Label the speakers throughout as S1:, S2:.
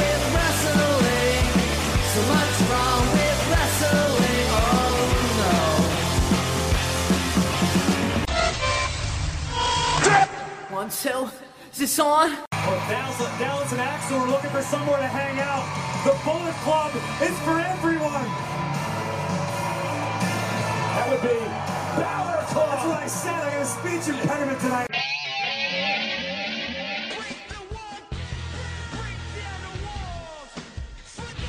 S1: Oh,
S2: So, is this on?
S3: Well, Dallas, Dallas and Axel are looking for somewhere to hang out. The Bullet Club is for everyone. That would be Power Club. That's what I said. I got a speech impediment tonight.
S1: Break the wall, break down the walls. Fight out with your back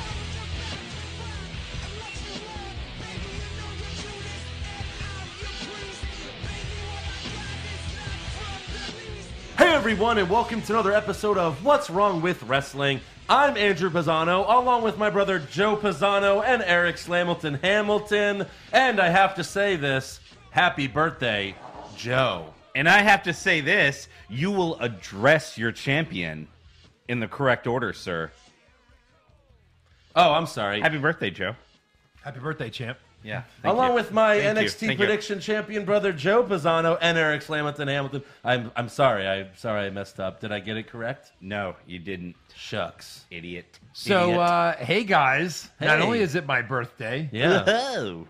S1: to fight, and what's wrong? Baby, you know you're cutest, and I'm your priest. Baby, what I got is not from the least.
S4: Hey everyone, and welcome to another episode of What's Wrong with Wrestling. I'm Andrew Pisano, along with my brother Joe Pisano and Eric Slamilton Hamilton. And I have to say this happy birthday, Joe.
S5: And I have to say this you will address your champion in the correct order, sir.
S4: Oh, I'm sorry.
S5: Happy birthday, Joe.
S6: Happy birthday, champ.
S5: Yeah. thank
S4: along
S5: you.
S4: with my
S5: Thank you,
S4: NXT
S5: thank you.
S4: prediction champion brother Joe Pisano and Eric Slamilton Hamilton. I'm, I'm sorry. I'm sorry I messed up. Did I get it correct?
S5: No, you didn't,
S4: Shucks.
S5: idiot.
S6: So,
S4: Idiot.
S6: uh, hey guys, not
S4: Hey.
S6: only is it my birthday,
S4: Yeah. Oh,
S5: Oh.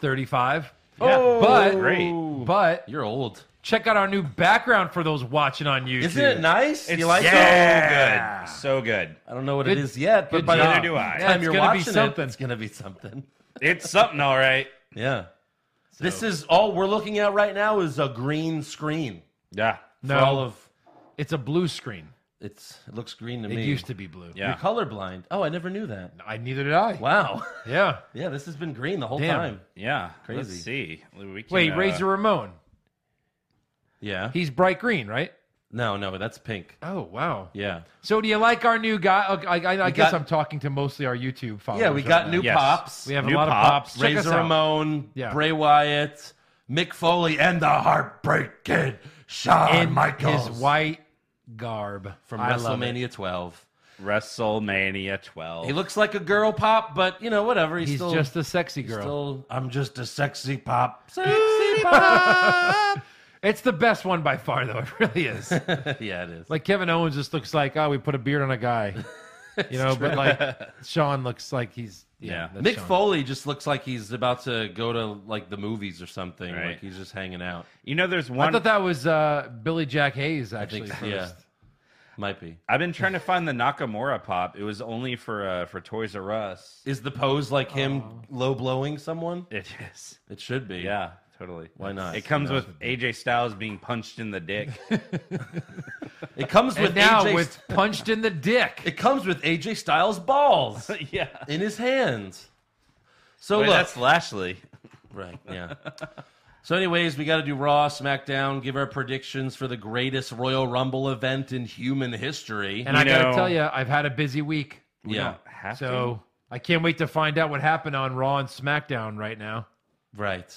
S6: 35,
S5: Yeah.
S6: but
S5: great.
S6: but
S4: You're old.
S6: check out our new background for those watching on YouTube.
S4: Isn't it nice?
S5: It's
S4: you like
S5: so
S4: it?
S6: Yeah.
S5: good. So good.
S4: I don't know what it
S6: Good-
S4: is yet, but
S6: good
S4: by the
S6: job.
S4: time
S5: Neither do I.
S6: Yeah, it's
S4: you're
S6: gonna be
S4: watching
S6: something.
S4: it, it's gonna be something.
S5: It's something, all right.
S4: Yeah. This is all we're looking at right now is a green screen.
S5: Yeah.
S6: No,
S4: For all of
S6: it's a blue screen.
S4: it's it looks green to
S6: It
S4: me.
S6: used to be blue.
S5: Yeah.
S4: You're colorblind. Oh, I never knew that.
S6: I neither did I.
S4: Wow.
S6: Yeah.
S4: yeah, this has been green the whole
S6: Damn.
S4: time.
S5: Yeah.
S4: Crazy.
S5: Let's see. We can,
S6: Wait,
S5: uh,
S6: Razor Ramon.
S4: Yeah.
S6: He's bright green, right?
S4: No, no, that's pink.
S6: Oh wow.
S4: Yeah.
S6: So do you like our new guy? Okay, I, I, I
S4: We
S6: guess
S4: got-
S6: I'm talking to mostly our YouTube followers.
S4: Yeah, we
S6: right
S4: got
S6: now.
S4: new
S5: Yes.
S4: pops.
S6: We have
S5: new
S6: a lot
S5: pops,
S6: of pops. Check us
S4: Razor
S6: out.
S4: Ramon,
S6: Yeah.
S4: Bray Wyatt, Mick Foley, and the Heartbreak Kid, Shawn
S6: in
S4: Michaels
S6: his white garb
S4: from
S6: I love it.
S4: WrestleMania 12.
S5: WrestleMania 12.
S4: He looks like a girl pop, but you know whatever. He's,
S6: He's
S4: still
S6: just a sexy girl.
S4: Still, I'm just a sexy pop. Sexy pop.
S6: It's the best one by far, though. It really is.
S4: yeah, it is.
S6: like Kevin Owens just looks like, oh, we put a beard on a guy, you know. But like Sean looks like he's yeah.
S5: Yeah.
S6: that's
S4: Mick
S6: Shawn.
S4: Foley just looks like he's about to go to like the movies or something.
S5: Right.
S4: Like he's just hanging out.
S5: you know, there's
S6: I
S5: one.
S6: thought that was uh, Billy Jack Hayes
S4: think
S6: actually
S4: so, yeah.
S6: first.
S4: Might be.
S5: I've been trying to find the Nakamura pop. It was only for uh, for Toys R Us.
S4: Is the pose like him low blowing someone?
S5: It is.
S4: It should be.
S5: Yeah, totally.
S4: Why not?
S5: It comes with AJ Styles being punched in the dick.
S4: It comes with
S6: And now
S4: AJ.
S6: with punched in the dick.
S4: It comes with AJ Styles balls
S5: yeah.
S4: in his hands. So
S5: Wait,
S4: look,
S5: that's Lashley.
S4: Right. Yeah. so, anyways, we got to do Raw, SmackDown, give our predictions for the greatest Royal Rumble event in human history.
S6: And
S5: You
S6: I gotta
S5: know-
S6: tell you, I've had a busy week,
S5: We
S4: Yeah.
S5: don't have
S6: so I can't wait to find out what happened on Raw and SmackDown right now.
S4: right.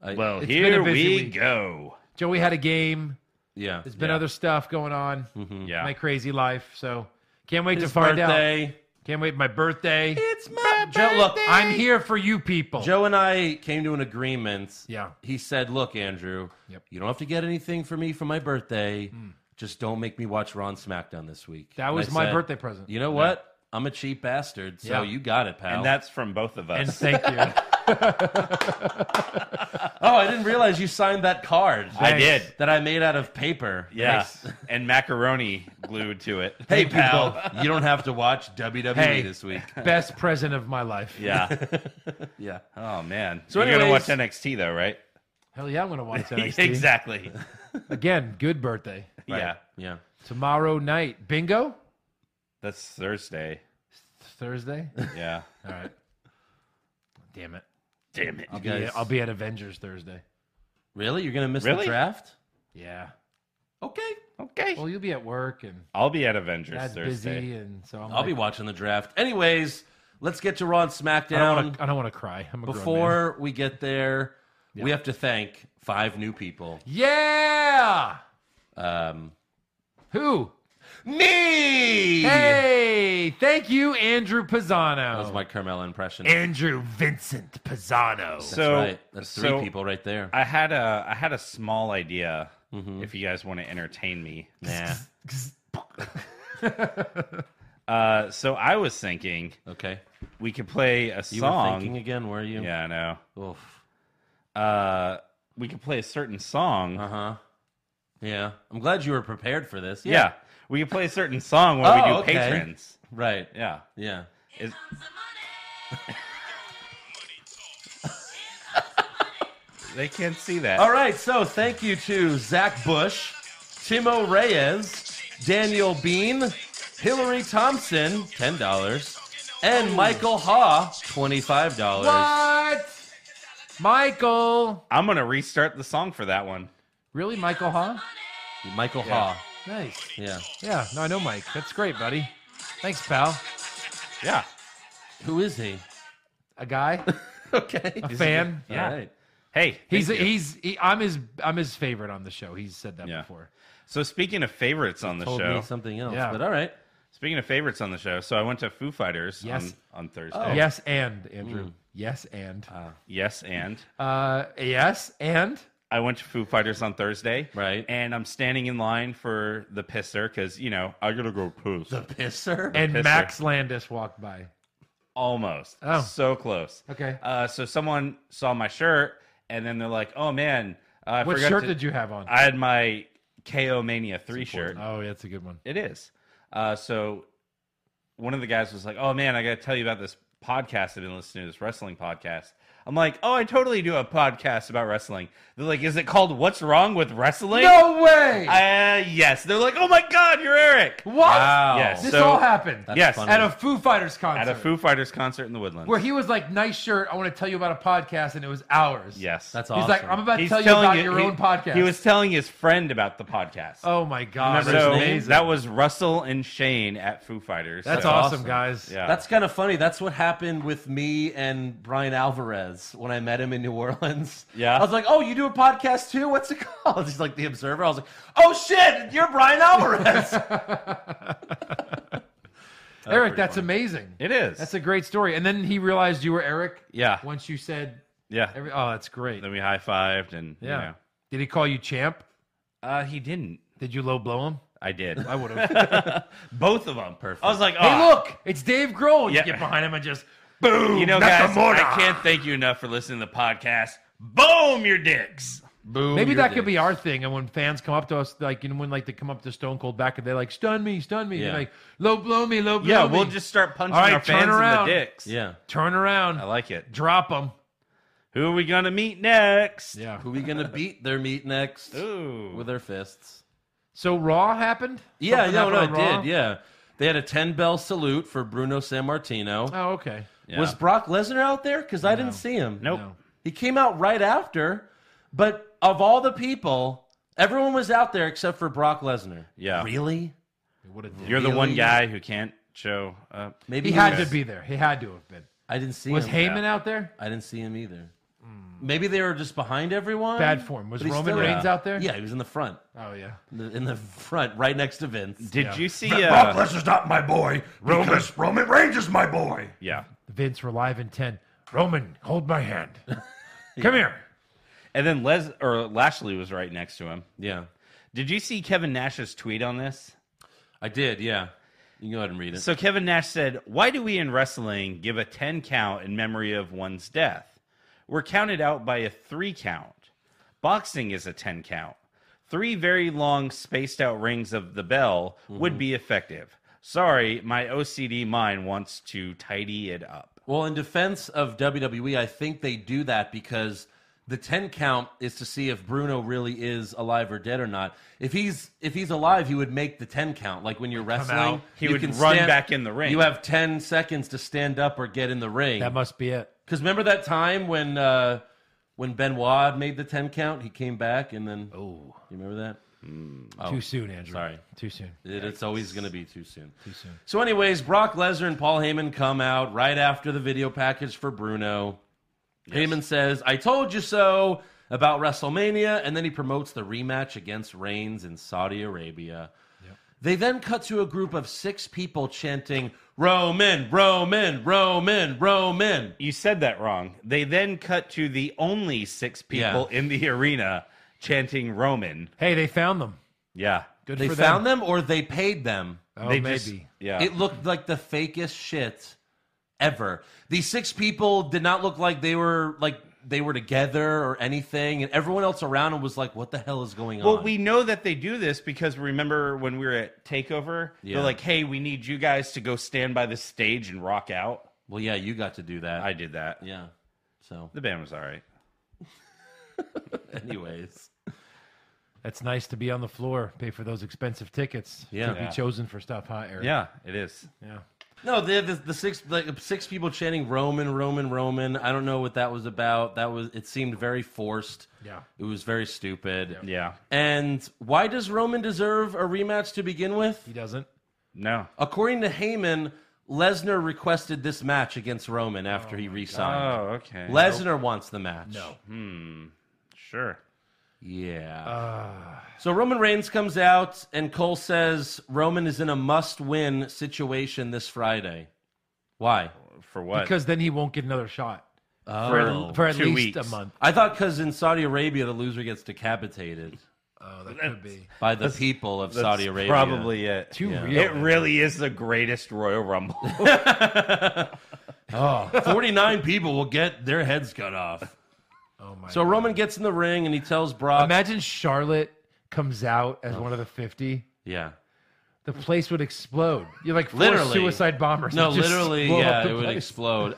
S4: I,
S5: to. Well,
S6: It's been a
S5: here we
S6: busy week.
S5: go.
S6: Joey had a game.
S4: yeah.
S6: There's been
S5: Yeah.
S6: other stuff going on.
S4: Mm-hmm.
S5: Yeah.
S6: My crazy life. So can't wait
S4: His
S6: to find out.
S4: birthday.
S6: Can't wait. My birthday.
S4: It's my Joe, look,
S6: I'm here for you people.
S4: Joe and I came to an agreement.
S6: Yeah.
S4: He said, "Look, Andrew,
S6: Yep. Hmm.
S4: you don't have to get anything for me for my birthday. Just don't make me watch Raw and SmackDown this week."
S6: That
S4: And
S6: was
S4: I
S6: my
S4: said,
S6: birthday present.
S4: You know what? I'm a cheap bastard, so
S6: Yeah.
S4: you got it, pal.
S5: And that's from both of
S6: And
S5: us.
S6: thank you.
S4: oh, I didn't realize you signed that card
S5: I
S6: Thanks.
S5: did.
S4: that I made out of paper.
S5: Yeah.
S4: Nice.
S5: And macaroni glued to it.
S4: Hey, pal, you don't have to watch WWE
S6: Hey.
S4: this week.
S6: Best present of my life.
S5: Yeah.
S4: Yeah.
S5: Oh man.
S4: So
S5: So you're gonna
S4: anyways-
S5: watch NXT though, right?
S6: Hell yeah, I'm gonna watch NXT.
S5: exactly.
S6: Again, good birthday.
S5: Yeah.
S4: Yeah.
S6: Tomorrow night. Bingo?
S5: That's Thursday.
S6: Thursday?
S5: Yeah.
S6: All right. Damn it.
S5: Damn it.
S6: I'll be,
S4: guys-
S6: I'll be at Avengers Thursday.
S4: Really? You're going to miss the
S5: Really?
S4: draft?
S6: Yeah.
S4: Okay.
S5: Okay.
S6: Well, you'll be at work and
S5: I'll be at Avengers
S6: that's
S5: Thursday.
S6: busy and so I'm
S4: I'll be
S6: like,
S4: watching the draft. Anyways, let's get to Raw and
S6: I don't wanna-
S4: SmackDown.
S6: I don't want to cry. I'm a grown man.
S4: Before we get there, we have to thank five new people.
S6: Yeah.
S4: Um,
S6: Who?
S4: me!
S6: Hey, thank you, Andrew Pisano.
S4: That was my Carmella impression.
S6: Andrew Vincent Pisano.
S4: That's
S5: So-
S4: right. That's three
S5: so-
S4: people right there.
S5: I had a I had a small idea if you guys want to entertain me.
S4: Mm-hmm. nah.
S5: Uh, so I was thinking
S4: Okay.
S5: we could play a
S4: You were thinking
S5: song.
S4: again, were you?
S5: Yeah, I know.
S4: Oof. Uh-huh.
S5: Uh, we could play a certain song
S4: Uh huh. Yeah. I'm glad you were prepared for this.
S5: Yeah. We can play a certain song when we
S4: Oh,
S5: do
S4: okay.
S5: patrons.
S4: Right.
S5: Yeah.
S4: Yeah.
S5: Is- they can't see that.
S4: All right, so thank you to Zach Bush, Timo Reyes, Daniel Bean, Hillary Thompson, $10, and Michael Ha, $25.
S6: What? Michael.
S5: I'm going to restart the song for that one.
S6: Really, Michael, huh?
S4: Michael Ha.
S6: Nice.
S4: Yeah.
S6: Yeah, no, I know Mike. That's great, buddy. Thanks, pal.
S5: Yeah.
S4: Who is he?
S6: A guy,
S4: okay.
S6: a fan.
S5: Yeah.
S4: All right.
S5: Hey,
S6: He's
S5: thank you.
S6: he's he, I'm his I'm his favorite on the show. He's said that
S5: Yeah.
S6: before.
S5: so speaking of favorites on the
S4: Told
S5: show.
S4: me something else,
S6: Yeah.
S4: but all right.
S5: Speaking of favorites on the show, so I went to Foo Fighters
S6: Yes.
S5: on, on Thursday.
S6: Yes, and Andrew.
S5: Mm.
S6: Yes, and
S5: Ah.
S4: Oh.
S5: Yes, and
S6: uh, yes, and
S5: I went to Foo Fighters on Thursday.
S4: Right.
S5: And I'm standing in line for the pisser because, you know, I gotta go piss.
S4: The pisser?
S6: and
S5: Pisser.
S6: Max Landis walked by.
S5: Almost.
S6: Oh.
S5: So close.
S6: Okay.
S5: Uh, so someone saw my shirt and then they're like, oh man. Uh, I
S6: what
S5: forgot
S6: shirt
S5: to-
S6: did you have on?
S5: I had my KO Mania 3 shirt.
S6: oh, yeah, that's a good one.
S5: It is. Uh, so one of the guys was like, "Oh man, I got to tell you about this podcast. I've been listening to this wrestling podcast." I'm like, "Oh, I totally do a podcast about wrestling." They're like, "Is it called What's Wrong with Wrestling?"
S6: No way!
S5: Uh, yes. They're like, "Oh my God, you're Eric."
S6: what?
S4: Wow.
S5: Yes.
S6: This
S5: So-
S6: all happened
S4: That's
S5: Yes.
S4: funny.
S6: at a Foo Fighters concert.
S5: At a Foo Fighters concert in the Woodlands.
S6: where he was like, "Nice shirt. I want to tell you about a podcast," and it was ours.
S5: yes.
S4: That's
S6: He's
S4: awesome.
S6: like, "I'm about to
S5: He's
S6: tell you
S5: telling
S6: about
S5: you-
S6: your
S5: he-
S6: own podcast."
S5: He was telling his friend about the podcast.
S6: Oh my god,
S4: Remember
S6: that's
S5: so
S4: his name?
S6: amazing.
S5: that was Russell and Shane at Foo Fighters.
S6: that's
S5: So-
S6: awesome,
S4: awesome.
S6: guys.
S5: Yeah.
S4: That's kind of funny. That's what happened with me and Brian Alvarez when I met him in New Orleans.
S5: Yeah.
S4: I was like, "Oh, you do a podcast too? What's it called?" He's like, "The Observer." I was like, "Oh shit, you're Brian Alvarez."
S6: Eric, that's amazing.
S5: it is.
S6: That's a great story. And then he realized you were Eric
S5: yeah.
S6: once you said,
S5: Yeah.
S6: every, "Oh, that's great."
S5: then we high fived and
S6: Yeah.
S5: you know.
S6: Did he call you champ?
S5: Uh, he didn't.
S6: Did you low blow him?
S5: I did.
S6: I would have. hey,
S5: Both of them. Perfect. I was like, oh,
S6: look, it's Dave Grohl.
S5: Yeah.
S6: You get behind him and just
S5: boom. You know, guys,
S6: Nakamura.
S5: I can't thank you enough for listening to the podcast. Boom, your dicks.
S4: Boom.
S6: maybe
S4: you're
S6: that could
S4: dead.
S6: be our thing. And when fans come up to us, like you know, when like they come up to Stone Cold back and they like stun me, stun me,
S4: Yeah.
S6: and like low blow me, low blow
S5: Yeah,
S6: me.
S5: we'll just start punching
S6: All right,
S5: our
S6: turn
S5: fans
S6: around.
S5: in the dicks.
S4: Yeah.
S6: turn around,
S5: I like it.
S6: drop him.
S5: Who are we gonna meet next?
S6: Yeah.
S4: Who we gonna beat their meat next
S5: Ooh.
S4: with their fists?
S6: So Raw happened.
S4: Yeah,
S6: Something
S4: no, no, it
S6: happened on Raw?
S4: did. Yeah, they had a ten bell salute for Bruno San Martino.
S6: Oh, okay.
S5: Yeah.
S4: Was Brock Lesnar out there? Because I didn't see him.
S5: nope.
S6: No.
S4: He came out right after, but of all the people, everyone was out there except for Brock Lesnar.
S5: Yeah.
S4: Really?
S6: What a dick.
S5: You're the one
S4: Really?
S5: guy who can't show up.
S4: Maybe
S6: He had
S4: was-
S6: to be there. He had to have been.
S4: I didn't see
S6: Was
S4: him.
S6: Heyman out there?
S4: I didn't see him either. Maybe they were just behind everyone.
S6: Bad form. Was
S4: but he's
S6: Roman
S4: still-
S6: Reigns out there?
S4: Yeah, he was in the front.
S6: Oh yeah.
S4: In the- In the front, right next to Vince.
S5: Did
S6: Yeah.
S5: you see? Uh,
S2: Brock Lesnar's not my boy. Roman, Roman Reigns is my boy.
S5: yeah.
S6: Vince, we're live in ten. Roman, hold my hand. Come here.
S5: And then Les or Lashley was right next to him.
S4: Yeah.
S5: Did you see Kevin Nash's tweet on this?
S4: I did, yeah. You can go ahead and read it.
S5: So Kevin Nash said, "Why do we in wrestling give a 10 count in memory of one's death? We're counted out by a 3 count. Boxing is a 10 count. 3 very long spaced out rings of the bell would be effective. Sorry, my OCD mind wants to tidy it up."
S4: well, in defense of WWE, I think they do that because the 10 count is to see if Bruno really is alive or dead or not. If he's if he's alive, he would make the 10 count. Like when you're wrestling,
S6: out.
S5: He
S4: you
S5: would
S4: can
S5: run
S4: stand-
S5: back in the ring.
S4: You have 10 seconds to stand up or get in the ring.
S6: That must be it.
S4: Because remember that time when uh, when Benoit made the ten count, he came back and then.
S6: Oh,
S4: You remember that?
S6: too soon, Andrew.
S4: sorry.
S6: Too soon.
S4: It, it's always going to be too soon. Too
S6: soon.
S4: So, anyways, Brock Lesnar and Paul Heyman come out right after the video package for Bruno. Heyman says, "I told you so." About WrestleMania, and then he promotes the rematch against Reigns in Saudi Arabia. They then cut to a group of six people chanting, Roman, Roman, Roman, Roman.
S5: You said that wrong. They then cut to the only 6
S4: Yeah.
S5: people in the arena chanting Roman.
S6: Hey, they found them.
S5: Yeah.
S6: Good
S4: They
S6: for
S4: found
S6: them.
S4: them or they paid them.
S6: Oh,
S5: They
S6: maybe.
S5: just- yeah.
S4: It looked like the fakest shit ever. These six people did not look like they were like they were together or anything, and everyone else around him was like, "What the hell is going
S5: Well,
S4: on?"
S5: we know that they do this because remember when we were at Takeover?
S4: Yeah.
S5: They're like, hey, we need you guys to go stand by the stage and rock out.
S4: well, yeah, you got to do that.
S5: I did that.
S4: yeah. So,
S5: The band was all right.
S4: anyways,
S6: That's nice to be on the floor, pay for those expensive tickets.
S4: Yeah.
S6: To be
S5: Yeah.
S6: chosen for stuff hot, Eric.
S5: Yeah, it is.
S6: Yeah.
S4: no, they had the, the six like six people chanting Roman, Roman, Roman. I don't know what that was about. That was it seemed very forced.
S6: Yeah.
S4: it was very stupid.
S5: Yeah.
S4: And why does Roman deserve a rematch to begin with?
S6: He doesn't.
S5: No.
S4: According to Heyman, Lesnar requested this match against Roman after he re-signed.
S5: Oh, okay.
S4: Lesnar wants the match.
S6: No.
S5: Sure.
S4: Yeah.
S6: Ah.
S4: so Roman Reigns comes out, and Cole says Roman is in a must-win situation this Friday. Why?
S5: For what?
S6: Because then he won't get another shot
S4: Oh.
S5: for,
S6: for at
S5: two
S6: least
S5: weeks.
S6: a month.
S4: I thought because in Saudi Arabia the loser gets decapitated
S6: Oh, that could be.
S4: by the people of
S5: That's
S4: Saudi Arabia.
S5: Probably it.
S6: Too
S4: Yeah.
S6: real.
S5: It really is the greatest Royal Rumble.
S6: oh,
S4: forty-nine people will get their heads cut off.
S6: oh my.
S4: So
S6: God.
S4: Roman gets in the ring and he tells Brock,
S6: Imagine Charlotte comes out
S4: Oh.
S6: as one of the 50.
S4: "Yeah,
S6: The place would explode. You're like four
S4: Literally.
S6: suicide bombers.
S4: no,
S6: would just
S4: literally,
S6: blow up
S4: yeah,
S6: the
S4: it would
S6: place.
S4: explode."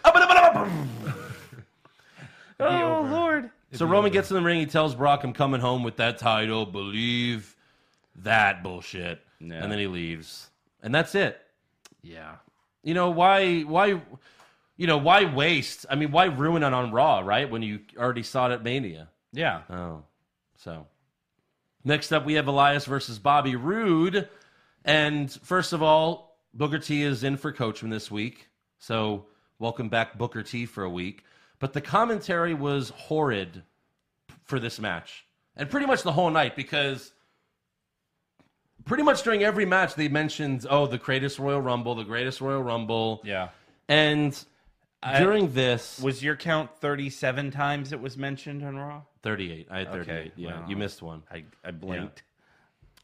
S6: It'd be over.
S5: Lord.
S4: So Roman gets in the ring. He tells Brock, "I'm coming home with that title. Believe that bullshit."
S5: Yeah.
S4: And then he leaves, and that's it.
S6: Yeah.
S4: You know why? Why? You know why waste? I mean, why ruin it on Raw? Right when you already saw it at Mania.
S5: Yeah.
S4: Oh, so next up we have Elias versus Bobby Roode, and first of all, Booker T is in for Coachman this week, so welcome back Booker T for a week. But the commentary was horrid for this match, and pretty much the whole night because. Pretty much during every match, they mentioned, oh, the greatest Royal Rumble, the greatest Royal Rumble.
S5: Yeah.
S4: And during this,
S5: Was your count 37 times it was mentioned on Raw?
S4: 38. I had 38. yeah,
S5: wow.
S4: you missed one.
S5: I, I blinked.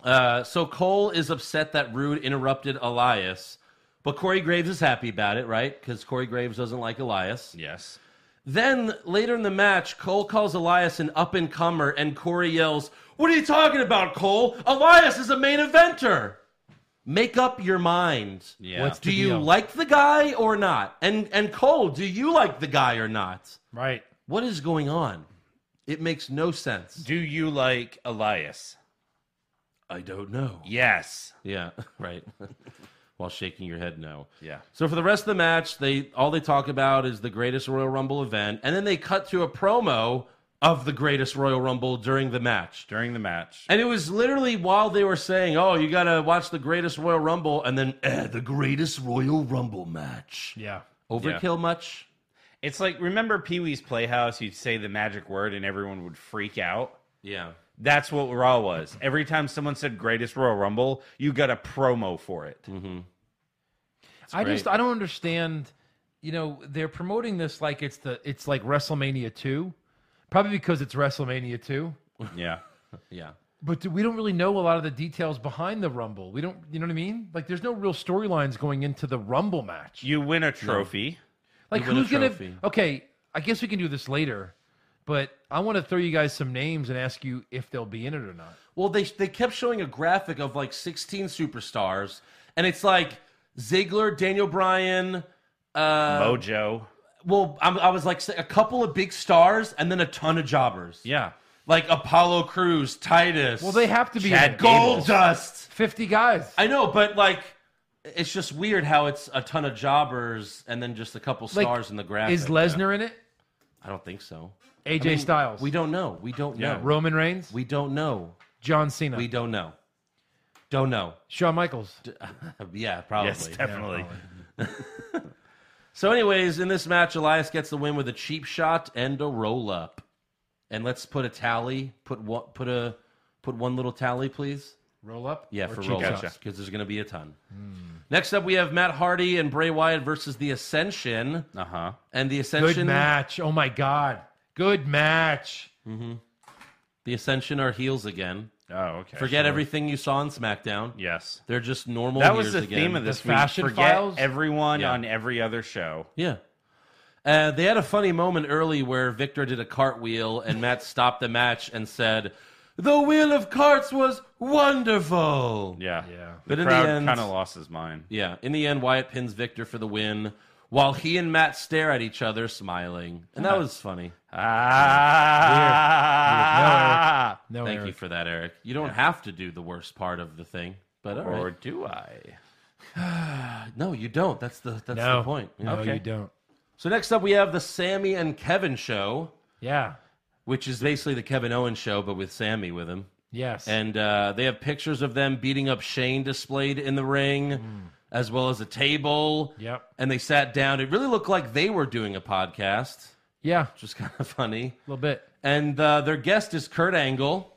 S4: Uh, so Cole is upset that Rude interrupted Elias, but Corey Graves is happy about it, right? Because Corey Graves doesn't like Elias.
S5: Yes.
S4: Then later in the match, Cole calls Elias an up and comer, and Corey yells, What are you talking about, Cole? Elias is a main eventer. Make up your mind.
S5: Yeah.
S6: What's-
S4: Do
S6: the
S4: you
S6: deal?
S4: like the guy or not? And and Cole, do you like the guy or not?
S6: Right.
S4: What is going on? It makes no sense.
S5: Do you like Elias?
S4: I don't know.
S5: Yes.
S4: Yeah, right. While shaking your head, no.
S5: Yeah.
S4: So for the rest of the match, they all they talk about is the greatest Royal Rumble event, and then they cut to a promo of the greatest Royal Rumble during the match.
S5: During the match.
S4: And it was literally while they were saying, "Oh, you gotta watch the greatest Royal Rumble," and then eh, the greatest Royal Rumble match.
S6: Yeah.
S4: Overkill much?
S5: It's like, remember Pee Wee's Playhouse? You'd say the magic word and everyone would freak out.
S4: Yeah.
S5: That's what Raw was. Every time someone said greatest Royal Rumble, you got a promo for it.
S6: I just
S4: great.
S6: I don't understand. You know, they're promoting this like it's the it's like WrestleMania two, probably because it's WrestleMania two.
S5: Yeah.
S4: Yeah.
S6: But do- we don't really know a lot of the details behind the Rumble. We don't, you know what I mean? Like, there's no real storylines going into the Rumble match.
S5: You win a trophy.
S6: Like,
S4: You win a
S6: who's gonna?
S4: trophy.
S6: Okay, I guess we can do this later. But I want to throw you guys some names and ask you if they'll be in it or not.
S4: Well, they they kept showing a graphic of like 16 superstars, and it's like Ziggler, Daniel Bryan, uh,
S5: Mojo.
S4: Well, I'm, I was like say- a couple of big stars and then a ton of jobbers.
S5: Yeah.
S4: Like Apollo Crews, Titus.
S6: Well, they have to be in
S5: Chad
S6: it.
S5: Gable.
S4: Gold Dust.
S6: Fifty guys.
S4: I know, but like, it's just weird how it's a ton of jobbers and then just a couple
S6: Like,
S4: stars in the graphic.
S6: Is Lesnar in it?
S4: I don't think so.
S6: AJ Styles.
S4: We don't know. We don't
S5: Yeah.
S4: know.
S6: Roman Reigns.
S4: we don't know.
S6: John Cena.
S4: We don't know. Don't know. Uh,
S6: Shawn Michaels.
S4: yeah, probably.
S5: Yes, definitely.
S4: So, anyways, in this match, Elias gets the win with a cheap shot and a roll up. And let's put a tally. Put one. Put a. Put one little tally, please.
S6: Roll up.
S4: Yeah,
S6: or
S4: for
S6: cheap
S4: roll
S6: shots?
S4: ups because there's going to be a ton. Next up, we have Matt Hardy and Bray Wyatt versus the Ascension,
S5: Uh huh.
S4: and the
S6: Good
S4: Ascension,
S6: match. Oh my god. Good match.
S4: the Ascension are heels again.
S5: Oh, okay.
S4: Forget
S5: Sure.
S4: everything you saw on SmackDown.
S5: Yes.
S4: They're just normal.
S5: That was
S4: heels
S5: the
S4: again.
S5: theme of this
S6: The
S5: week.
S6: fashion
S5: Forget
S6: files?
S5: everyone
S4: Yeah.
S5: on every other show.
S4: Yeah. Uh, they had a funny moment early where Victor did a cartwheel and Matt stopped the match and said, "The wheel of carts was wonderful."
S5: Yeah.
S6: Yeah.
S5: The
S4: But in the
S5: crowd
S4: end-
S5: kind of lost his mind.
S4: Yeah, in the end, Wyatt pins Victor for the win, while he and Matt stare at each other, smiling, and that was funny.
S5: Ah.
S6: No,
S4: Thank
S6: Eric.
S4: you for that, Eric. You don't have to do the worst part of the thing, but all right.
S5: Or do I?
S4: no, you don't. That's the that's
S6: No
S4: the point. Yeah.
S6: No,
S5: Okay.
S6: you don't.
S4: So next up, we have the Sammy and Kevin show,
S6: Yeah.
S4: which is basically the Kevin Owens show, but with Sammy with him.
S6: Yes.
S4: And uh, they have pictures of them beating up Shane displayed in the ring, as well as a table.
S6: Hmm. Yep.
S4: And they sat down. It really looked like they were doing a podcast,
S6: yeah. A
S4: which is kind of funny.
S6: little bit.
S4: and uh, their guest is Kurt Angle.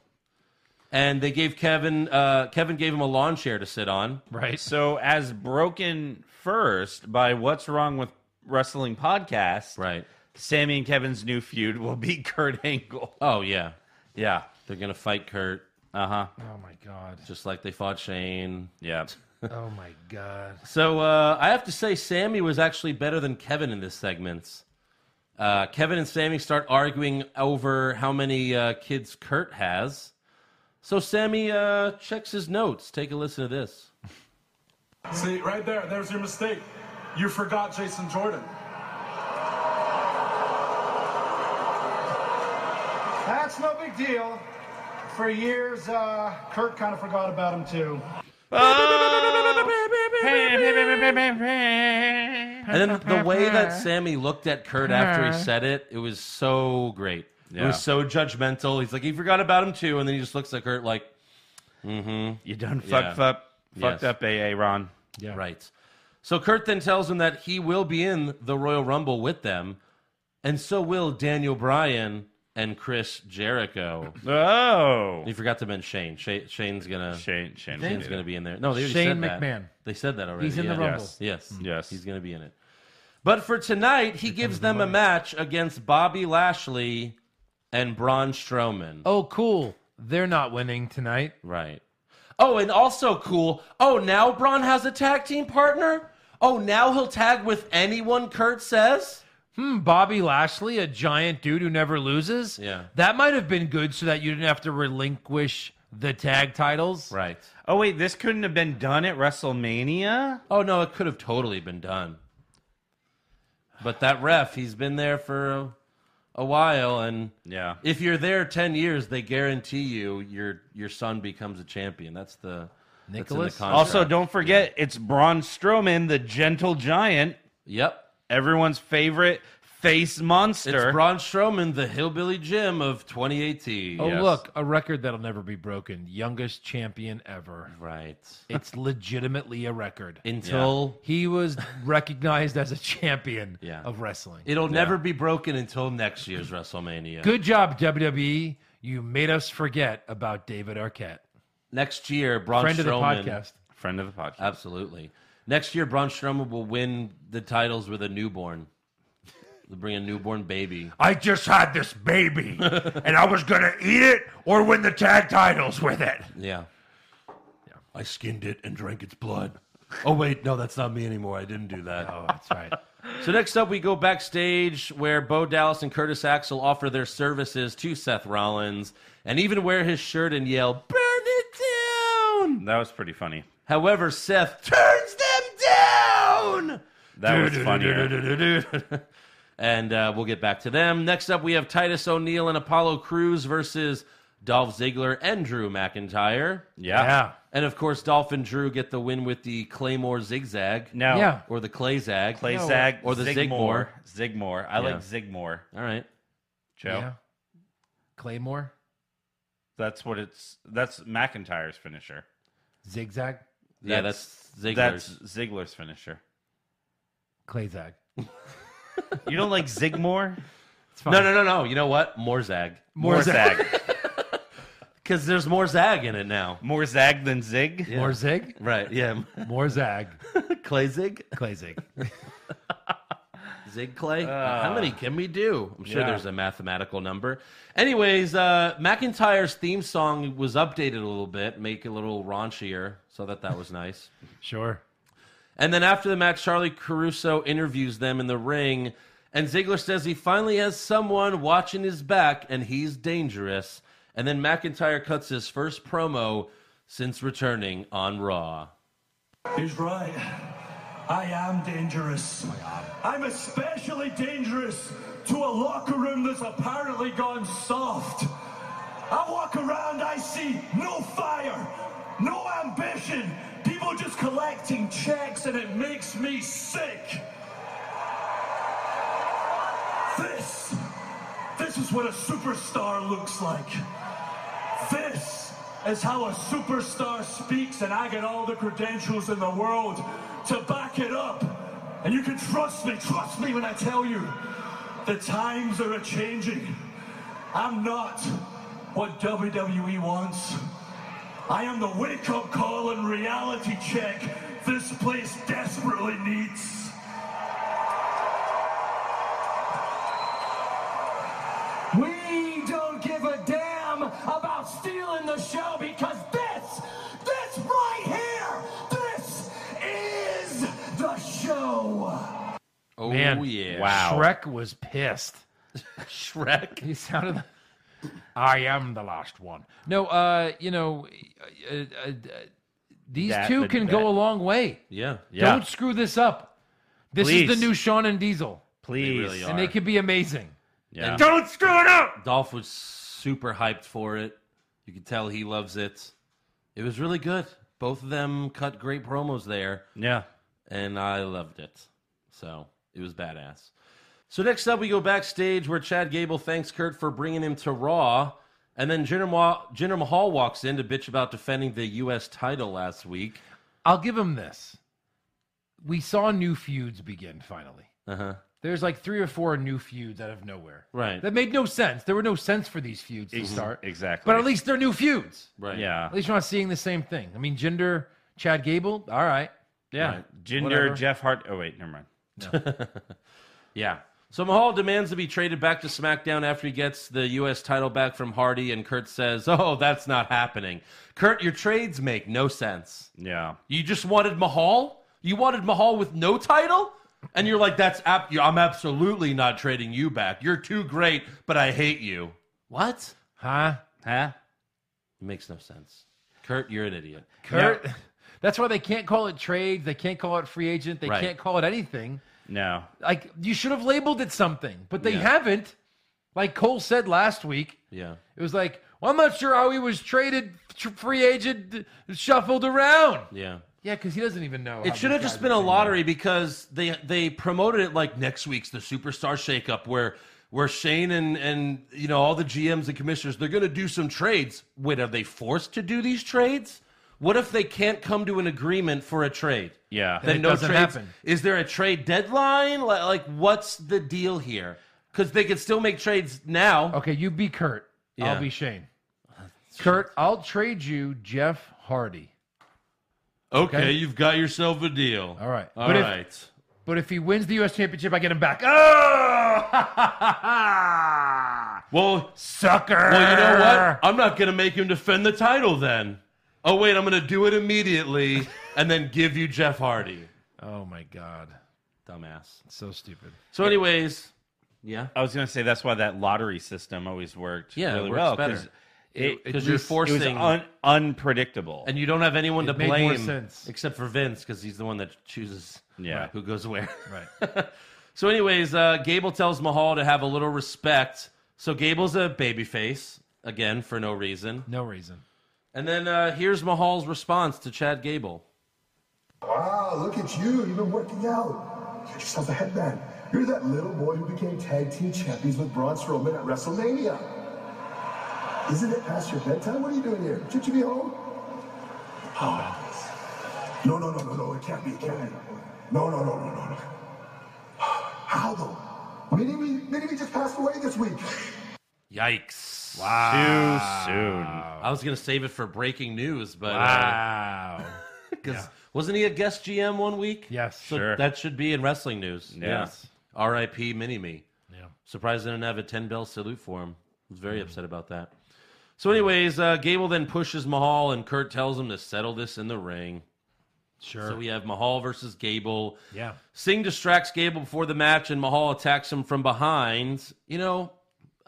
S4: And they gave Kevin. Uh, Kevin gave him a lawn chair to sit on.
S6: Right.
S5: So, as broken first by What's Wrong with Wrestling podcast,
S4: Right.
S5: Sammy and Kevin's new feud will be Kurt Angle.
S4: Oh yeah,
S5: Yeah.
S4: they're gonna fight Kurt
S5: Uh huh.
S6: Oh my god.
S4: just like they fought Shane.
S5: Yeah.
S6: Oh my god.
S4: So uh, I have to say, Sammy was actually better than Kevin in this segment. Uh, Kevin and Sammy start arguing over how many uh, kids Kurt has. So Sammy uh, checks his notes. Take a listen to this.
S3: See, right there, there's your mistake. You forgot Jason Jordan.
S7: That's no big deal. For years, uh, Kurt kind of forgot about him too.
S5: Oh.
S4: And then the way that Sammy looked at Kurt after he said it, it was so great. It
S5: Yeah.
S4: was so judgmental. He's like, he forgot about him too, and then he just looks at Kurt like,
S5: You done fucked
S4: Yeah.
S5: up, fucked
S4: Yes.
S5: up, AA Ron.
S6: Yeah.
S4: right. So Kurt then tells him that he will be in the Royal Rumble with them, and so will Daniel Bryan and Chris Jericho.
S5: Oh,
S4: He forgot to mention Shane. Shane Shane's gonna
S5: Shane, Shane,
S4: Shane's
S5: Shane
S4: gonna be in there. No, they already
S6: Shane
S4: said that.
S6: McMahon.
S4: They said that already.
S6: He's in
S4: yeah.
S6: the Rumble.
S5: Yes.
S4: Yes.
S5: Mm. Yes.
S4: He's going to be in it. But for tonight, he gives them a match against Bobby Lashley and Braun Strowman.
S6: Oh, cool. They're not winning tonight.
S4: Right. Oh, and also cool. Oh, now Braun has a tag team partner? Oh, now he'll tag with anyone Kurt says?
S6: Hmm, Bobby Lashley, a giant dude who never loses.
S4: Yeah.
S6: That might have been good so that you didn't have to relinquish the tag titles.
S4: Right.
S5: Oh wait, this couldn't have been done at WrestleMania.
S4: Oh, no, it could have totally been done. But that ref, he's been there for a, a while, and
S5: Yeah.
S4: if you're there 10 years, they guarantee you your your son becomes a champion. That's the that's in the
S6: Nicholas?
S4: contract.
S5: Also, don't forget it's Braun Strowman, the gentle giant,
S4: Yep.
S5: everyone's favorite face monster.
S4: It's Braun Strowman, the hillbilly Jim of 2018.
S6: Oh,
S5: Yes.
S6: look, a record that'll never be broken. Youngest champion ever.
S4: Right.
S6: It's legitimately a record.
S4: Until
S6: He was recognized as a champion
S4: Yeah.
S6: of wrestling.
S4: it'll never be broken until next year's WrestleMania.
S6: Good job, WWE. You made us forget about David Arquette,
S4: Next year, Braun
S6: friend of the
S4: Strowman.
S6: podcast.
S5: Friend of the podcast.
S4: Absolutely. Next year, Braun Strowman will win the titles with a newborn. They'll bring a newborn baby.
S2: I just had this baby, and I was gonna eat it or win the tag titles with it.
S4: Yeah. I skinned it and drank its blood. Oh, wait, no, that's not me anymore. I didn't do that.
S6: Oh, that's right.
S4: So next up, we go backstage where Bo Dallas and Curtis Axel offer their services to Seth Rollins and even wear his shirt and yell, "Burn it down!"
S5: Um, That was pretty funny.
S4: However, Seth turns them down.
S5: That was funnier.
S4: and uh, we'll get back to them. Next up, we have Titus O'Neil and Apollo Cruz versus Dolph Ziggler and Drew McIntyre.
S5: Yeah.
S6: Yeah.
S4: And of course, Dolph and Drew get the win with the Claymore zigzag
S5: No.
S6: Yeah.
S4: or the Clay zag.
S5: Clay Zag
S4: Or the
S5: Zigmore. Zigmore. I
S4: Yeah.
S5: like Zigmore.
S4: All right.
S5: Joe.
S6: Yeah. Claymore,
S5: That's what it's. That's McIntyre's finisher.
S6: zigzag,
S4: yeah, that's Ziggler's.
S5: That's Ziggler's finisher.
S6: Clayzag.
S5: You don't like Zigmore?
S6: It's fine.
S4: No, no, no, no. You know what? More Zag.
S6: More zag.
S4: Because there's more Zag in it now.
S5: More Zag than Zig.
S6: More zig.
S4: Right. Yeah.
S6: More zag.
S4: Clay Zig.
S6: Clayzig.
S4: Zig Clay. How many can we do? I'm sure
S5: Uh, yeah.
S4: there's a mathematical number. Anyways, uh, McIntyre's theme song was updated a little bit, make it a little raunchier. So that that was nice.
S6: Sure.
S4: And then after the match, Charlie Caruso interviews them in the ring. And Ziggler says he finally has someone watching his back and he's dangerous. And then McIntyre cuts his first promo since returning on Raw.
S3: He's right. I am dangerous. I'm especially dangerous to a locker room that's apparently gone soft. I walk around, I see no fire, no ambition, people just collecting checks, and it makes me sick. This, this is what a superstar looks like. This is how a superstar speaks, and I get all the credentials in the world to back it up. And you can trust me, trust me when I tell you the times are a changing. I'm not what WWE wants. I am the wake up call and reality check this place desperately needs. We don't give a damn about stealing the show because this, this right here, this is the show.
S4: Oh,
S6: Man.
S4: yeah.
S5: Wow.
S6: Shrek was pissed.
S4: Shrek.
S6: He sounded. like- I am the last one. No, uh, you know, uh, uh, uh, these
S5: That
S6: two
S5: would
S6: can
S5: be
S6: go
S5: bad.
S6: a long way.
S4: Yeah.
S5: Yeah.
S6: Don't screw this up. This is
S5: Please.
S6: the new Sean and Diesel,
S5: Please.
S4: really
S6: and they could be amazing.
S5: yeah.
S2: Don't screw it up.
S4: Dolph was super hyped for it. You could tell he loves it. It was really good. Both of them cut great promos there,
S5: yeah.
S4: and I loved it. So it was badass. So next up, we go backstage where Chad Gable thanks Kurt for bringing him to Raw. And then Jinder, Ma- Jinder Mahal walks in to bitch about defending the U.S. title last week.
S6: I'll give him this. We saw new feuds begin finally.
S4: Uh huh.
S6: There's like three or four new feuds out of nowhere.
S4: Right.
S6: That made no sense. There were no sense for these feuds to
S5: Ex-
S6: start.
S5: exactly.
S6: But at least they're new feuds.
S4: Right.
S5: Yeah.
S6: At least you're not seeing the same thing. I mean, Jinder, Chad Gable, all right.
S5: Yeah.
S4: Right.
S5: Jinder,
S6: Whatever.
S5: Jeff Hart. Oh, wait. Never mind.
S4: Yeah. So Mahal demands to be traded back to SmackDown after he gets the U.S. title back from Hardy, and Kurt says, Oh, that's not happening. Kurt, your trades make no sense.
S5: Yeah.
S4: You just wanted Mahal? You wanted Mahal with no title? And you're like, That's ab- I'm absolutely not trading you back. You're too great, but I hate you. What?
S6: Huh?
S5: Huh?
S4: makes no sense. Kurt, you're an idiot.
S6: Kurt. That's why they can't call it trades. They can't call it free agent. They
S4: Right.
S6: can't call it anything.
S5: No.
S6: Like, you should have labeled it something, but they
S4: Yeah.
S6: haven't. Like Cole said last week,
S4: Yeah.
S6: it was like, well, I'm not sure how he was traded, tr- free agent, shuffled around.
S4: Yeah.
S6: Yeah, because he doesn't even know. how
S4: It should
S6: these
S4: have just
S6: guys
S4: been
S6: are
S4: a
S6: doing.
S4: lottery because they they promoted it like next week's the superstar shakeup where where Shane and and you know all the GMs and commissioners they're going to do some trades. Wait, are they forced to do these trades? What if they can't come to an agreement for a trade?
S5: Yeah.
S4: Then
S6: it
S4: no
S6: doesn't
S4: trades.
S6: happen.
S4: Is there a trade deadline? Like, like what's the deal here? Because they could still make trades now.
S6: Okay, you be Kurt.
S4: Yeah.
S6: I'll be Shane. Kurt, I'll trade you Jeff Hardy.
S4: Okay, you've got yourself a deal.
S6: All right.
S4: all right.
S6: But if- But if he wins the U.S. Championship, I get him back. Oh!
S4: well,
S6: Sucker!
S4: Well, you know what? I'm not going to make him defend the title then. Oh, wait, I'm going to do it immediately and then give you Jeff Hardy.
S6: Oh, my God.
S4: Dumbass.
S6: So stupid.
S4: So, anyways, yeah.
S5: I was going to say that's why that lottery system always worked
S4: Yeah, it
S5: really
S4: works
S5: well
S4: better.
S5: it-
S4: Because you're
S5: it was
S4: forcing,
S5: un- unpredictable.
S4: and you don't have anyone to
S6: made more
S4: blame
S6: sense.
S4: except for Vince because he's the one that chooses uh,
S5: Yeah.
S4: who goes where.
S6: Right.
S4: So, anyways, uh, Gable tells Mahal to have a little respect. So, Gable's a babyface, again, for no reason.
S6: No reason.
S4: And then uh, here's Mahal's response to Chad Gable.
S8: Wow, look at you. You've been working out. Get yourself a headband. You're that little boy who became tag team champions with Braun Strowman at WrestleMania. Isn't it past your bedtime? What are you doing here? Should you be home? Oh, no, no, no, no, no. It can't be. It can't be. No, no, no, no, no, no. How though? Mini me, Mini me just passed away this week.
S4: Yikes. Wow.
S5: Too soon.
S4: I was gonna save it for breaking news, but
S6: Wow.
S4: because wasn't he a guest GM one week?
S6: Yes.
S4: so
S5: Sure.
S4: that should be in wrestling news.
S5: Yes.
S4: Yeah. R.I.P. Mini Me.
S6: Yeah.
S4: Surprised they didn't have a ten bell salute for him. I was very
S5: Mm-hmm.
S4: upset about that. So, anyways, uh, Gable then pushes Mahal, and Kurt tells him to settle this in the ring.
S6: Sure.
S4: So we have Mahal versus Gable.
S6: yeah.
S4: Singh distracts Gable before the match, and Mahal attacks him from behind. You know,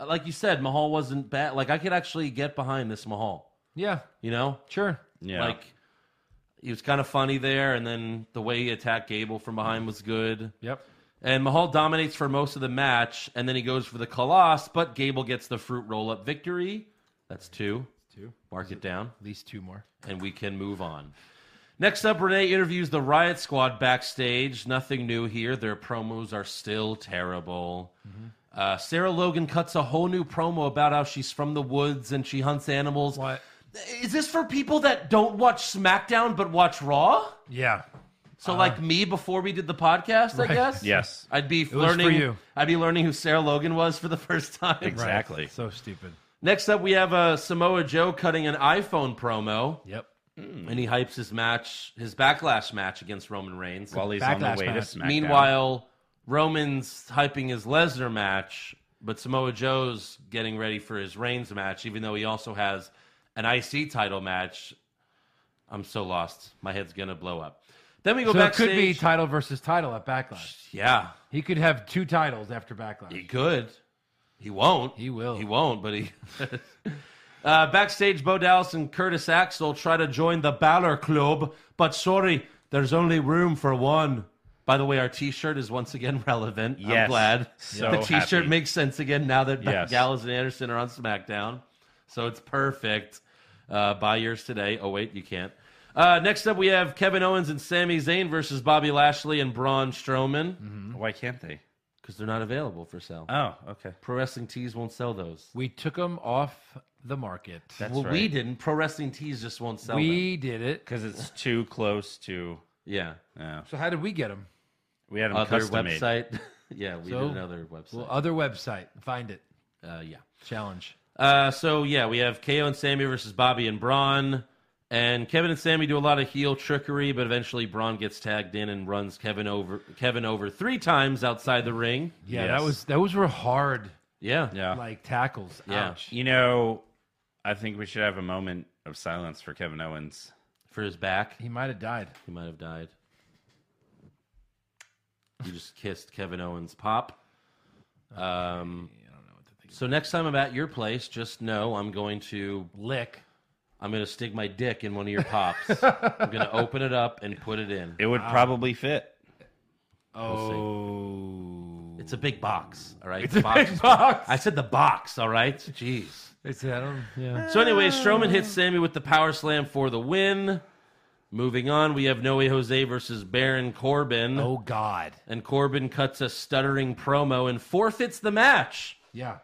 S4: like you said, Mahal wasn't bad. Like I could actually get behind this Mahal.
S6: Yeah.
S4: You know,
S6: Sure.
S5: Yeah.
S4: like he was kind of funny there, and then the way he attacked Gable from behind was good.
S6: Yep.
S4: And Mahal dominates for most of the match, and then he goes for the Colossus, but Gable gets the fruit roll up victory. That's two.
S6: Two.
S4: Mark it down,
S6: At least two more.
S4: and we can move on. Next up, Renee interviews the Riot Squad backstage. Nothing new here. Their promos are still terrible.
S6: Mm-hmm.
S4: Uh, Sarah Logan cuts a whole new promo about how she's from the woods and she hunts animals.
S6: What?
S4: Is this for people that don't watch SmackDown but watch Raw?
S6: Yeah.
S4: So, like me before we did the podcast, I
S6: Uh-huh. Right.
S4: guess?
S5: yes.
S4: I'd be
S6: was for
S4: learning.
S6: you.
S4: I'd be learning who Sarah Logan was for the first time.
S5: Exactly.
S6: So stupid.
S4: Next up, we have uh, Samoa Joe cutting an iPhone promo,
S6: Yep.
S4: and he hypes his match, his backlash match against Roman Reigns.
S5: While he's on
S6: Backlash
S5: the way
S6: match.
S5: to SmackDown.
S4: Meanwhile, Roman's hyping his Lesnar match, but Samoa Joe's getting ready for his Reigns match, even though he also has an IC title match. I'm so lost. My head's gonna blow up. Then we go
S6: So it
S4: back.
S6: could be title versus title at Backlash.
S4: yeah,
S6: He could have two titles after Backlash.
S4: He could. He won't.
S6: He will.
S4: He won't, but he. uh, backstage, Bo Dallas and Curtis Axel try to join the Balor Club, but sorry, there's only room for one. By the way, our T-shirt is once again relevant. I'm
S5: Yes.
S4: glad
S5: So
S4: the T-shirt
S5: happy.
S4: makes sense again now that
S5: Yes.
S4: Dallas and Anderson are on SmackDown, so it's perfect. Uh, buy yours today. Oh wait, you can't. Uh, next up, we have Kevin Owens and Sami Zayn versus Bobby Lashley and Braun Strowman because
S5: Why can't they?
S4: they're not available for sale.
S5: Oh, okay.
S4: Pro Wrestling Tees won't sell those.
S6: we took him off the market.
S5: That's
S4: well,
S5: right.
S4: we didn't. Pro Wrestling Tees just won't sell them.
S6: we did it.
S5: Because it's too close to.
S4: Yeah.
S5: Yeah.
S6: So how did we get him?
S5: We had them
S4: Other
S5: custom made.
S4: website. yeah, we
S6: So-
S4: did another website.
S6: Well, other website. Find it.
S4: uh, yeah.
S6: Challenge.
S4: Uh, so, yeah, we have KO and Sammy versus Bobby and Braun. And Kevin and Sammy do a lot of heel trickery, but eventually Braun gets tagged in and runs Kevin over Kevin over three times outside the ring.
S6: Yeah,
S5: Yes.
S6: that was those were hard
S4: Yeah.
S5: Yeah.
S6: like tackles.
S4: Yeah.
S6: Ouch.
S5: You know, I think we should have a moment of silence for Kevin Owens.
S4: For his back.
S6: He might have died.
S4: He might have died. You just kissed Kevin Owens' pop. Um, so next time I'm at your place, just know I'm going to
S6: Lick.
S4: I'm going to stick my dick in one of your pops. I'm going to open it up and put it in.
S5: It would probably fit.
S6: Oh.
S4: It's a big box, all right.
S6: It's
S4: The
S6: a
S4: box
S6: big
S4: is-
S6: box.
S4: I said the box, all right. Jeez.
S6: It's I don't. Yeah.
S4: So anyway, Strowman hits Sammy with the power slam for the win. Moving on, we have Noe Jose versus Baron Corbin.
S6: Oh God.
S4: and Corbin cuts a stuttering promo and forfeits the match.
S6: Yeah.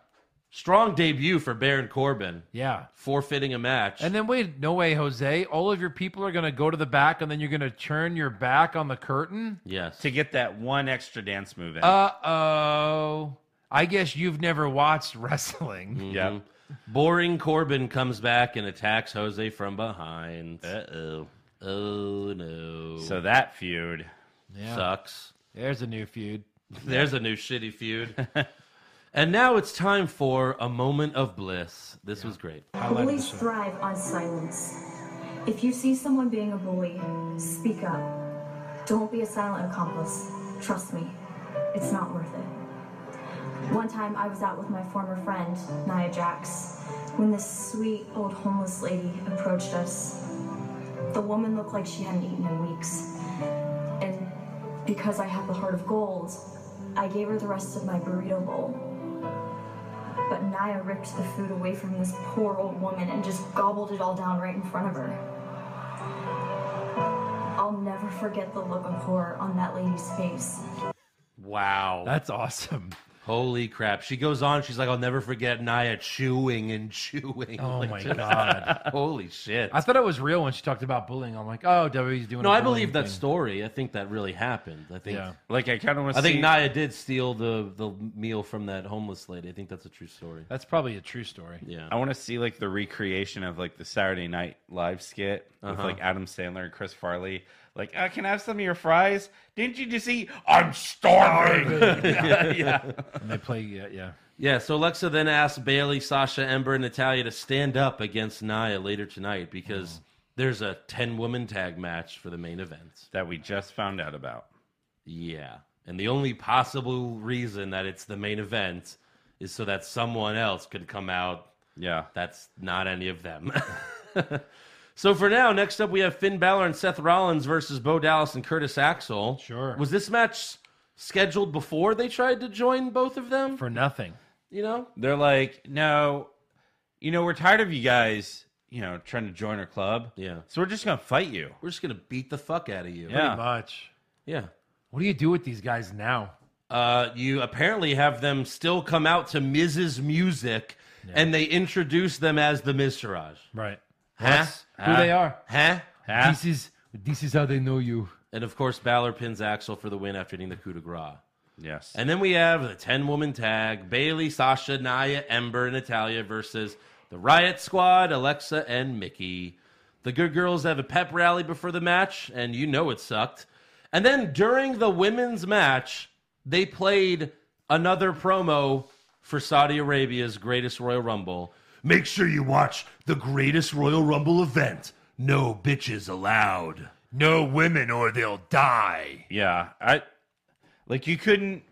S4: Strong debut for Baron Corbin,
S6: Yeah.
S4: forfeiting a match.
S6: And then wait, no way, Jose. All of your people are gonna go to the back, and then you're gonna turn your back on the curtain.
S4: yes,
S5: To get that one extra dance move in.
S6: Uh oh. I guess you've never watched
S4: Mm.
S6: wrestling.
S5: yeah.
S4: Mm-hmm. boring Corbin comes back and attacks Jose from behind.
S5: Uh oh.
S4: Oh no,
S5: So that feud.
S6: Yeah.
S4: sucks.
S6: There's a new feud.
S4: There's a new shitty feud. and now it's time for a moment of bliss. This was great.
S9: Bullies thrive on silence. If you see someone being a bully, speak up. Don't be a silent accomplice. Trust me, it's not worth it. One time I was out with my former friend, Nia Jax, when this sweet old homeless lady approached us. The woman looked like she hadn't eaten in weeks. And because I have the heart of gold, I gave her the rest of my burrito bowl but Naya ripped the food away from this poor old woman and just gobbled it all down right in front of her. I'll never forget the look of horror on that lady's face.
S4: Wow.
S6: That's awesome.
S4: Holy crap. She goes on. She's like, I'll never forget Naya chewing and chewing.
S6: Oh
S4: Like,
S6: my
S4: just-
S6: God.
S4: Holy shit.
S6: I thought it was real when she talked about bullying. I'm like, oh, WWE's doing.
S4: No,
S6: I
S4: I believe that story. I think that really happened. I think
S6: Yeah.
S5: Like, I kind of want
S4: I
S5: to see.
S4: think Naya did steal the the meal from that homeless lady. I think that's a true story.
S6: That's probably a true story.
S4: Yeah.
S5: I want to see like the recreation of like the Saturday Night Live skit with like Adam Sandler and Chris Farley. Like, uh, can I have some of your fries? Didn't you just eat? I'm starving.
S6: And they play, yeah, yeah.
S4: Yeah, so Alexa then asked Bailey, Sasha, Ember, and Natalia to stand up against Naya later tonight because There's a 10 woman tag match for the main event.
S5: that we just found out about.
S4: Yeah. And the only possible reason that it's the main event is so that someone else could come out
S5: Yeah.
S4: That's not any of them. so for now, next up we have Finn Balor and Seth Rollins versus Bo Dallas and Curtis Axel.
S6: Sure.
S4: Was this match scheduled before they tried to join both of them?
S6: for nothing.
S4: you know?
S5: They're like, no, you know, we're tired of you guys, you know, trying to join our club.
S4: Yeah.
S5: So we're just going to fight you.
S4: We're just gonna beat the fuck out of you.
S5: Yeah.
S6: Much.
S4: Yeah.
S6: What do you do with these guys now?
S4: Uh, you apparently have them still come out to Mrs. Music, and they introduce them as the Mizraj.
S6: Right.
S4: Huh?
S6: Who they are?
S4: Huh?
S5: Huh?
S6: This is this is how they know you.
S4: And of course, Balor pins Axel for the win after hitting the coup de grace.
S5: Yes.
S4: And then we have the 10 woman tag Bailey, Sasha, Naya, Ember, and Natalia versus the Riot Squad, Alexa, and Mickey. The good girls have a pep rally before the match, and you know it sucked. And then during the women's match, they played another promo for Saudi Arabia's greatest Royal Rumble.
S2: Make sure you watch the greatest Royal Rumble event. No bitches allowed. No women or they'll die.
S5: yeah. I like you couldn't.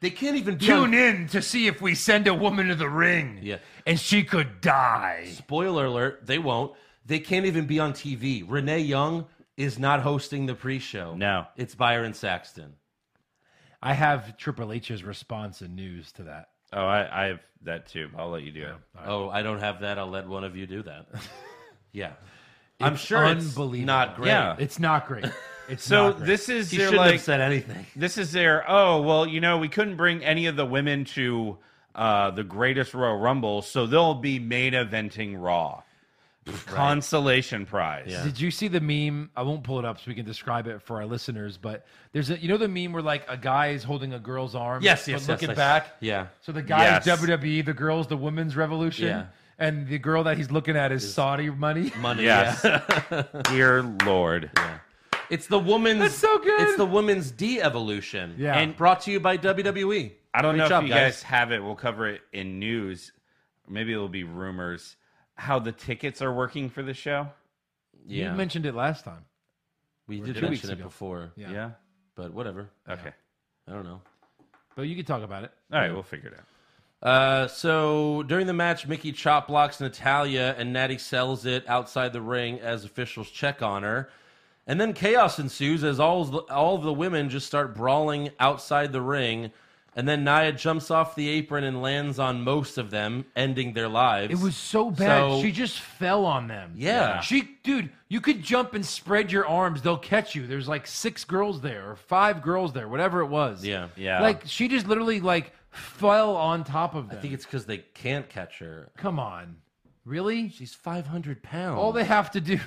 S4: They can't even be on-
S2: Tune in to see if we send a woman to the ring.
S4: Yeah.
S2: And she could die.
S4: Spoiler alert, they won't. They can't even be on TV. Renee Young is not hosting the pre show.
S5: No.
S4: It's Byron Saxton.
S6: I have Triple H's response and news to that.
S5: Oh, I, I have that too. but I'll let you do it.
S4: Oh, I don't have that. I'll let one of you do that. yeah. I'm sure it's
S6: unbelievable.
S4: not great.
S5: Yeah.
S6: It's not great. It's
S5: So
S6: not great.
S5: this is
S4: He
S5: their
S4: shouldn't
S5: like
S4: have said anything.
S5: this is their oh well you know we couldn't bring any of the women to uh the greatest Royal Rumble so they'll be main eventing Raw consolation prize
S4: Yeah.
S6: Did you see the meme? I won't pull it up so we can describe it for our listeners. But there's a you know the meme where like a guy is holding a girl's arm.
S4: Yes,
S6: but
S4: yes, yes,
S6: Looking
S4: yes.
S6: back.
S4: Yeah.
S6: So the guy
S5: Yes.
S6: is WWE, the girl's the women's revolution,
S4: Yeah.
S6: and the girl that he's looking at is Saudi money.
S4: Money.
S5: Yes.
S4: Yeah.
S5: dear Lord
S4: It's the woman's.
S6: That's so good.
S4: It's the woman's de-evolution.
S6: Yeah.
S4: And brought to you by WWE.
S5: I don't
S4: Great
S5: know
S4: job,
S5: if you guys. have it we'll cover it in news maybe it'll be rumors how the tickets are working for the show
S4: Yeah.
S6: You mentioned it last time.
S4: we did
S6: two
S4: mention
S6: weeks
S4: it
S6: ago.
S4: before,
S6: Yeah.
S5: yeah,
S4: but whatever.
S5: okay
S4: I don't know.
S6: But you can talk about it.
S5: all right we'll figure it out
S4: Uh, so during the match, Mickey chop blocks Natalia, and Natty sells it outside the ring as officials check on her. And then chaos ensues as all all the women just start brawling outside the ring. And then Naya jumps off the apron and lands on most of them, ending their lives.
S6: It was so bad.
S4: So-
S6: she just fell on them.
S4: Yeah.
S6: She, dude, you could jump and spread your arms. They'll catch you. There's like six girls there or five girls there, whatever it was.
S4: yeah,
S5: yeah
S6: Like she just literally like fell on top of them.
S4: I think it's because they can't catch her.
S6: Come on, really?
S4: She's five hundred pounds.
S6: All they have to do,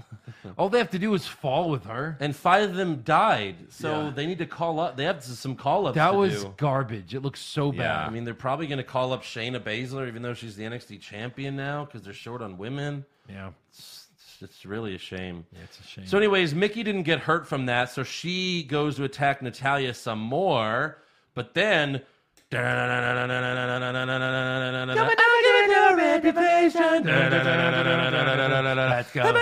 S6: all they have to do is fall with her.
S4: and five of them died, so
S6: Yeah.
S4: they need to call up. They have some call ups.
S6: That
S4: to
S6: was
S4: do.
S6: garbage. It looks so
S4: I
S6: bad.
S4: mean, they're probably going to call up Shayna Baszler, even though she's the NXT champion now, because they're short on women.
S6: Yeah,
S4: It's, it's really a shame.
S6: it's a shame.
S4: So, anyways, Mickey didn't get hurt from that, so she goes to attack Natalia some more, but then.
S6: Let's go.
S4: Don't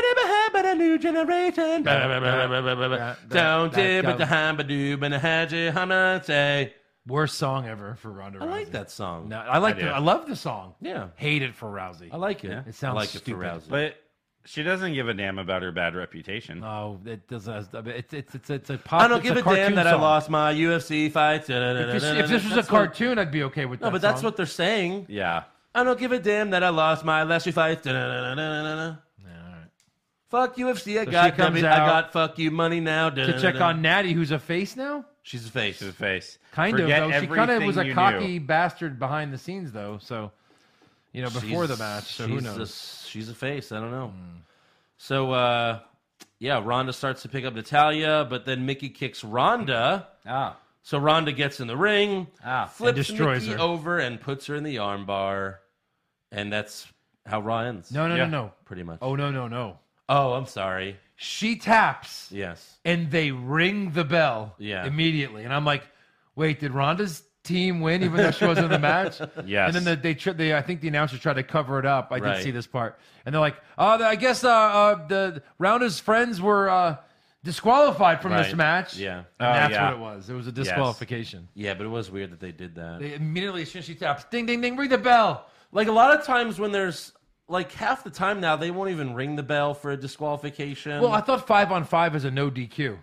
S4: dip it the hambadoob and the haji hamate.
S6: Worst song ever for Ronda Rousey.
S4: I like that song.
S6: No, I like.
S5: I
S6: the,
S5: do.
S6: I love the song.
S4: Yeah.
S6: Hate it for Rousey.
S4: I like it.
S5: Yeah.
S6: It sounds
S4: I like
S6: stupid.
S4: it for Rousey.
S5: but she doesn't give a damn about her bad reputation
S6: No, Oh, it doesn't. I mean, It's it's it's, it's a pop.
S4: I don't
S6: it's
S4: give a,
S6: cartoon
S4: damn that I
S6: song.
S4: lost my UFC fight.
S6: If, you see- if this was a
S4: That's what-
S6: cartoon, I'd be okay with that.
S4: No, but that's
S6: song.
S4: what they're saying.
S5: yeah
S4: I don't give a damn that I lost my last two fights. Da-da-da-da-da-da. Fuck UFC, I got
S6: comes
S4: w- I
S6: out
S4: got fuck you money now.
S6: to check on Natty, who's a face now.
S4: She's a face.
S5: to the face
S6: Kind
S5: Forget
S6: of though. She kind of
S5: everything
S6: was a
S5: you
S6: cocky
S5: knew.
S6: bastard behind the scenes though. So, you know, before the match. So who
S4: she's
S6: knows?
S4: A, she's a face. I don't know. So uh, yeah, Ronda starts to pick up Natalia, but then Mickey kicks Ronda.
S5: ah
S4: So Ronda gets in the ring,
S5: Ah, and
S4: flips
S6: destroys
S4: Nikki
S6: her.
S4: over, and puts her in the armbar, and that's how Raw ends.
S6: No, no,
S5: Yeah.
S6: no, no.
S4: pretty much.
S6: Oh no, no, no.
S4: Oh, I'm sorry.
S6: She taps
S4: Yes,
S6: and they ring the bell
S4: Yeah.
S6: immediately, and I'm like, wait, did Rhonda's team win, even though she wasn't in the match.
S5: Yes.
S6: And then the, they, tri- they, I think the announcers tried to cover it up. I
S5: Right.
S6: did see this part, and they're like, "Oh, the- I guess uh, uh, the Rounda's friends were uh, disqualified from this
S4: Right.
S6: match."
S4: Yeah.
S6: And
S5: Oh,
S6: that's
S5: yeah.
S6: what it was. It was a disqualification.
S4: Yeah, but it was weird that they did that.
S6: They immediately, as soon as she taps, ding, ding, ding, ring the bell.
S4: like a lot of times when there's like half the time now they won't even ring the bell for a disqualification.
S6: Well, I thought five on five is a no DQ.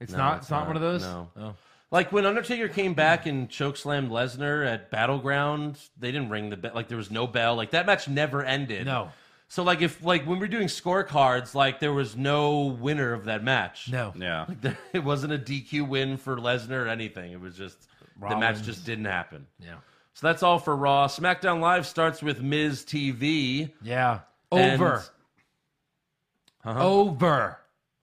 S6: It's
S4: No,
S6: not. It's not, one of those.
S4: No.
S6: Oh.
S4: Like when Undertaker came back and chokeslammed Lesnar at Battleground, they didn't ring the bell. Like there was no bell. Like that match never ended.
S6: No.
S4: So like if like when we're doing scorecards, like there was no winner of that match.
S6: No.
S5: Yeah.
S4: Like, it wasn't a DQ win for Lesnar or anything. It was just the match
S6: Rollins.
S4: just didn't happen.
S6: Yeah.
S4: So that's all for Raw. SmackDown Live starts with Miz TV.
S6: Yeah.
S4: And-
S6: Over. Over.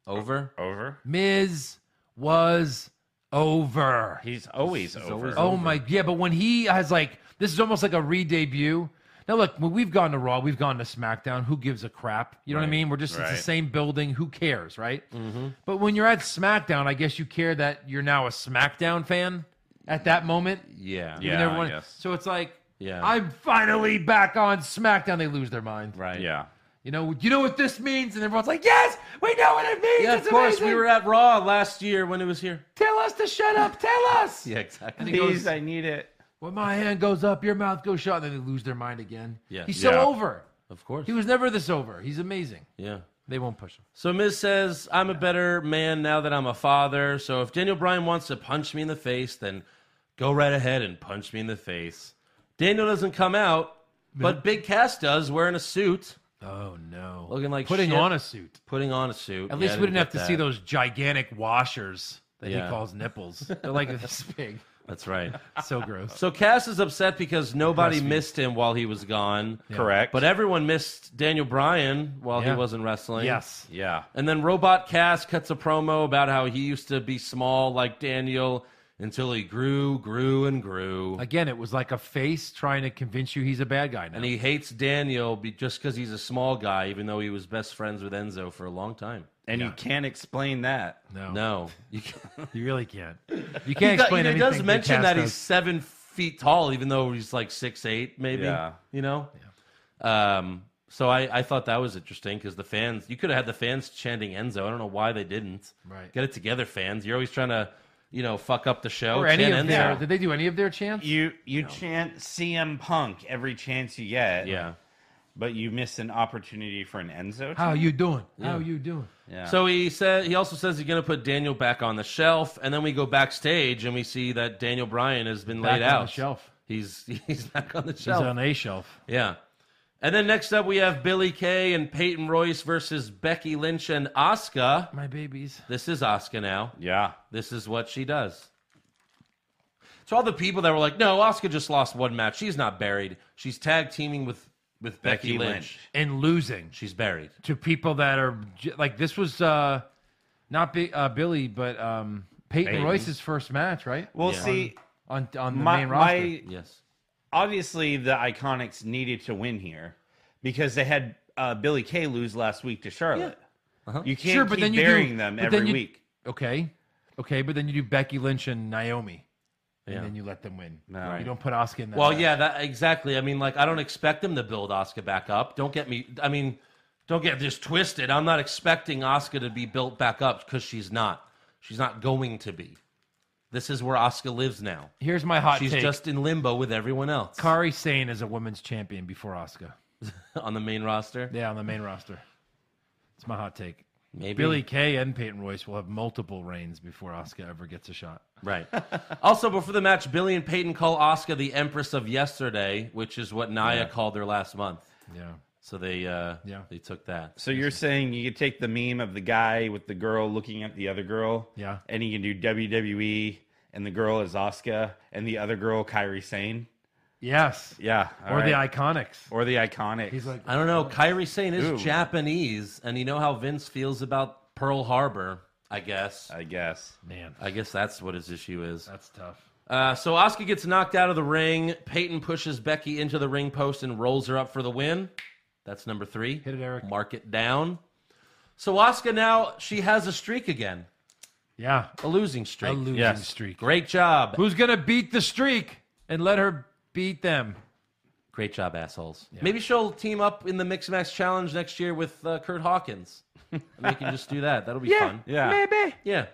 S4: Over.
S5: Over.
S6: Miz was over.
S5: He's always over.
S6: Oh my yeah, but when he has like this is almost like a re-debut. Now look, when we've gone to Raw, we've gone to SmackDown. Who gives a crap? You know what I mean? We're just it's
S5: Right.
S6: the same building. Who cares, right?
S4: Mm-hmm.
S6: But when you're at SmackDown, I guess you care that you're now a SmackDown fan at that moment.
S4: Yeah.
S5: Yeah.
S6: and everyone,
S5: I guess.
S6: so it's like,
S4: Yeah.
S6: I'm finally back on SmackDown. They lose their mind.
S4: Right.
S5: Yeah.
S6: You know, you know what this means, and everyone's like, "Yes, we know what it means."
S4: Yeah, of
S6: it's
S4: course. We
S6: amazing.
S4: were at Raw last year when it was here.
S6: Tell us to shut up. Tell us.
S4: Yeah, exactly.
S6: And he
S5: Please,
S6: goes,
S5: I need it.
S6: when my hand goes up, your mouth goes shut, and then they lose their mind again.
S4: Yeah.
S6: He's so
S5: Yeah.
S6: over.
S4: Of course.
S6: He was never this over. He's amazing.
S4: yeah.
S6: They won't push him.
S4: So Miz says, I'm a better man now that I'm a father. So if Daniel Bryan wants to punch me in the face, then go right ahead and punch me in the face. Daniel doesn't come out, but Big Cass does, wearing a suit,
S6: Oh no.
S4: Looking like
S6: putting
S4: shit.
S6: on a suit.
S4: putting on a suit.
S6: At
S4: Yeah,
S6: least
S4: I
S6: we didn't have to
S4: get
S6: see
S4: that.
S6: those gigantic washers that
S4: Yeah.
S6: he calls nipples. They're like this big.
S4: That's right.
S6: So gross.
S4: So Cass is upset because nobody
S6: Breastfeed.
S4: missed him while he was gone.
S5: Correct.
S4: But everyone missed Daniel Bryan while
S6: Yeah.
S4: he wasn't wrestling.
S6: yes.
S5: yeah.
S4: And then Robot Cass cuts a promo about how he used to be small like Daniel until he grew, grew, and grew.
S6: Again, it was like a face trying to convince you he's a bad guy now.
S4: and he hates Daniel be, just because he's a small guy, even though he was best friends with Enzo for a long time.
S5: And you can't explain that.
S6: no,
S4: No, you can't
S6: you really can't. You can't Oh. explain
S4: He
S6: anything.
S4: does
S6: Big
S4: mention
S6: Cass
S4: that
S6: does.
S4: he's seven feet tall, even though he's like six eight, maybe.
S5: Yeah.
S4: You know. Um. So I, I thought that was interesting because the fans, you could have had the fans chanting Enzo. I don't know why they didn't.
S6: Right.
S4: Get it together, fans. You're always trying to, you know, fuck up the show.
S6: or any
S4: Chant
S6: of
S4: Enzo.
S6: their. Did they do any of their chants?
S5: You you chant CM Punk every chance you get.
S4: Yeah.
S5: But you miss an opportunity for an Enzo.
S6: How you doing? How you doing?
S5: Yeah.
S4: So he said he also says he's going to put Daniel back on the shelf, and then we go backstage and we see that Daniel Bryan has been
S6: Back
S4: laid
S6: on
S4: out.
S6: the shelf.
S4: He's he's back on the
S6: He's
S4: shelf.
S6: on a shelf.
S4: Yeah. And then next up we have Billy Kay and Peyton Royce versus Becky Lynch and Asuka.
S6: My babies.
S4: This is Asuka now.
S5: yeah.
S4: This is what she does. So all the people that were like, "No, Asuka just lost one match. She's not buried. She's tag teaming with with Becky,
S5: Becky
S4: Lynch.
S5: Lynch.
S6: And losing
S4: She's buried."
S6: to people that are j- like this was uh not Bi- uh, Billy, but um Peyton,
S5: Peyton.
S6: Royce's first match, right?
S5: Well,
S4: Yeah.
S5: see,
S6: On on the
S5: my,
S6: main roster.
S5: my
S4: Yes.
S5: obviously the Iconics needed to win here because they had uh, Billy Kay lose last week to Charlotte. You can't
S6: Uh-huh. Sure,
S5: keep
S6: but then you do-
S5: burying them
S6: but then
S5: every
S6: you-
S5: week.
S6: Okay. Okay, but then you do Becky Lynch and Naomi.
S4: Yeah.
S6: And then you let them win.
S5: No.
S6: You don't put Asuka in that.
S4: Well,
S6: match.
S4: yeah, that exactly. I mean, like, I don't expect them to build Oscar back up. Don't get me. I mean, don't get this twisted. I'm not expecting Oscar to be built back up because she's not. She's not going to be. This is where Oscar lives now.
S6: Here's my hot
S4: She's
S6: take.
S4: just in limbo with everyone else
S6: Kari Sane is a women's champion before Asuka.
S4: on the main roster.
S6: Yeah, on the main roster. It's my hot take.
S4: Maybe
S6: Billy Kay and Peyton Royce will have multiple reigns before Asuka ever gets a shot.
S4: Right. also, before the match, Billy and Peyton call Oscar the Empress of Yesterday, which is what Naya called her last month.
S6: Yeah.
S4: So they, uh,
S6: Yeah.
S4: they took that.
S5: So you're saying you could take the meme of the guy with the girl looking at the other girl,
S6: Yeah.
S5: and you can do WWE, and the girl is Asuka, and the other girl Kyrie Sane,
S6: Yes.
S5: yeah, all
S6: or the
S5: right.
S6: Iconics.
S5: or the Iconic.
S6: He's like,
S4: I don't know. Kyrie Sane is
S5: Ooh.
S4: Japanese, and you know how Vince feels about Pearl Harbor, I guess.
S5: I guess.
S6: man,
S4: I guess that's what his issue is.
S6: that's tough.
S4: Uh, so Asuka gets knocked out of the ring. Peyton pushes Becky into the ring post and rolls her up for the win. That's number three.
S6: Hit it, Eric.
S4: Mark it down. So Asuka now, she has a streak again,
S6: Yeah,
S4: a losing streak.
S6: a losing
S5: Yes.
S6: streak.
S4: Great job.
S6: Who's gonna beat the streak? and let her beat them.
S4: Great job, assholes. Maybe she'll team up in the Mix Max Challenge next year with uh, Kurt Hawkins. and they can just do that. That'll be fun.
S5: Yeah.
S6: Maybe.
S4: Yeah.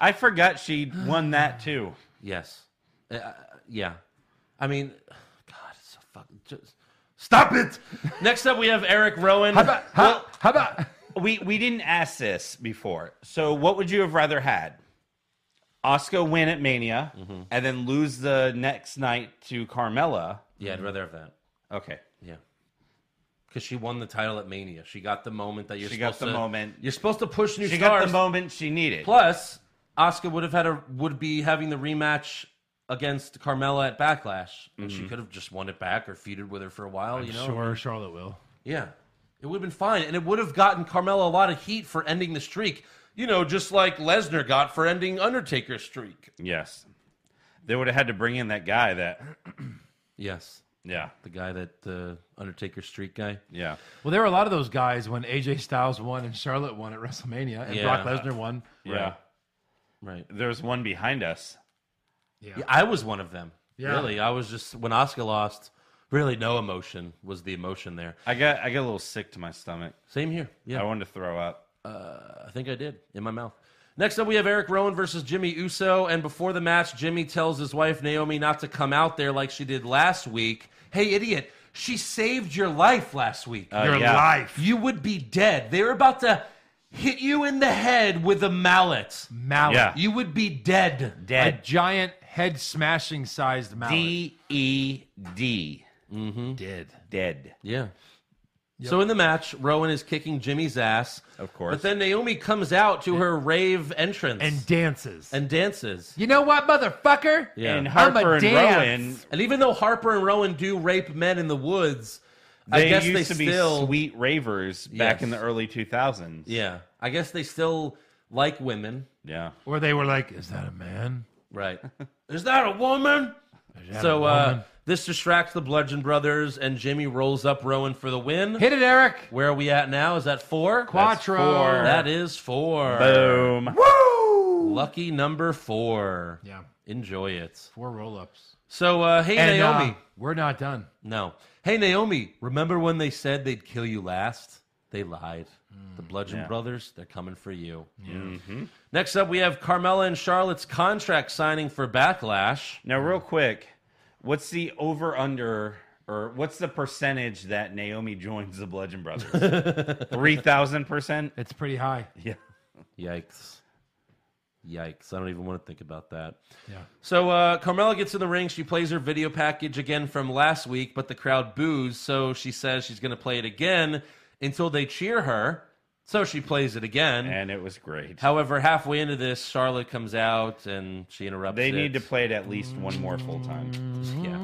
S5: I forgot she won that too.
S4: Yes. Uh, uh, yeah. I mean, God, it's so fucking. Just...
S2: Stop it!
S4: Next up, we have Eric Rowan.
S6: How about how, how about
S5: We we didn't ask this before. So what would you have rather had? Oscar win at Mania
S6: Mm-hmm.
S5: and then lose the next night to Carmella.
S4: Yeah, I'd rather have that.
S5: Okay.
S4: Yeah. Because she won the title at Mania. She got the moment that you're
S5: She got
S4: supposed
S5: the
S4: to-
S5: moment.
S4: You're supposed to push new
S5: She
S4: stars.
S5: got the moment she needed.
S4: Plus, Oscar would have had a would be having the rematch against Carmella at Backlash, and
S5: Mm-hmm.
S4: she could have just won it back or feuded with her for a while. you know,
S6: sure Charlotte will.
S4: yeah, it would have been fine, and it would have gotten Carmella a lot of heat for ending the streak. You know, just like Lesnar got for ending Undertaker's streak.
S5: Yes. They would have had to bring in that guy that
S4: Yes,
S5: yeah.
S4: the guy that the Undertaker streak guy.
S5: Yeah.
S6: Well, there were a lot of those guys when AJ Styles won and Charlotte won at WrestleMania and
S4: Yeah.
S6: Brock Lesnar won.
S5: Yeah.
S4: Right.
S5: There's one behind us.
S4: Yeah, I was one of them.
S6: Yeah.
S4: Really, I was just when Oscar lost. Really, no emotion was the emotion there.
S5: I got I got a little sick to my stomach.
S4: Same here. Yeah.
S5: I wanted to throw up.
S4: I think I did in my mouth. Next up, we have Eric Rowan versus Jimmy Uso. And before the match, Jimmy tells his wife Naomi not to come out there like she did last week. Hey, idiot, she saved your life last week.
S2: Your
S5: Uh, yeah.
S2: life.
S4: you would be dead. They were about to hit you in the head with a mallet.
S6: Mallet.
S5: Yeah.
S4: You would be dead.
S6: A
S5: Dead.
S6: giant head smashing sized mallet.
S5: D E D.
S4: Mm-hmm.
S6: did.
S5: Dead.
S4: Yeah. So in the match, Rowan is kicking Jimmy's ass.
S5: Of course.
S4: But then Naomi comes out to her rave entrance
S6: And dances.
S4: and dances.
S6: you know what, motherfucker?
S4: Yeah.
S5: And
S6: I'm a
S5: Harper and Rowan,
S6: dance.
S4: And even though Harper and Rowan do rape men in the woods, I
S5: they
S4: guess
S5: used
S4: they
S5: to be
S4: still
S5: sweet ravers back
S4: Yes.
S5: in the early 2000s.
S4: yeah. I guess they still like women,
S5: Yeah.
S6: Or they were like, is that a man?
S4: right? Is that a woman?
S6: that
S4: so
S6: a
S4: uh,
S6: woman?
S4: this distracts the Bludgeon Brothers, and Jimmy rolls up Rowan for the win.
S6: Hit it, Eric.
S4: Where are we at now? Is that four?
S6: Quattro.
S5: four.
S4: That is four.
S5: Boom.
S4: Lucky number four.
S6: Yeah.
S4: Enjoy it.
S6: Four roll ups.
S4: So uh, hey
S6: And uh,
S4: Naomi.
S6: we're not done.
S4: No. Hey, Naomi, remember when they said they'd kill you last? They lied. the Bludgeon
S5: Yeah.
S4: Brothers, they're coming for you. Next up, we have Carmella and Charlotte's contract signing for Backlash.
S5: Now, real quick, what's the over under or what's the percentage that Naomi joins the Bludgeon Brothers? 3,000%?
S6: It's pretty high.
S5: Yeah.
S4: Yikes. Yikes. I don't even want to think about that.
S6: Yeah.
S4: So uh, Carmella gets in the ring. She plays her video package again from last week, but the crowd boos. So she says she's going to play it again until they cheer her. So she plays it again.
S5: And it was great.
S4: However, halfway into this, Charlotte comes out and she interrupts.
S5: they
S4: it.
S5: need to play it at least one more full time.
S4: Yeah.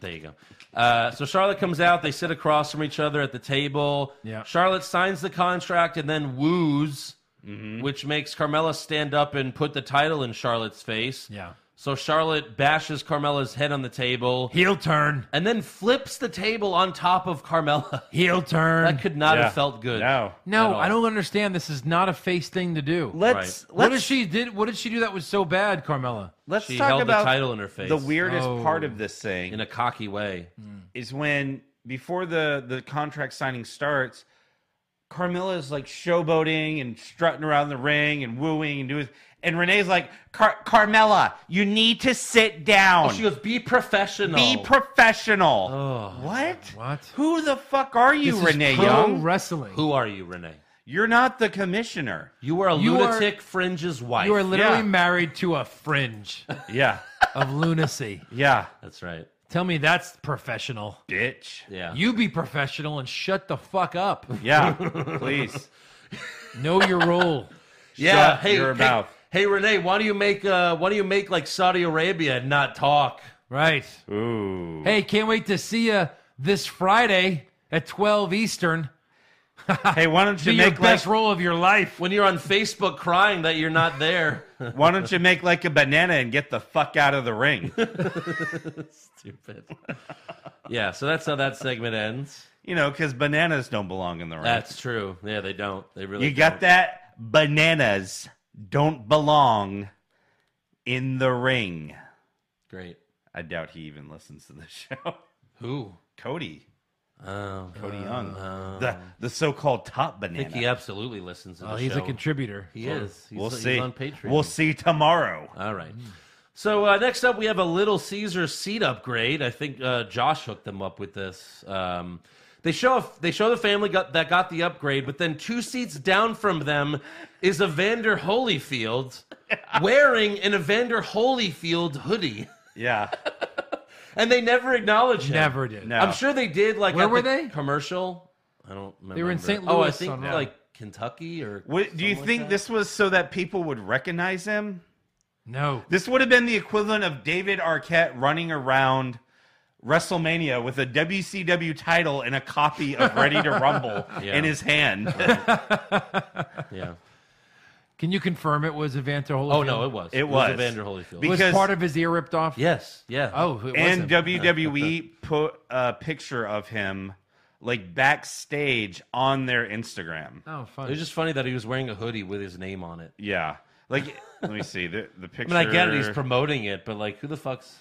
S4: There you go. Uh, so Charlotte comes out. They sit across from each other at the table.
S6: Yeah.
S4: Charlotte signs the contract and then woos,
S5: Mm-hmm.
S4: which makes Carmella stand up and put the title in Charlotte's face.
S6: Yeah.
S4: So Charlotte bashes Carmella's head on the table
S6: Heel turn.
S4: and then flips the table on top of Carmella.
S6: Heel turn.
S4: that could not
S5: Yeah.
S4: have felt good.
S5: No.
S4: at
S6: no,
S4: all.
S6: I don't understand. This is not a face thing to do.
S5: Let's
S4: Right.
S5: let's,
S6: what did she did? What did she do that was so bad, Carmella?
S5: let's
S4: She
S5: talk
S4: held
S5: about
S4: the title in her face.
S5: the weirdest
S6: Oh.
S5: part of this thing.
S4: in a cocky way.
S5: is when before the the contract signing starts, Carmilla is like showboating and strutting around the ring and wooing and doing. And Renee's like, Car- Carmella, you need to sit down.
S4: Oh, She goes, "Be professional."
S5: Be professional.
S4: Oh.
S5: what?
S6: What?
S5: Who the fuck are you,
S6: This is
S5: Renee
S6: pro
S5: Young?
S6: wrestling.
S4: Who are you, Renee?
S5: You're not the commissioner.
S4: You are a
S6: You are-
S4: lunatic fringe's wife.
S6: You are literally
S5: Yeah.
S6: married to a fringe
S5: Yeah.
S6: of lunacy.
S5: Yeah.
S4: That's right.
S6: Tell me that's professional.
S5: Bitch.
S4: Yeah.
S6: You be professional and shut the fuck up.
S5: Yeah. Please.
S6: Know your role.
S4: yeah.
S5: shut
S4: hey,
S5: your
S4: hey,
S5: mouth.
S4: hey, Renee, why do you make uh, why do you make like Saudi Arabia and not talk?
S6: Right.
S5: Ooh.
S6: Hey, can't wait to see you this Friday at 12 Eastern.
S5: Hey, why don't
S6: Be
S5: you
S6: your
S5: make like
S6: best role of your life.
S4: When you're on Facebook crying that you're not there.
S5: why don't you make like a banana and get the fuck out of the ring?
S4: Stupid. yeah. So that's how that segment ends.
S5: You know, because bananas don't belong in the ring.
S4: That's true. Yeah, they don't. They really.
S5: you got
S4: don't.
S5: that? Bananas don't belong in the ring.
S4: Great.
S5: I doubt he even listens to the show.
S6: Who?
S5: Cody,
S4: Oh,
S5: Cody Young, the the so-called top
S4: I think
S5: banana.
S4: he absolutely listens to the
S6: Oh, he's
S4: show.
S6: a contributor.
S4: He is. He's,
S5: we'll
S4: he's
S5: see.
S4: on Patreon.
S5: We'll see tomorrow.
S4: All right.
S6: Mm.
S4: So uh, next up, we have a Little Caesar seat upgrade. I think uh, Josh hooked them up with this. Um, they show they show the family got, that got the upgrade, but then two seats down from them is Evander Holyfield wearing an Evander Holyfield hoodie,
S5: Yeah.
S4: and they never acknowledge him.
S6: Never did.
S5: No.
S4: I'm sure they did. Like
S6: Where
S4: at
S6: were
S4: the
S6: they?
S4: Commercial. I don't. remember.
S6: They were in St.
S4: Oh, I
S6: Louis
S4: think
S6: on- Yeah.
S4: like Kentucky or.
S5: What, do you
S4: something like
S5: think
S4: that.
S5: this was so that people would recognize him?
S6: No.
S5: This would have been the equivalent of David Arquette running around WrestleMania with a WCW title and a copy of Ready to Rumble
S4: Yeah.
S5: in his hand.
S4: Yeah.
S6: Can you confirm it was Evander Holyfield?
S4: Oh no, it was.
S5: It was.
S4: Evander Holyfield.
S5: Be-
S6: Was
S5: because-
S6: part of his ear ripped off?
S4: yes. Yeah.
S6: Oh, it
S5: and
S6: wasn't.
S5: WWE put a picture of him like backstage on their Instagram.
S6: oh,
S4: It
S6: fun.
S4: was just funny that he was wearing a hoodie with his name on it.
S5: Yeah. Like let me see the the
S4: I
S5: picture
S4: mean, I get it. He's promoting it, but like, who the fuck's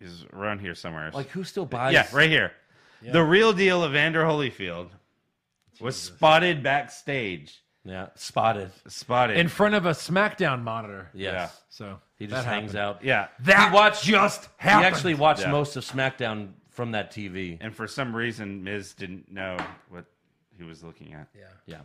S5: is around here somewhere.
S4: like, who still buys?
S5: Yeah, right here. The real deal of Vander Holyfield was spotted backstage.
S4: Yeah, spotted.
S5: Spotted.
S6: in front of a SmackDown monitor.
S4: Yes,
S5: Yeah.
S6: So
S4: he just
S6: that
S4: hangs
S6: happened.
S4: out.
S5: yeah.
S6: That
S4: He watched-
S6: just
S4: he
S6: happened.
S4: actually watched
S5: Yeah.
S4: most of SmackDown from that TV.
S5: And for some reason, Miz didn't know what he was looking at.
S4: Yeah.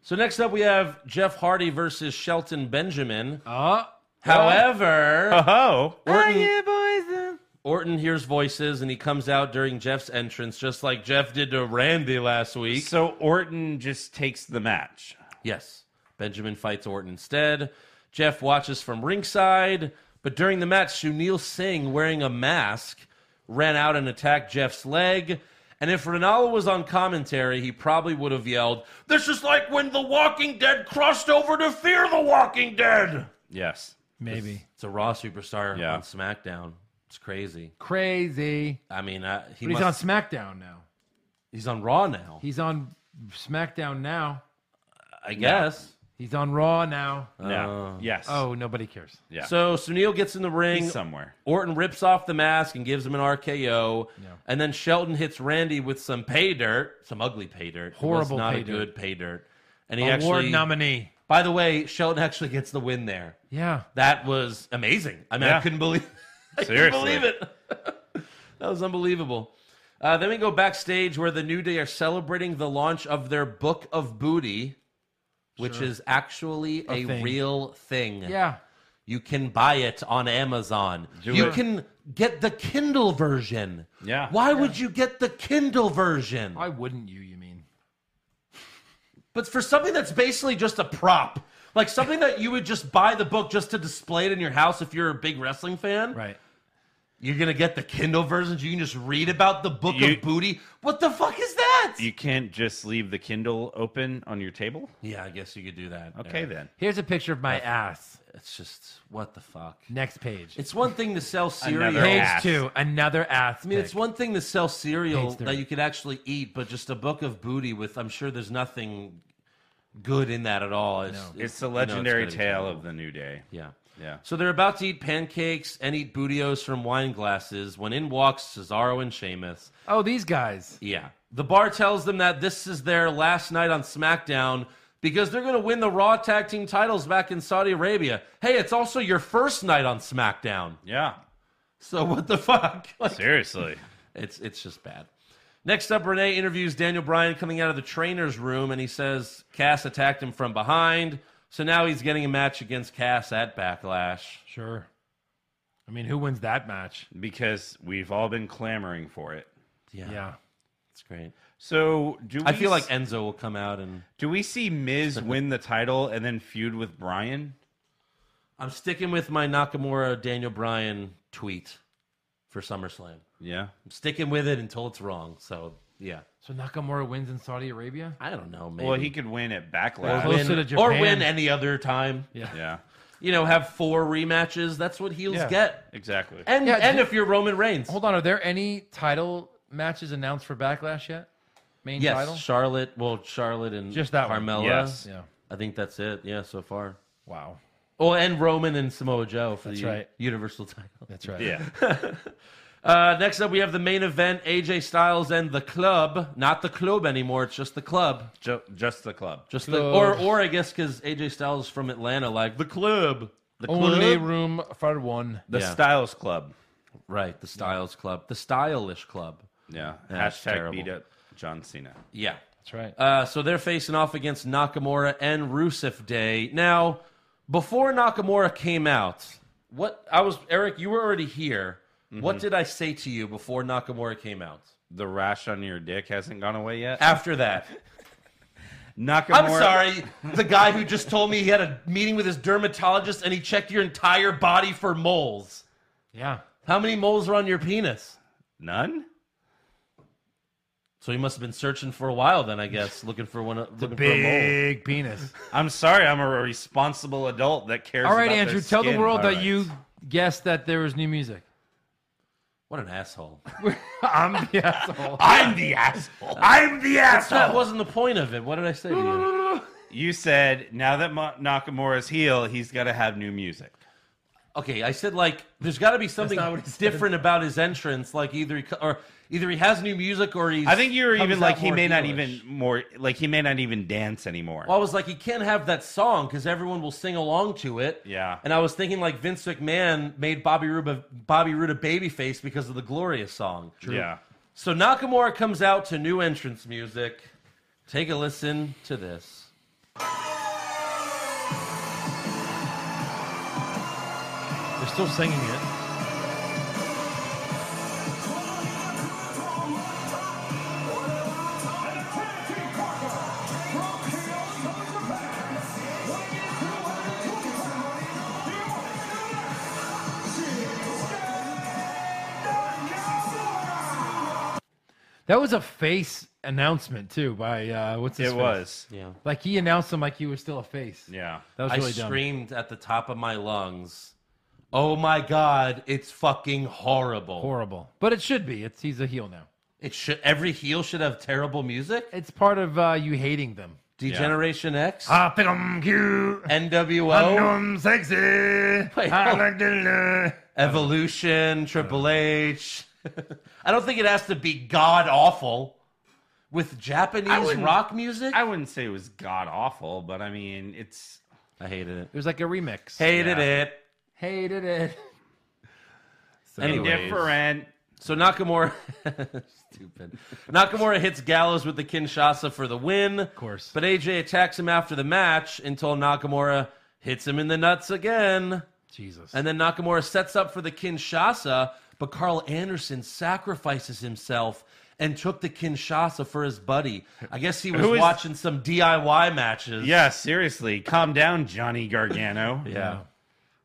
S4: So next up, we have Jeff Hardy versus Shelton Benjamin.
S6: Uh,
S4: However,
S5: Oh,
S4: Orton, uh. Orton hears voices and he comes out during Jeff's entrance, just like Jeff did to Randy last week.
S5: so Orton just takes the match.
S4: Yes. Benjamin fights Orton instead. Jeff watches from ringside, but during the match, Sunil Singh, wearing a mask, ran out and attacked Jeff's leg. And if Ronaldo was on commentary, he probably would have yelled, This is like when The Walking Dead crossed over to Fear the Walking Dead.
S5: Yes,
S6: maybe
S4: It's a Raw superstar
S5: Yeah.
S4: on SmackDown. It's crazy.
S6: crazy.
S4: I mean, I, he
S6: But he's on
S4: must-
S6: SmackDown now.
S4: he's on Raw now,
S6: He's on SmackDown now.
S4: I guess.
S6: He's on Raw now.
S5: no,
S4: Oh.
S5: yes.
S6: Oh, nobody cares.
S5: yeah.
S4: So Sunil gets in the ring.
S5: He's somewhere.
S4: Orton rips off the mask and gives him an RKO, and then Shelton hits Randy with some pay dirt, some ugly pay dirt, It was
S6: Horrible
S4: not
S6: pay
S4: a
S6: dirt.
S4: good pay dirt. And he
S6: Award
S4: actually,
S6: nominee.
S4: by the way, Shelton actually gets the win there.
S6: Yeah.
S4: That was amazing. I mean, I
S5: Yeah.
S4: couldn't believe, I
S5: Seriously.
S4: couldn't believe it. that was unbelievable. Uh, then we go backstage where the New Day are celebrating the launch of their Book of Booty, which is actually a,
S6: thing.
S4: real thing.
S6: Yeah.
S4: You can buy it on Amazon. you
S5: it.
S4: can get the Kindle version.
S5: Yeah.
S4: Why would you get the Kindle version?
S6: Why wouldn't you, you mean?
S4: But for something that's basically just a prop, like something that you would just buy the book just to display it in your house if you're a big wrestling fan,
S6: Right.
S4: you're going to get the Kindle versions. You can just read about the book
S5: You-
S4: of booty. What the fuck is that?
S5: You can't just leave the Kindle open on your table.
S4: yeah, I guess you could do that.
S5: Okay,
S4: Yeah.
S5: then.
S6: Here's a picture of my ass.
S4: It's just, what the fuck?
S6: Next page.
S4: It's one thing to sell cereal.
S5: Another
S6: page
S5: ass.
S6: two. Another ass.
S4: I mean, it's one thing to sell cereal
S6: Page thirty.
S4: that you could actually eat, but just a book of booty with, I'm sure there's nothing good in that at all. It's,
S5: It's the legendary
S4: you know, it's gotta be
S5: tale
S4: terrible.
S5: of the New Day.
S4: Yeah.
S5: Yeah.
S4: So they're about to eat pancakes and eat bootios from wine glasses when in walks Cesaro and Sheamus.
S6: Oh, these guys.
S4: Yeah. The bar tells them that this is their last night on SmackDown because they're going to win the Raw Tag Team titles back in Saudi Arabia. Hey, it's also your first night on SmackDown.
S5: Yeah.
S4: So what the fuck? Like,
S5: Seriously.
S4: It's it's just bad. Next up, Renee interviews Daniel Bryan coming out of the trainer's room, and he says Cass attacked him from behind. So now he's getting a match against Cass at Backlash.
S6: Sure. I mean, who wins that match?
S5: because we've all been clamoring for it.
S4: Yeah,
S6: Yeah.
S4: it's great.
S5: So do we
S4: I feel like Enzo will come out, and
S5: do we see Miz win the title and then feud with Brian?
S4: I'm sticking with my Nakamura Daniel Bryan tweet for SummerSlam.
S5: Yeah.
S4: I'm sticking with it until it's wrong. So yeah,
S6: So Nakamura wins in Saudi Arabia?
S4: I don't know. Maybe.
S5: Well, he could win at
S4: or
S5: Backlash.
S6: Closer
S4: win,
S6: to
S4: or
S6: Japan.
S4: win any other time.
S5: yeah.
S4: You know, have four rematches. That's what heels
S5: Yeah.
S4: get.
S5: Exactly.
S4: And
S6: Yeah,
S4: and
S6: d-
S4: if you're Roman Reigns,
S6: Hold on. Are there any title matches announced for Backlash yet? Main
S4: Yes,
S6: title?
S4: Charlotte. Well, Charlotte and
S6: Just that one.
S4: Carmella.
S5: Yes.
S6: Yeah.
S4: I think that's it. Yeah, so far.
S6: Wow.
S4: Oh, and Roman and Samoa Joe for
S6: That's
S4: the
S6: right.
S4: Universal title.
S6: That's right.
S5: Yeah.
S4: Uh, next up, we have the main event: AJ Styles and the Club. Not the Club anymore; it's just the Club.
S5: Ju- just the club.
S4: Just the
S6: Club.
S4: or or I guess because AJ Styles is from Atlanta, like the Club.
S5: The
S6: Only
S5: club.
S6: room for one.
S5: The
S4: Yeah.
S5: Styles Club.
S4: Right, the Styles Club, the Stylish Club.
S5: Yeah.
S4: That's
S5: Hashtag
S4: terrible.
S5: beat up John Cena.
S4: Yeah.
S6: That's right.
S4: Uh, so they're facing off against Nakamura and Rusev Day. Now, before Nakamura came out, what I was Eric, you were already here. What did I say to you before Nakamura came out?
S5: The rash on your dick hasn't gone away yet.
S4: After that,
S5: Nakamura.
S4: I'm sorry. The guy who just told me he had a meeting with his dermatologist and he checked your entire body for moles.
S6: yeah.
S4: How many moles are on your penis?
S5: None.
S4: So he must have been searching for a while then, I guess, looking for one. Looking for a mole.
S6: Big penis.
S5: I'm sorry. I'm a responsible adult that cares.
S6: All right,
S5: about their
S6: Andrew, tell the
S5: skin.
S6: world
S5: All
S6: that
S5: right.
S6: you guessed that there was new music.
S4: What an asshole.
S6: I'm the asshole.
S2: I'm the asshole. I'm the
S4: That
S2: asshole.
S4: wasn't the point of it. What did I say to you?
S5: You said now that Ma- Nakamura's heel, he's got to have new music.
S4: Okay, I said like there's got to be something
S6: not what he said.
S4: different about his entrance. Like either he, co- or either he has new music or he's.
S5: I think you were
S4: comes
S5: even
S4: out
S5: like he
S4: more
S5: may not
S4: heelish.
S5: even more like he may not even dance anymore.
S4: Well, I was like, he can't have that song because everyone will sing along to it.
S5: Yeah.
S4: And I was thinking like Vince McMahon made Bobby Roode Bobby Roode a babyface because of the Glorious song.
S5: yeah.
S4: So Nakamura comes out to new entrance music. Take a listen to this.
S6: They're still singing it. That was a face announcement too by uh, what's his
S5: It
S6: face?
S5: was.
S4: Yeah.
S6: like he announced him like he was still a face.
S5: Yeah.
S6: That was
S4: I
S6: really dumb.
S4: screamed at the top of my lungs. Oh my god, it's fucking horrible.
S6: Horrible, but it should be. It's he's a heel now.
S4: It should every heel should have terrible music.
S6: It's part of uh, you hating them.
S4: Degeneration X,
S2: I think I'm cute.
S6: Oh.
S2: I know
S4: NWO,
S2: I'm sexy. I like the
S4: Evolution, Triple H. I don't think it has to be god awful with Japanese
S5: wouldn't-
S4: rock music.
S5: I wouldn't say it was god awful, but I mean it's
S4: I hated it.
S6: It was like a remix.
S4: Hated
S5: Yeah.
S4: it.
S6: hated it.
S4: Anyways.
S5: different.
S4: So Nakamura, stupid. Nakamura hits Gallows with the Kinshasa for the win. Of
S6: course.
S4: But AJ attacks him after the match until Nakamura hits him in the nuts again.
S6: Jesus.
S4: And then Nakamura sets up for the Kinshasa, but Carl Anderson sacrifices himself and took the Kinshasa for his buddy. I guess he was
S5: Who is-
S4: watching some DIY matches.
S5: Yeah, seriously. Calm down, Johnny Gargano.
S4: Yeah.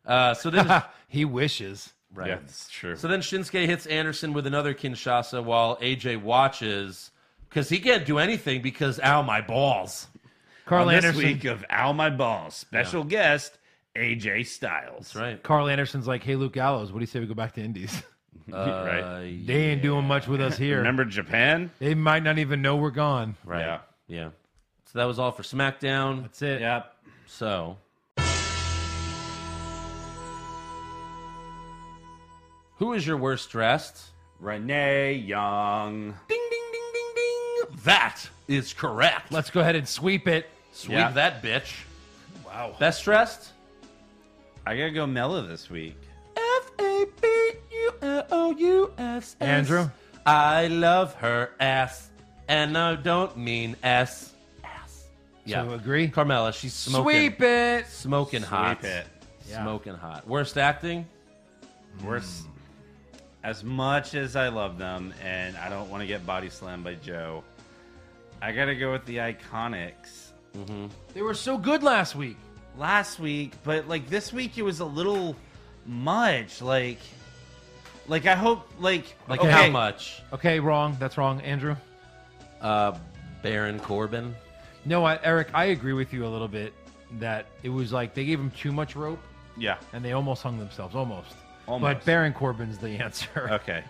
S4: Uh, so then,
S6: he wishes.
S4: right.
S5: Yeah, that's true.
S4: So then Shinsuke hits Anderson with another Kinshasa while AJ watches because he can't do anything because, ow, my balls.
S6: Carl
S5: On this
S6: Anderson.
S5: week of Ow My Balls, special guest AJ Styles.
S4: That's right.
S6: Carl Anderson's like, hey, Luke Gallows, what do you say we go back to Indies?
S5: right.
S6: They ain't doing much with us here.
S5: Uh, Remember Japan?
S6: They might not even know we're gone.
S4: Right.
S5: Yeah.
S4: yeah. So that was all for SmackDown.
S6: That's it.
S5: Yep.
S4: So. Who is your worst dressed?
S5: Renee Young.
S4: Ding, ding, ding, ding, ding. That is correct.
S6: Let's go ahead and sweep it.
S4: sweep
S5: Yeah.
S4: that bitch.
S6: Wow.
S4: Best dressed?
S5: I gotta go Mella this week.
S4: F A B U L O U S.
S6: Andrew?
S4: I love her ass. And I don't mean S. Ass. Yeah.
S6: So agree?
S4: Carmella, she's smoking.
S6: Sweep it.
S4: Smoking hot.
S5: Sweep it.
S6: Yeah.
S4: Smoking hot. Worst acting?
S5: Worse. As much as I love them, and I don't want to get body slammed by Joe, I gotta go with the Iconics
S6: They were so good last week.
S5: last week, but like this week it was a little much. Like, like I hope, like,
S4: Like
S5: okay,
S4: how much?
S6: Okay, wrong. That's wrong, Andrew.
S4: Uh, Baron Corbin.
S6: No, I, Eric, I agree with you a little bit that it was like they gave him too much rope
S5: Yeah.
S6: and they almost hung themselves. Almost.
S5: Almost.
S6: But Baron Corbin's the answer.
S5: Okay.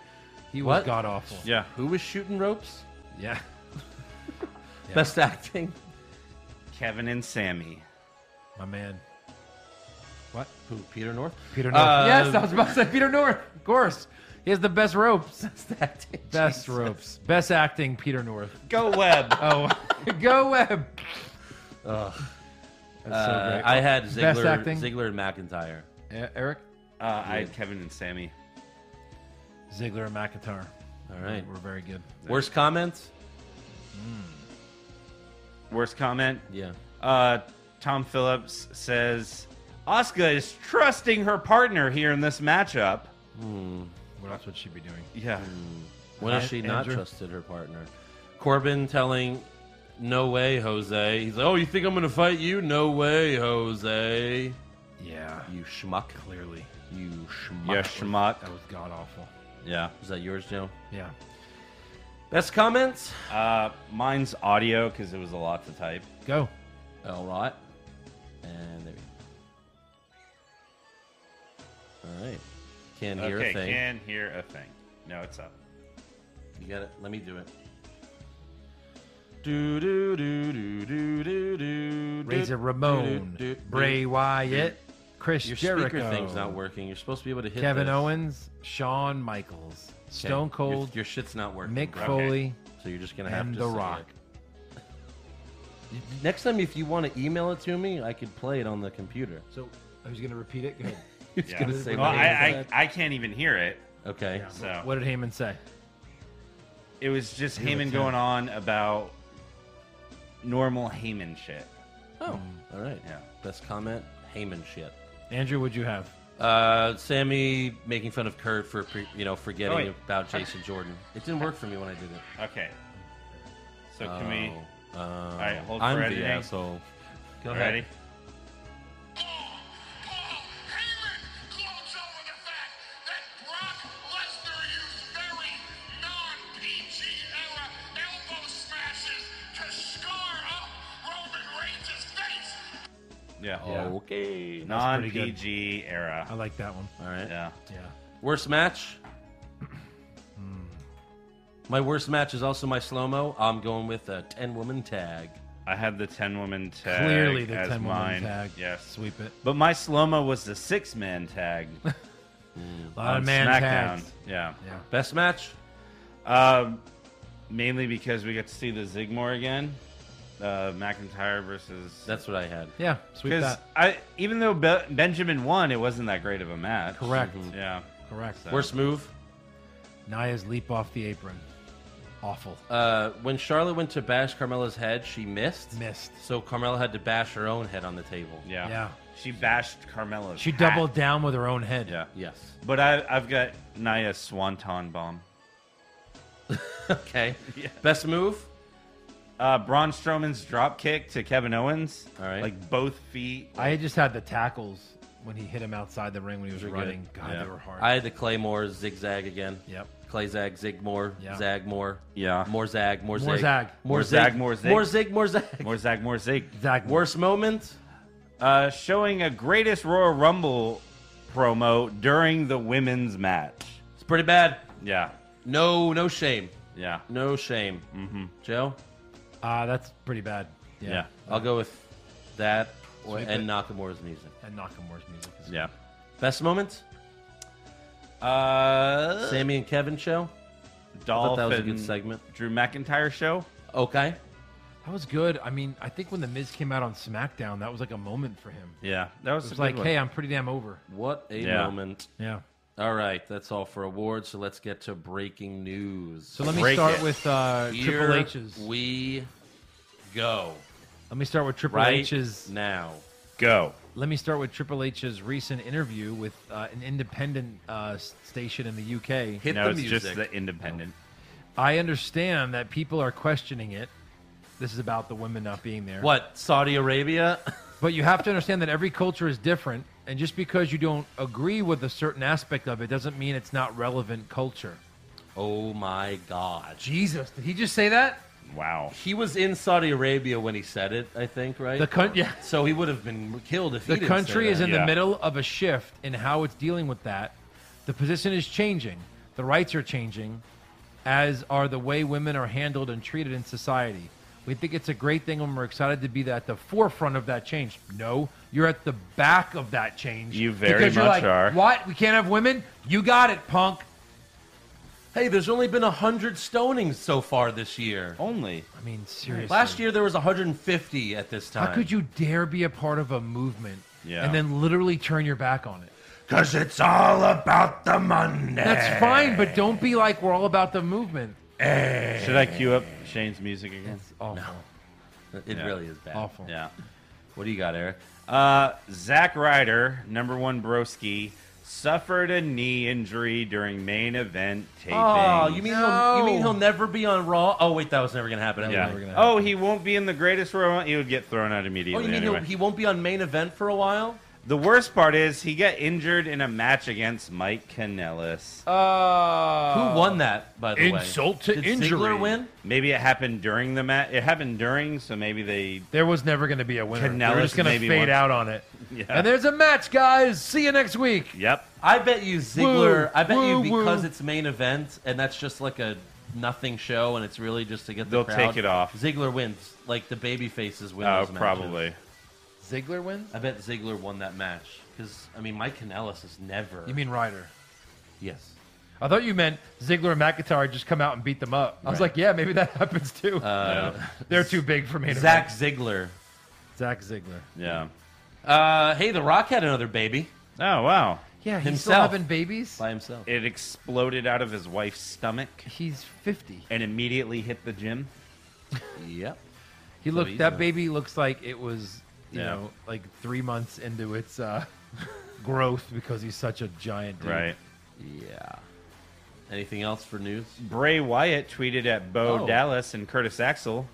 S6: He was
S4: What?
S6: god awful.
S5: Yeah.
S4: Who was shooting ropes?
S6: Yeah.
S4: Best acting?
S5: Kevin and Sammy.
S6: My man. What?
S4: Who? Peter North.
S6: Peter North.
S4: Uh,
S6: yes, I was about to say Peter North. Of course. He has the best ropes.
S4: that-
S6: Best ropes. Best acting, Peter North.
S5: Go Uh, web.
S6: Oh, go web. That's so
S4: Uh,
S6: great.
S4: I had
S6: Best
S4: Ziggler,
S6: acting?
S4: Ziggler and McIntyre.
S6: E- Eric
S5: Uh, I had Kevin and Sammy.
S6: Ziggler and McIntyre.
S4: All right.
S6: We're very good.
S4: Worst comments?
S5: Worst comment.
S4: Yeah.
S5: Uh, Tom Phillips says, Oscar is trusting her partner here in this matchup.
S6: What else would she be doing?
S5: Yeah.
S4: When has she
S6: An-
S4: not
S6: Andrew?
S4: trusted her partner? Corbin telling, "No way, Jose." He's like, "Oh, you think I'm going to fight you? No way, Jose."
S6: Yeah,
S4: You schmuck.
S6: clearly
S4: You schmuck.
S5: Yeah, schmuck.
S6: that was god awful.
S5: Yeah.
S4: Is that yours, Joe?
S6: Yeah,
S4: Best comments?
S5: Uh, mine's audio because it was a lot to type.
S6: go.
S4: All right. And there we go. All right. Can't hear
S5: okay,
S4: a thing.
S5: can hear a thing. No, it's up.
S4: You got it. Let me do it. Do do do do do do do.
S6: Razor Ramon, Bray Wyatt, Chris
S4: Your
S6: Jericho.
S4: speaker thing's not working. You're supposed to be able to hit
S6: Kevin
S4: this.
S6: Owens, Shawn Michaels,
S4: Okay,
S6: Stone Cold,
S4: Your, your shit's not working.
S6: Mick
S4: bro.
S6: Foley,
S4: So you're just gonna have
S6: and
S4: to
S6: The
S4: say
S6: Rock.
S4: it. Next time, if you want to email it to me, I could play it on the computer.
S6: So who's gonna repeat it? Go ahead.
S4: It's
S5: Yeah.
S4: gonna say
S5: Well,
S4: what
S5: I, I,
S4: it
S5: I can't even hear it.
S4: is. okay.
S5: So
S6: What did Heyman say?
S5: it was just
S6: Hear it,
S5: Heyman
S6: yeah.
S5: going on about normal Heyman shit.
S4: Oh, all right.
S5: Yeah.
S4: Best comment, Heyman shit.
S6: Andrew, what'd you have?
S4: Uh, Sammy making fun of Kurt for pre- you know
S5: Oh,
S4: forgetting
S5: wait.
S4: about Jason Jordan. It didn't work for me when I did it.
S5: Okay. So can we?
S4: Oh, oh.
S5: right, hold for
S4: I'm the
S5: editing.
S4: asshole. Go ahead.
S5: Ready?
S1: Paul Heyman gloats over the fact that Brock Lesnar used very non-PG era elbow smashes to scar up Roman Reigns' face.
S5: Yeah.
S4: Oh,
S6: Yeah.
S4: Okay.
S5: Non
S6: pretty good.
S5: PG
S6: I
S5: era.
S6: like that one.
S4: All right.
S5: Yeah.
S6: Yeah.
S4: Worst match. Hmm. my worst match is also my slow mo. I'm going with a ten woman tag.
S5: I had the ten woman tag.
S6: Clearly the
S5: as
S6: ten
S5: mine.
S6: woman tag.
S5: Yes.
S6: Sweep it.
S5: But my slow mo was the six man tag
S6: A lot
S5: on
S6: of man
S5: SmackDown.
S6: tags.
S5: Yeah.
S6: Yeah.
S4: Best match.
S5: Um, mainly because we got to see the Zigmore again, uh, McIntyre versus.
S4: That's what I had.
S6: Yeah. Sweep
S5: because
S6: that.
S5: I even though Be- Benjamin won, it wasn't that great of a match. Mm-hmm.
S6: Correct.
S5: Yeah.
S6: Correct.
S5: So-
S4: Worst move.
S6: Naya's leap off the apron. Awful.
S4: Uh, when Charlotte went to bash Carmella's head, she missed.
S6: Missed.
S4: So Carmella had to bash her own head on the table.
S5: Yeah.
S6: Yeah.
S5: She bashed Carmella's.
S6: She
S5: hat.
S6: doubled down with her own head.
S5: Yeah.
S4: Yes.
S5: But I, I've got Naya's Swanton bomb.
S4: Okay. Best move.
S5: Uh, Braun Strowman's drop kick to Kevin Owens.
S4: All right.
S5: Like both feet.
S6: I just had the tackles when he hit him outside the ring when he was
S4: Those are good.
S6: running. God,
S5: Yeah.
S6: they were hard.
S4: I had the Claymore zigzag again.
S6: Yep.
S4: Clay zag, zigmore,
S6: Yeah.
S4: zagmore.
S5: Yeah.
S4: More zag, more,
S6: More
S4: zig.
S6: zag.
S5: More zag, more zig.
S4: More zig, more zag.
S5: More Zag, more Zig.
S6: Zach,
S4: Worst moment.
S5: Uh, showing a greatest Royal Rumble promo during the women's match.
S4: It's pretty bad.
S5: Yeah.
S4: No, no shame.
S5: Yeah.
S4: No shame. Mm-hmm. Joe,
S6: Uh, that's pretty bad. Yeah.
S5: Yeah.
S4: I'll go with that or,
S6: Sweep
S4: and
S6: it.
S4: Nakamura's music.
S6: And Nakamura's music. Is
S5: Yeah.
S4: Best moment?
S5: Uh,
S4: Sammy and Kevin show.
S5: Dolph
S4: that was a
S5: and
S4: good segment.
S5: Drew McIntyre show.
S4: Okay.
S6: That was good. I mean, I think when The Miz came out on SmackDown, that was like a moment for him.
S5: Yeah. That was,
S6: It was
S5: a
S6: like,
S5: good one.
S6: hey, I'm pretty damn over.
S4: What a
S5: Yeah.
S4: moment.
S6: Yeah.
S4: All right, that's all for awards. So let's get to breaking news.
S6: So let me
S5: Break
S6: start
S5: it.
S6: with uh,
S4: Here
S6: Triple H's.
S4: we go
S6: let me start with Triple
S4: right
S6: H's.
S4: now.
S5: go.
S6: Let me start with Triple H's recent interview with uh, an independent uh, s- station in the UK.
S4: Hit
S5: No,
S4: the
S5: it's
S4: music.
S5: just the independent.
S6: I understand that people are questioning it. This is about the women not being there.
S4: What Saudi Arabia?
S6: But you have to understand that every culture is different, and just because you don't agree with a certain aspect of it doesn't mean it's not relevant culture.
S4: oh my God!
S6: Jesus, did he just say that?
S5: Wow.
S4: He was in Saudi Arabia when he said it. I think right.
S6: The country, yeah.
S4: so he would have been killed if he
S6: The
S4: didn't say
S6: country is
S4: that.
S6: in
S5: Yeah.
S6: the middle of a shift in how it's dealing with that. The position is changing. The rights are changing, as are the way women are handled and treated in society. We think it's a great thing and we're excited to be at the forefront of that change. No, you're at the back of that change.
S5: You very
S6: Because you're
S5: much
S6: like,
S5: are.
S6: What? We can't have women? You got it, punk.
S4: Hey, there's only been 100 stonings so far this year.
S5: Only.
S6: I mean, seriously.
S4: Last year there was 150 at this time.
S6: How could you dare be a part of a movement
S5: Yeah.
S6: and then literally turn your back on it?
S2: Because it's all about the money.
S6: That's fine, but don't be like we're all about the movement.
S5: Should I cue up Shane's music again?
S6: It's awful.
S4: It
S5: Yeah.
S4: really is bad.
S6: Awful.
S5: Yeah.
S4: What do you got, Eric?
S5: Uh, Zack Ryder, number one broski, suffered a knee injury during main event taping.
S4: Oh, you mean he'll, you
S6: No.
S4: mean he'll never be on Raw? Oh wait, that was never gonna happen. That was
S5: Yeah.
S4: never gonna happen.
S5: Oh, he won't be in the greatest royal. Rumble. He would get thrown out
S4: Oh,
S5: immediately.
S4: you mean
S5: anyway.
S4: he'll, he won't be on main event for a while?
S5: the worst part is he got injured in a match against Mike Kanellis.
S6: Uh,
S4: Who won that? By the
S6: Insult
S4: way,
S6: to
S4: Did
S6: injury.
S4: Ziggler win?
S5: Maybe it happened during the match. It happened during, so maybe they.
S6: There was never going to be a winner.
S5: Canales
S6: We're just going to
S5: maybe
S6: fade
S5: won.
S6: out on it.
S5: Yeah.
S6: And there's a match, guys. See you next week.
S5: Yep.
S4: I bet you Ziggler.
S6: Woo,
S4: I bet
S6: woo,
S4: you
S6: woo.
S4: because it's main event and that's just like a nothing show, and it's really just to get the
S5: They'll
S4: crowd.
S5: take it off.
S4: Ziggler wins. Like the baby faces win.
S5: Oh,
S4: those matches.
S5: probably.
S6: Ziggler wins.
S4: I bet Ziggler won that match because I mean Mike Kanellis is never.
S6: You mean Ryder?
S4: yes?
S6: I thought you meant Ziggler and McIntyre just come out and beat them up. I was
S4: Right.
S6: like, yeah, maybe that happens too.
S5: Uh,
S6: They're too big for me. to
S4: Zach Ziggler.
S6: Zach Ziggler.
S5: Yeah.
S4: Uh, hey, The Rock had another baby
S5: Oh wow!
S6: Yeah, he's still
S4: Himself.
S6: having babies.
S4: by himself.
S5: It exploded out of his wife's stomach
S6: He's 50.
S5: and immediately hit the gym.
S4: Yep.
S6: He looked.
S4: he's
S6: That
S4: a-
S6: baby looks like it was, you
S5: Yeah.
S6: know, like three months into its uh, growth because he's such a giant. Dude.
S5: Right.
S4: Yeah. Anything else for news?
S5: Bray Wyatt tweeted at Bo
S4: Oh. Mm-hmm.
S5: Dallas and Curtis Axel,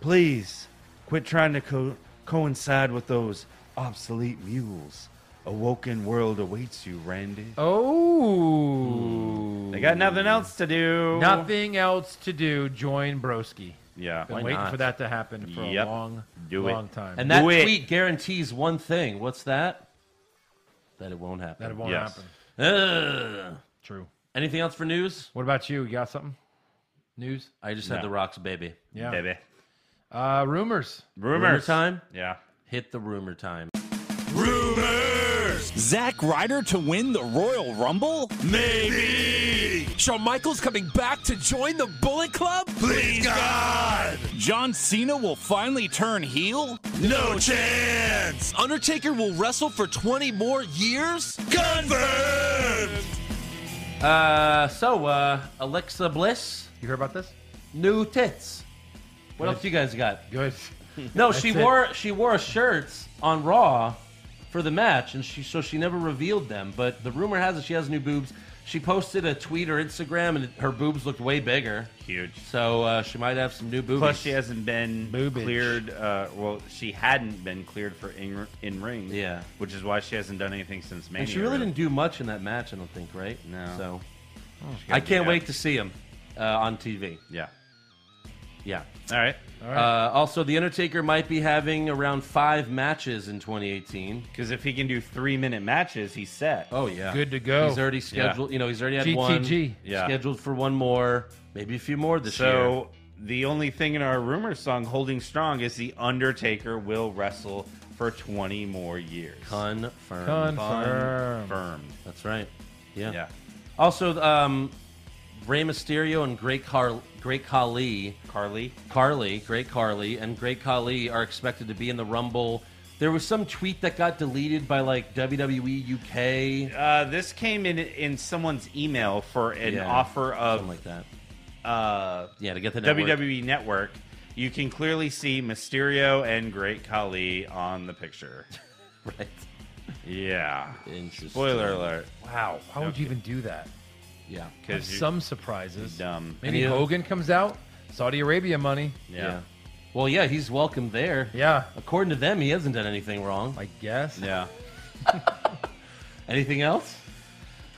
S5: "Please quit trying to co- coincide with those obsolete mules. Awoken world awaits you, Randy.
S6: Oh.
S5: They got nothing else to do.
S6: Nothing else to do. Join Broski.
S5: Yeah.
S6: Been
S4: Why
S6: waiting
S4: not?
S6: for that to happen for
S5: Yep.
S6: a long,
S5: Do it.
S6: long time.
S4: And that
S5: Do it.
S4: tweet guarantees one thing. What's that? That it won't happen.
S6: that won't
S5: Yes.
S6: happen.
S4: Ugh.
S6: True.
S4: Anything else for news?
S6: What about you? You got something? News?
S4: I just
S5: No.
S4: had The Rock's baby.
S6: Yeah.
S5: Baby.
S6: Uh, rumors.
S5: Rumors.
S4: Rumor time?
S5: Yeah.
S4: Hit the rumor time.
S10: Zack Ryder to win the Royal Rumble? Maybe. Shawn Michaels coming back to join the Bullet Club? Please, God. John Cena will finally turn heel? No chance. Undertaker will wrestle for 20 more years? Confirmed.
S4: Uh, so, uh, Alexa Bliss,
S6: You heard about this?
S4: new tits. What else you guys got?
S6: Good.
S4: No, she
S6: it.
S4: wore she wore a shirt on Raw for the match, and she so she never revealed them. But the rumor has it she has new boobs. She posted a tweet or Instagram, and her boobs looked way bigger.
S5: Huge.
S4: So uh, she might have some new boobies.
S5: Plus, she hasn't been
S6: Boobage.
S5: cleared. Uh, well, she hadn't been cleared for in, in ring.
S4: Yeah.
S5: Which is why she hasn't done anything since Mania.
S4: and she really didn't do much in that match, I don't think, right?
S5: No.
S4: So
S5: She gotta
S4: I
S5: do
S4: can't
S5: that.
S4: wait to see him uh, on TV.
S5: Yeah.
S4: Yeah.
S5: All right.
S4: Uh, also, The Undertaker might be having around five matches in 2018.
S5: Because if he can do three minute matches, he's set.
S4: Oh yeah,
S6: Good to go.
S4: He's already scheduled. You know, he's already had one.
S6: GTG.
S5: Yeah.
S4: scheduled for one more, maybe a few more this year.
S5: So the only thing in our rumor song holding strong is the Undertaker will wrestle for 20 more years.
S4: Confirmed.
S6: Confirmed.
S5: Confirmed.
S4: That's right. Yeah.
S5: Yeah.
S4: Also, um, Rey Mysterio and Great Car, Great Khali,
S5: Carly.
S4: Carly, Great Carly, and Great Khali are expected to be in the Rumble. There was some tweet that got deleted by like E WWE UK.
S5: Uh, this came in in someone's email for an
S4: Yeah,
S5: offer of
S4: something like that.
S5: uh,
S4: Yeah, to get the network.
S5: WWE Network. You can clearly see Mysterio and Great Khali on the picture.
S4: Right.
S5: Yeah.
S4: Interesting.
S5: Spoiler alert.
S6: Wow. How would you even do that?
S4: Yeah.
S6: Have
S5: Because
S6: some surprises.
S5: dumb.
S6: Maybe
S4: Any of-
S6: Hogan comes out. Saudi Arabia money.
S5: Yeah.
S4: Well, yeah, he's welcome there.
S6: Yeah.
S4: According to them, he hasn't done anything wrong.
S6: I guess.
S5: Yeah.
S4: Anything else?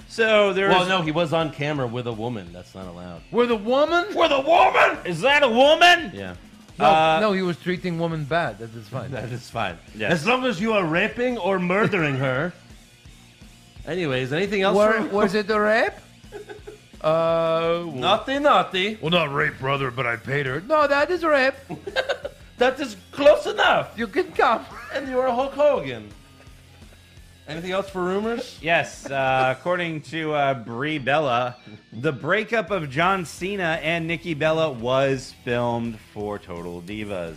S5: So there's.
S4: Well, no, he was on camera with a woman. That's not allowed.
S6: With a woman?
S5: With a woman? Is that a woman?
S4: Yeah.
S6: No,
S5: Uh,
S6: no, he was treating women bad. That is fine.
S4: That is fine.
S5: Yeah.
S4: As long as you are raping or murdering her. Anyways, anything else?
S6: Were-
S4: from-
S6: was it a rape? Uh, well,
S4: Naughty, naughty.
S2: Well, not rape, brother, but I paid her.
S6: no, that is rape.
S4: That is close enough.
S6: You can come.
S4: And you are Hulk Hogan. Anything else for rumors?
S5: Yes, uh, according to uh, Brie Bella, the breakup of John Cena and Nikki Bella was filmed for Total Divas.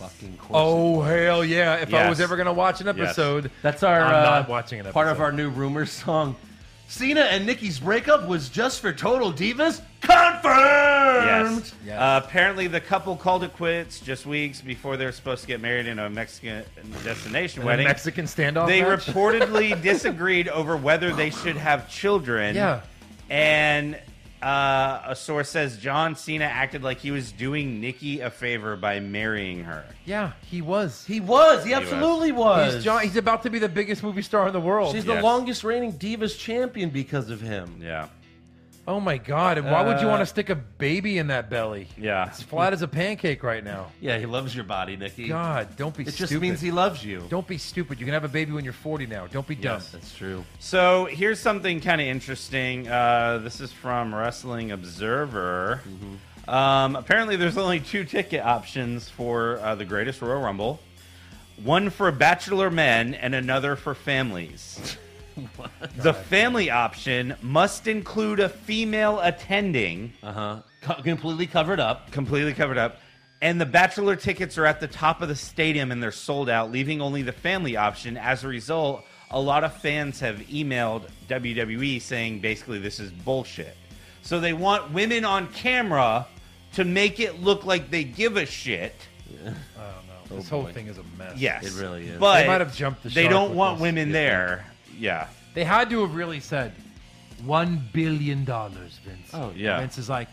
S6: Oh hell yeah! If I was
S5: Yes.
S6: ever gonna watch an episode,
S4: That's our
S6: I'm
S4: uh,
S6: not watching an
S4: part of
S6: episode.
S4: our new rumors song. Cena and Nikki's breakup was just for Total Divas. Confirmed.
S5: Yes. Uh, apparently, the couple called it quits just weeks before they were supposed to get married in a Mexican destination
S6: a
S5: wedding.
S6: Mexican standoff.
S5: they
S6: match?
S5: reportedly disagreed over whether they should have children.
S6: Yeah.
S5: And uh, a source says John Cena acted like he was doing Nikki a favor by marrying her.
S6: yeah, he was.
S4: He was. He absolutely was.
S6: He's John. He's about to be the biggest movie star in the world.
S4: She's the
S5: Yes.
S4: longest reigning Divas champion because of him.
S5: Yeah.
S6: oh my god! And why would you
S5: Uh,
S6: want to stick a baby in that belly?
S5: Yeah.
S6: It's flat as a pancake right now.
S4: Yeah, he loves your body, Nikki.
S6: God, don't be.
S4: It
S6: stupid.
S4: just means he loves you.
S6: Don't be stupid. You can have a baby when you're 40 now. Don't be dumb.
S4: Yes, that's true.
S5: So here's something kind of interesting. Uh, this is from Wrestling Observer.
S4: Mm-hmm.
S5: Um, apparently, there's only two ticket options for uh, the Greatest Royal Rumble one for bachelor men and another for families. The family option must include a female attending,
S4: Uh huh. Co- completely covered up.
S5: completely covered up. And the bachelor tickets are at the top of the stadium and they're sold out, leaving only the family option. As a result, a lot of fans have emailed WWE saying basically this is bullshit. So they want women on camera to make it look like they give a shit.
S6: this
S4: Oh,
S6: whole thing is a mess.
S5: Yes.
S4: It really is.
S5: But
S6: They might have jumped the
S5: They
S6: shark
S5: don't
S6: with
S5: want
S6: this,
S5: women
S6: you
S5: there. Yeah.
S6: They had to have really said one billion dollars, Vince. Oh
S5: yeah.
S6: Vince is like,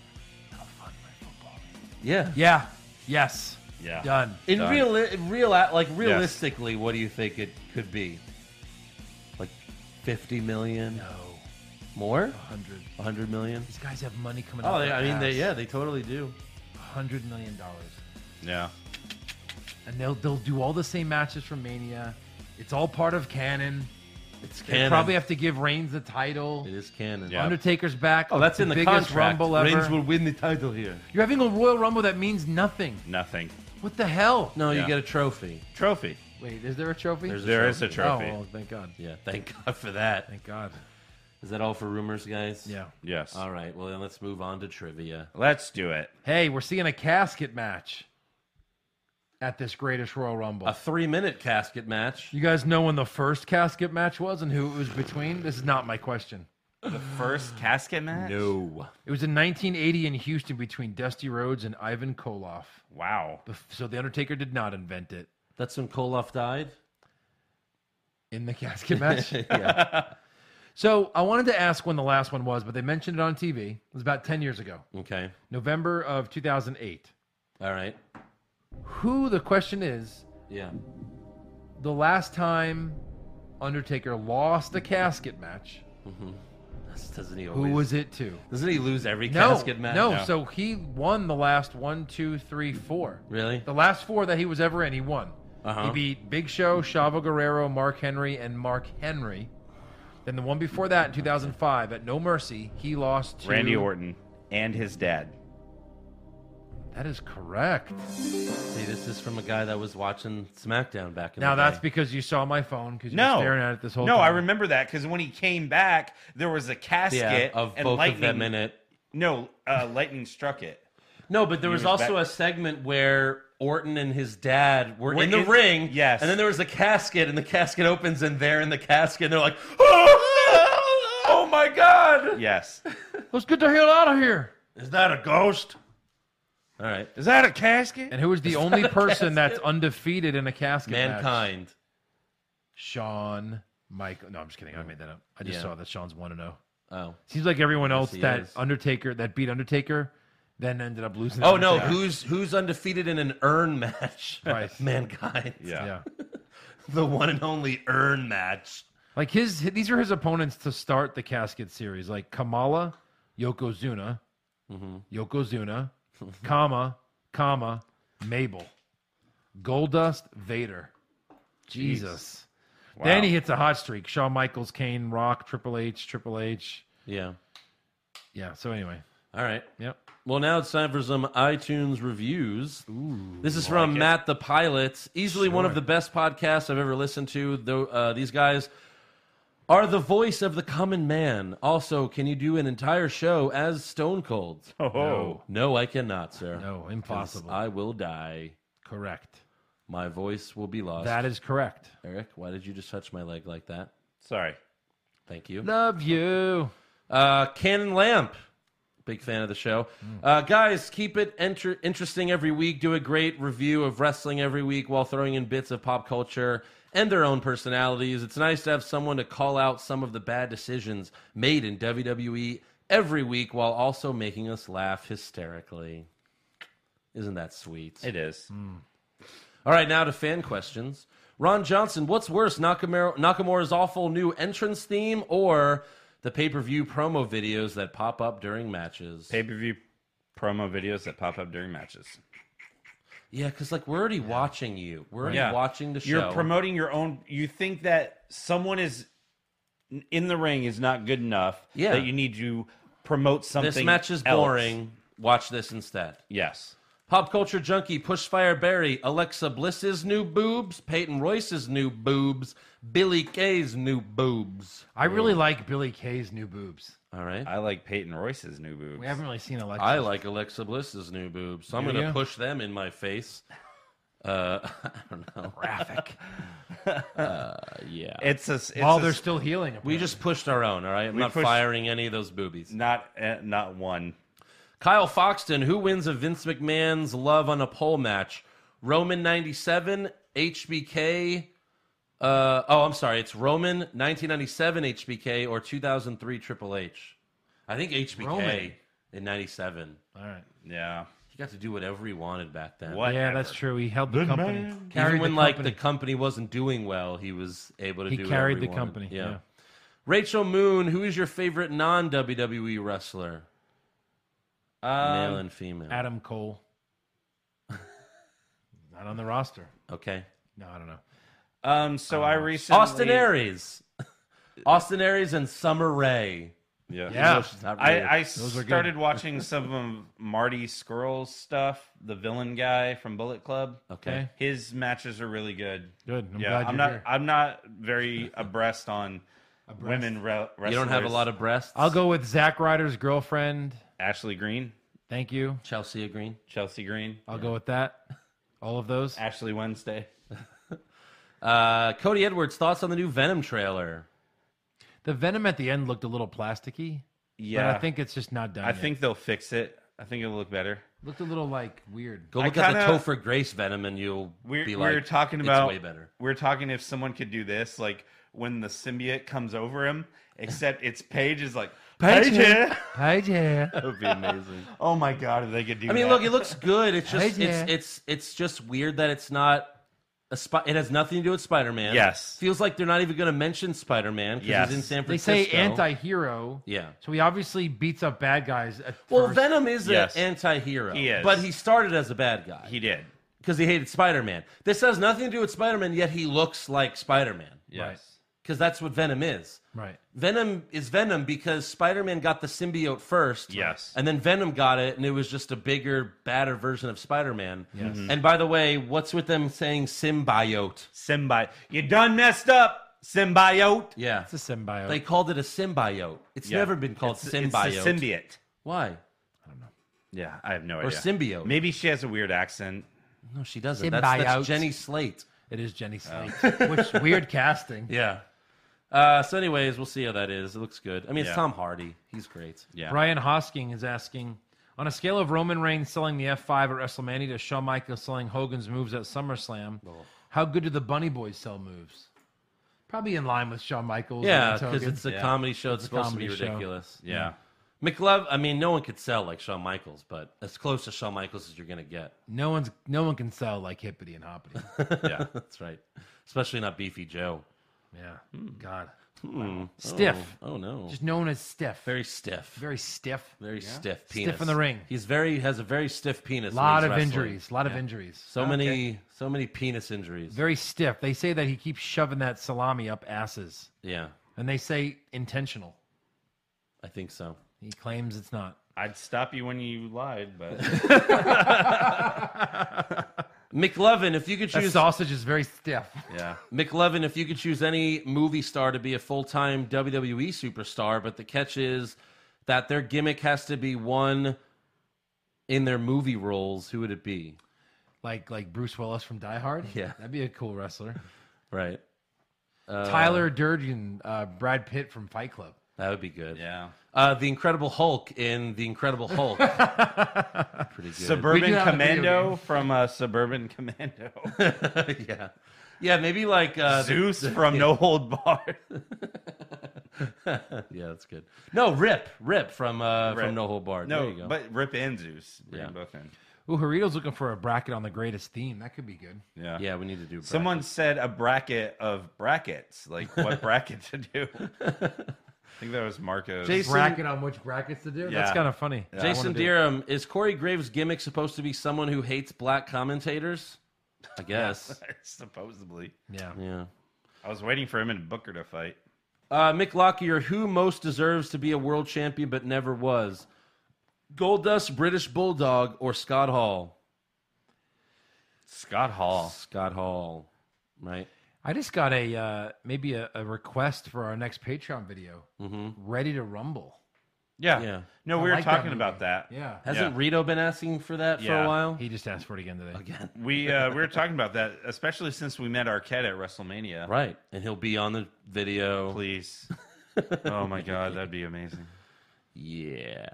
S4: Yeah.
S6: yeah, yes,
S5: Yeah.
S6: done.
S4: In
S5: Done.
S4: real, in real, like realistically, what do you think it could be? Like fifty million
S6: No,
S4: more,
S6: hundred.
S4: hundred million.
S6: These guys have money coming.
S4: Oh,
S6: out
S4: they,
S6: their
S4: I mean, they,
S6: ass.
S4: yeah, they totally do.
S6: hundred million dollars,
S5: Yeah.
S6: and they'll they'll do all the same matches from Mania. It's all part of canon.
S4: It's
S6: They
S4: canon.
S6: probably have to give Reigns the title.
S4: it is canon.
S5: Yeah.
S6: Undertaker's back.
S4: Oh, that's in the
S6: biggest
S4: contract.
S6: Rumble ever.
S4: Reigns will win the title here.
S6: You're having a Royal Rumble that means nothing.
S5: Nothing.
S6: What the hell?
S4: No, you
S5: Yeah.
S4: get a trophy.
S5: Trophy.
S6: Wait, is there a trophy?
S4: There's a
S5: There is a
S4: trophy.
S5: trophy.
S6: Oh, well, thank God.
S4: Yeah, thank God for that.
S6: Thank God.
S4: Is that all for rumors, guys?
S6: Yeah.
S5: Yes.
S4: All right. Well, then let's move on to trivia.
S5: Let's do it.
S6: Hey, we're seeing a casket match at this greatest Royal Rumble.
S4: A three-minute casket match.
S6: you guys know when the first casket match was and who it was between? This is not my question.
S5: First casket match?
S4: No.
S6: It was in 1980 in Houston between Dusty Rhodes and Ivan Koloff.
S5: Wow.
S6: Bef- So the Undertaker did not invent it
S4: That's when Koloff died.
S6: in the casket match. So I wanted to ask when the last one was, but they mentioned it on TV. It was about 10 years ago,
S4: Okay.
S6: November of 2008.
S4: All right.
S6: Who, the question is,
S4: Yeah.
S6: the last time Undertaker lost a casket match,
S4: This doesn't he
S6: who
S4: always?
S6: was it to?
S4: Doesn't he lose every
S6: No,
S4: casket match?
S6: no, So he won the last one, two, three, four.
S4: Really?
S6: The last four that he was ever in, he won.
S4: Uh-huh.
S6: He beat Big Show, Chavo Guerrero, Mark Henry, and Mark Henry. Then the one before that in 2005 at No Mercy, he lost to
S5: Randy Orton and his dad.
S6: That is correct.
S4: See, this is from a guy that was watching SmackDown back in
S6: Now
S4: the
S6: that's
S4: day.
S6: because you saw my phone because you
S5: No,
S6: were staring at it this whole
S5: no,
S6: time.
S5: I remember that because when he came back, there was a
S4: yeah,
S5: casket
S4: of
S5: and
S4: both
S5: lightning.
S4: of them in it.
S5: No, uh, lightning struck it.
S4: No, but there was,
S5: was
S4: also
S5: back-
S4: a segment where Orton and his dad were,
S5: Were
S4: in the
S5: in-
S4: ring.
S5: yes.
S4: And then there was a casket, and the casket opens, and they're in the casket, and they're like, oh, oh my God.
S5: Yes,
S6: Let's get the hell out of here.
S2: Is that a ghost?
S4: All right.
S5: is that a casket?
S6: And who is the only person that's undefeated in a casket match?
S4: Mankind.
S6: Sean Michael. No, I'm just kidding. I made that up. I just
S4: Yeah.
S6: saw that Sean's one and zero.
S4: Oh.
S6: Seems like everyone else
S4: he
S6: that
S4: is.
S6: Undertaker that beat Undertaker, then ended up losing. to
S4: Oh no,
S6: Undertaker.
S4: who's who's undefeated in an urn match?
S6: Right.
S4: Mankind.
S5: Yeah.
S6: Yeah,
S4: The one and only urn match.
S6: like his. These are his opponents to start the casket series, like Kamala, Yokozuna,
S4: Mm-hmm.
S6: Yokozuna, comma, comma, Mabel, Goldust, Vader. Jesus. Then he hits a hot streak. Shawn Michaels, Kane, Rock, Triple H, Triple H.
S4: Yeah.
S6: Yeah. So anyway,
S4: All right.
S6: Yep.
S4: Well, now it's time for some iTunes reviews. Ooh, this is from Matt the Pilot. Easily one of the best podcasts I've ever listened to. Though uh, these guys are the voice of the common man. Also, can you do an entire show as Stone Cold?
S5: Oh,
S4: No, I cannot, sir.
S6: No,
S4: 'Cause
S6: impossible.
S4: I will die.
S6: Correct.
S4: My voice will be lost.
S6: That is correct.
S4: Eric, why did you just touch my leg like that?
S5: sorry.
S4: Thank you.
S6: Love you.
S4: Uh, Cannon Lamp, big fan of the show. Uh, guys, keep it enter- interesting every week. Do a great review of wrestling every week while throwing in bits of pop culture and their own personalities. It's nice to have someone to call out some of the bad decisions made in WWE every week while also making us laugh hysterically. Isn't that sweet?
S5: It is.
S4: All right, now to fan questions. Ron Johnson, what's worse, Nakamura, Nakamura's awful new entrance theme or the pay per view promo videos that pop up during matches?
S5: Pay per view promo videos that pop up during matches.
S4: yeah, because like we're already watching you. We're already
S5: Yeah.
S4: watching the show.
S5: You're promoting your own. You think that someone is in the ring is not good enough.
S4: Yeah.
S5: That you need to promote something.
S4: this match is
S5: else.
S4: boring. Watch this instead.
S5: Yes.
S4: Pop culture junkie, Pushfire Barry, Alexa Bliss's new boobs, Peyton Royce's new boobs, Billy Kay's new boobs.
S6: I really like Billy Kay's new boobs.
S4: All right.
S5: I like Peyton Royce's new boobs.
S6: We haven't really seen Alexa.
S4: I like Alexa Bliss's new boobs, so I'm
S6: Do
S4: going to
S6: you?
S4: push them in my face. Uh, I don't know.
S6: graphic
S4: Yeah.
S5: It's a. It's
S6: while
S5: a-
S6: they're still healing.
S4: we just pushed our own, all right? I'm
S5: We
S4: not
S5: pushed-
S4: firing any of those boobies.
S5: not uh, not one.
S4: Kyle Foxton, who wins a Vince McMahon's love on a pole match? Roman 97, HBK. Uh, oh, I'm sorry. It's Roman 1997 HBK or 2003 Triple H. I think HBK
S6: Roman.
S4: in 97.
S6: All right.
S5: Yeah.
S4: He got to do whatever he wanted back then.
S5: What?
S6: Yeah, that's true. He held the company.
S4: Even
S6: Carried
S4: when
S6: the
S4: like
S6: company.
S4: the company wasn't doing well, he was able to
S6: He
S4: do
S6: carried
S4: whatever wanted.
S6: the company, yeah.
S4: Rachel Moon, who is your favorite non WWE wrestler?
S5: Um,
S4: Male and female.
S6: Adam Cole. Not on the roster.
S4: Okay.
S6: No, I don't know.
S5: Um. So I recently
S4: Oh, Austin Aries. Austin Aries and Summer Rae.
S5: Yeah.
S6: Yeah.
S4: Not really a-
S5: I, I
S6: are good.
S5: started watching some of Marty Skrull's stuff, the villain guy from Bullet Club.
S4: okay.
S5: His matches are really good.
S6: Good. I'm
S5: yeah,
S6: glad
S5: I'm
S6: you're
S5: not.
S6: here.
S5: I'm not very abreast on women re- wrestlers.
S4: You don't have a lot of breasts.
S6: I'll go with Zack Ryder's girlfriend.
S5: Ashley Green,
S6: Thank you.
S4: Chelsea Green.
S5: Chelsea Green,
S6: I'll go with that. All of those.
S5: Ashley Wednesday.
S4: Uh, Cody Edwards, thoughts on the new Venom trailer?
S6: The venom at the end looked a little plasticky,
S5: Yeah,
S6: but I think it's just not done.
S5: I
S6: yet.
S5: think they'll fix it. I think it'll look better.
S6: looked a little like weird.
S4: Go
S5: I
S4: look at the
S5: kinda-
S4: Topher Grace Venom and you'll
S5: We're,
S4: be
S5: we
S4: like,
S5: were talking about
S4: it's way better.
S5: We are talking if someone could do this, like when the symbiote comes over him, except its Paige is like Paige. here."
S6: Hi, yeah.
S4: That would be amazing.
S5: oh my god, if they could do.
S4: I mean,
S5: that.
S4: look, it looks good. It's
S6: Hey,
S4: just it's
S6: yeah.
S4: it's it's just weird that it's not a spot. It has nothing to do with Spider Man.
S5: Yes.
S4: feels like they're not even going to mention Spider Man because
S5: Yes.
S4: he's in San
S6: They
S4: Francisco.
S6: say anti-hero.
S4: Yeah.
S6: So he obviously beats up bad guys. At
S4: Well,
S6: first.
S4: Venom is
S5: Yes.
S4: an anti-hero.
S5: He is.
S4: but he started as a bad guy
S5: he did.
S4: because he hated Spider-Man. This has nothing to do with Spider-Man, yet he looks like Spider-Man
S5: Yes.
S4: because that's what Venom is.
S6: right.
S4: Venom is Venom because Spider-Man got the symbiote first.
S5: Yes.
S4: And then Venom got it, and it was just a bigger, badder version of Spider-Man. Yes.
S6: Mm-hmm.
S4: And by the way, what's with them saying symbiote?
S5: Symbiote, you done messed up, symbiote.
S4: Yeah.
S6: It's a symbiote.
S4: They called it a symbiote. It's
S5: Yeah.
S4: never been called
S5: It's-
S4: symbiote.
S5: It's a symbiote.
S4: Why?
S5: Yeah, I have no
S4: Or
S5: idea.
S4: symbiote.
S5: Maybe she has a weird accent.
S4: No, she doesn't. That's, that's
S6: Symbiote.
S4: Jenny Slate.
S6: it is Jenny Slate, which weird casting.
S4: Oh. Yeah. Uh, so, anyways, we'll see how that is. It looks good. I mean, it's
S5: Yeah.
S4: Tom Hardy. He's great.
S5: Yeah.
S6: Brian Hosking is asking on a scale of Roman Reigns selling the F5 at WrestleMania to Shawn Michaels selling Hogan's moves at SummerSlam, how good do the Bunny Boys sell moves? Probably in line with Shawn Michaels.
S4: Yeah,
S6: and Hogan.
S4: because it's a
S5: Yeah.
S4: comedy show. It's,
S6: It's a
S4: supposed to be
S6: comedy show.
S4: ridiculous.
S5: Yeah.
S4: McLeod, I mean, no one could sell like Shawn Michaels, but as close to Shawn Michaels as you're going to get.
S6: no one's no one can sell like Hippity and Hoppity.
S4: Hmm.
S5: Yeah.
S4: That's right. Especially not Beefy Joe.
S6: yeah, God, stiff.
S4: Oh, no.
S6: Just known as stiff.
S4: very stiff. Very,
S6: very stiff.
S4: stiff
S6: Stiff
S4: penis.
S6: in the ring.
S4: He's very, has a very stiff penis.
S6: A
S4: when
S6: lot
S4: he's
S6: of
S4: wrestling.
S6: injuries. A lot of injuries.
S4: So many, so many penis injuries.
S6: Very stiff. They say that he keeps shoving that salami up asses,
S4: yeah,
S6: and they say intentional.
S4: I think so.
S6: He claims it's not.
S5: I'd stop you when you lied, but
S4: McLevin, if you could
S6: That
S4: choose
S6: sausage is very stiff.
S5: yeah.
S4: McLevin, if you could choose any movie star to be a full time WWE E superstar, but the catch is that their gimmick has to be one in their movie roles, who would it be?
S6: Like like Bruce Willis from Die Hard.
S4: Yeah.
S6: That'd be a cool wrestler.
S4: Right.
S6: Tyler Durden, uh, Brad Pitt from Fight Club.
S4: That would be good.
S5: Yeah.
S4: Uh, the Incredible Hulk in The Incredible Hulk. Pretty good.
S6: We
S5: Suburban
S6: do have a video
S5: Commando
S6: game.
S5: from uh, Suburban Commando.
S4: yeah. Yeah, maybe like uh, the-
S5: Zeus from No Hold Bar.
S4: yeah, that's good. No, Rip, Rip from uh,
S5: Rip.
S4: from No Hold Bar. there
S5: No,
S4: you go.
S5: but Rip and Zeus. Bring
S4: Yeah.
S5: them both in.
S6: Ooh, Harito's looking for a bracket on the greatest theme. That could be good.
S5: Yeah.
S4: yeah, we need to do bracket.
S5: Someone said a bracket of brackets. Like what bracket to do? I think that was Marcos.
S4: Jason-
S6: Bracket on which brackets to do. That's
S5: Yeah.
S6: kind of funny. I wanna
S4: Jason
S6: do it.
S4: Deerham, is Corey Graves' gimmick supposed to be someone who hates black commentators? I guess.
S5: Supposedly.
S6: Yeah.
S4: yeah.
S5: I was waiting for him and Booker to fight.
S4: Uh, Mick Lockyer, who most deserves to be a world champion but never was? Goldust, British Bulldog, or Scott Hall?
S5: Scott Hall.
S4: Scott Hall, right?
S6: I just got a uh, maybe a, a request for our next Patreon video. Ready to rumble.
S5: Yeah.
S4: Yeah.
S5: No,
S6: I
S5: we were
S6: like that
S5: talking
S6: movie.
S5: about that.
S6: Yeah.
S4: Hasn't
S5: Yeah.
S4: Rito been asking for that for
S5: Yeah.
S4: a while?
S6: He just asked for it again today.
S4: Again,
S5: We uh, we were talking about that, especially since we met Arquette at WrestleMania.
S4: right? And he'll be on the video.
S5: Please. Oh my God, that'd be amazing.
S4: Yeah.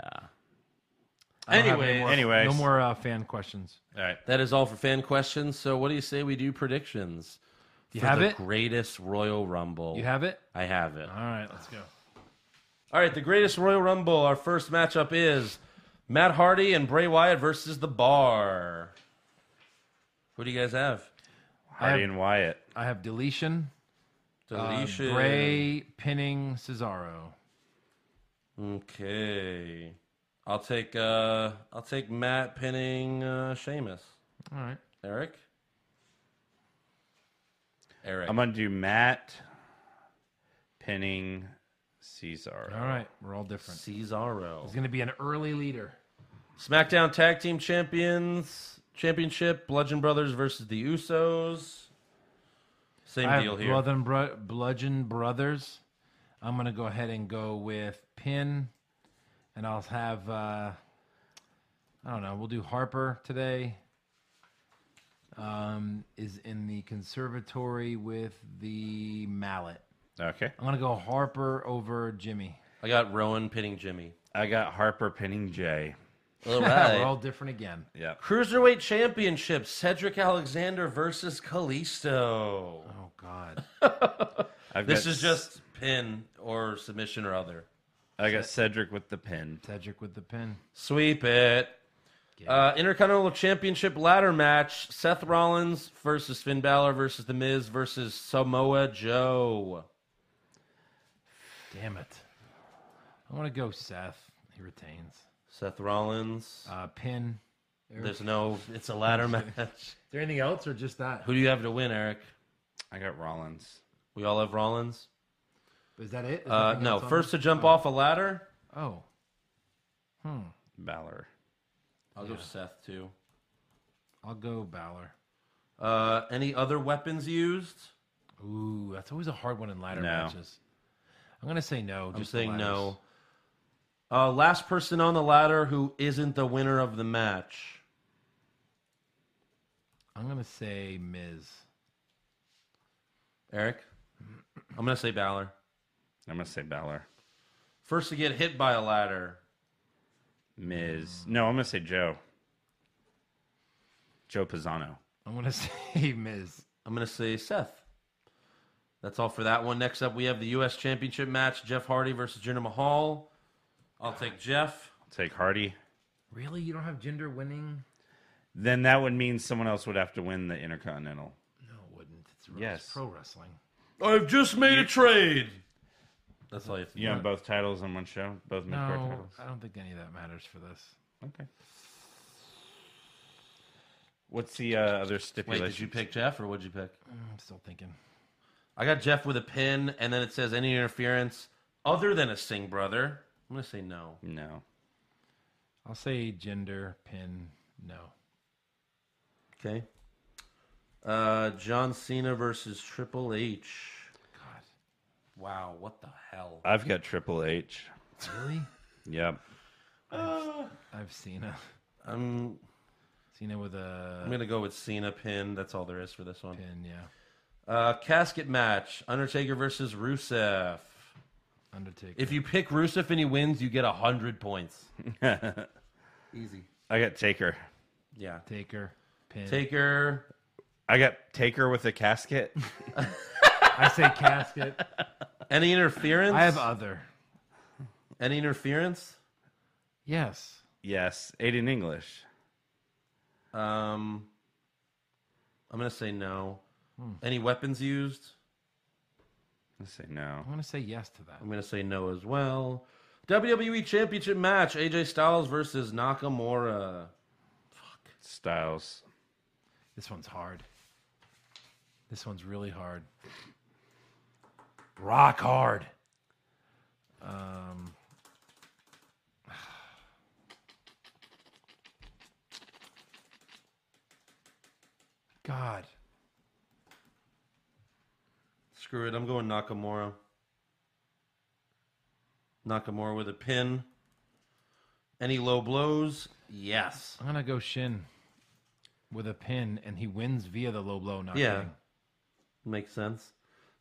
S6: I don't have any
S4: Anyway,
S6: more-
S5: anyways.
S6: no more uh, fan questions.
S5: All right.
S4: that is all for fan questions. So, what do you say we do predictions?
S6: You
S4: for
S6: have
S4: the
S6: it?
S4: Greatest Royal Rumble.
S6: You have Uh-huh. it?
S4: I have it.
S6: All right, let's go.
S4: All right, the greatest Royal Rumble. Our first matchup is Matt Hardy and Bray Wyatt versus The Bar. Who do you guys have?
S5: Hardy and Wyatt.
S6: I have deletion. Uh,
S4: Deletion.
S6: Bray pinning Cesaro.
S4: Okay. I'll take uh I'll take Matt pinning uh Sheamus.
S6: All right.
S4: Eric? Eric.
S5: I'm gonna do Matt pinning Cesar.
S6: All right. We're all different.
S4: Cesaro.
S6: He's going to be an early leader.
S4: SmackDown Tag Team Champions Championship Bludgeon Brothers versus the Usos. Same
S6: I have
S4: deal here.
S6: Bludgeon, Bro- Bludgeon Brothers. I'm going to go ahead and go with pin. And I'll have, uh, I don't know, we'll do Harper today. Um, is in the conservatory with the mallet.
S5: Okay.
S6: I'm going to go Harper over Jimmy.
S4: I got Rowan pinning Jimmy.
S5: I got Harper pinning Jay.
S4: All
S6: We're
S4: right.
S6: all different again.
S5: Yeah.
S4: Cruiserweight Championship Cedric Alexander versus Kalisto.
S6: Oh, God.
S5: I've
S4: This
S5: got-
S4: is just pin or submission or other.
S5: I got Cedric with the pin.
S6: Cedric with the pin.
S4: Sweep it. Uh, Intercontinental Championship ladder match: Seth Rollins versus Finn Balor versus The Miz versus Samoa Joe.
S6: Damn it. I want to go Seth. He retains.
S4: Seth Rollins.
S6: Uh, pin.
S4: There's no. It's a ladder match.
S6: Is there anything else or just that?
S4: Who do you have to win, Eric?
S5: I got Rollins.
S4: We all have Rollins.
S6: Is that it? Is
S4: Uh,
S6: nothing
S4: no,
S6: else on
S4: first
S6: it?
S4: to jump off a ladder.
S6: Oh,
S5: Balor.
S4: I'll go Seth too.
S6: I'll go Balor.
S4: Uh, any other weapons used?
S6: Ooh, that's always a hard one in ladder
S5: No.
S6: matches. I'm gonna say no.
S4: I'm
S6: just the
S4: saying
S6: ladders.
S4: no. Uh, last person on the ladder who isn't the winner of the match.
S6: I'm gonna say Miz.
S4: Eric, I'm gonna say Balor.
S5: I'm gonna say Balor.
S4: First to get hit by a ladder.
S5: Miz. No, I'm gonna say Joe. Joe Pisano.
S6: I'm gonna say Miz.
S4: I'm gonna say Seth. That's all for that one. Next up, we have the U.S. Championship match: Jeff Hardy versus Jinder Mahal. I'll take Jeff.
S5: I'll take Hardy.
S6: Really, you don't have gender winning?
S5: Then that would mean someone else would have to win the Intercontinental.
S6: No, it wouldn't. It's, it's
S5: Yes.
S6: pro wrestling.
S4: I've just made a trade. That's all you have to do.
S5: You have both titles on one show, both mid card
S6: No,
S5: titles.
S6: I don't think any of that matters for this.
S5: Okay. What's the uh, other
S4: Wait,
S5: stipulation?
S4: did you pick Jeff or what'd you pick?
S6: I'm still thinking.
S4: I got Jeff with a pin, and then it says any interference other than a Sing brother. I'm gonna say no.
S5: No.
S6: I'll say gender, pin, no.
S4: Okay. Uh, John Cena versus Triple H. God. Wow, what the hell?
S5: I've got Triple H.
S6: Really?
S5: Yep.
S6: I've seen a
S4: I'm
S6: seen it with a
S4: I'm gonna go with Cena pin. That's all there is for this one.
S6: pin, yeah.
S4: Uh, casket match: Undertaker versus Rusev.
S6: Undertaker.
S4: If you pick Rusev and he wins, you get hundred points. Easy.
S5: I got Taker.
S4: Yeah.
S6: Taker, pin.
S4: Taker.
S5: I got Taker with a casket.
S6: I say casket.
S4: Any interference?
S6: I have other.
S4: Any interference?
S6: Yes.
S5: yes. Aiden English.
S4: Um, I'm gonna say no.
S6: Hmm.
S4: Any weapons used?
S5: Let's say no.
S6: I want to say yes to that.
S4: I'm gonna say no as well. WWE Championship match: AJ Styles versus Nakamura.
S5: Styles.
S6: This one's hard. This one's really hard. Rock hard. Um, God.
S4: Screw it, I'm going Nakamura. Nakamura with a pin. Any low blows? Yes.
S6: I'm going to go Shin with a pin, and he wins via the low blow. Not
S4: Yeah.
S6: getting-
S4: Makes sense.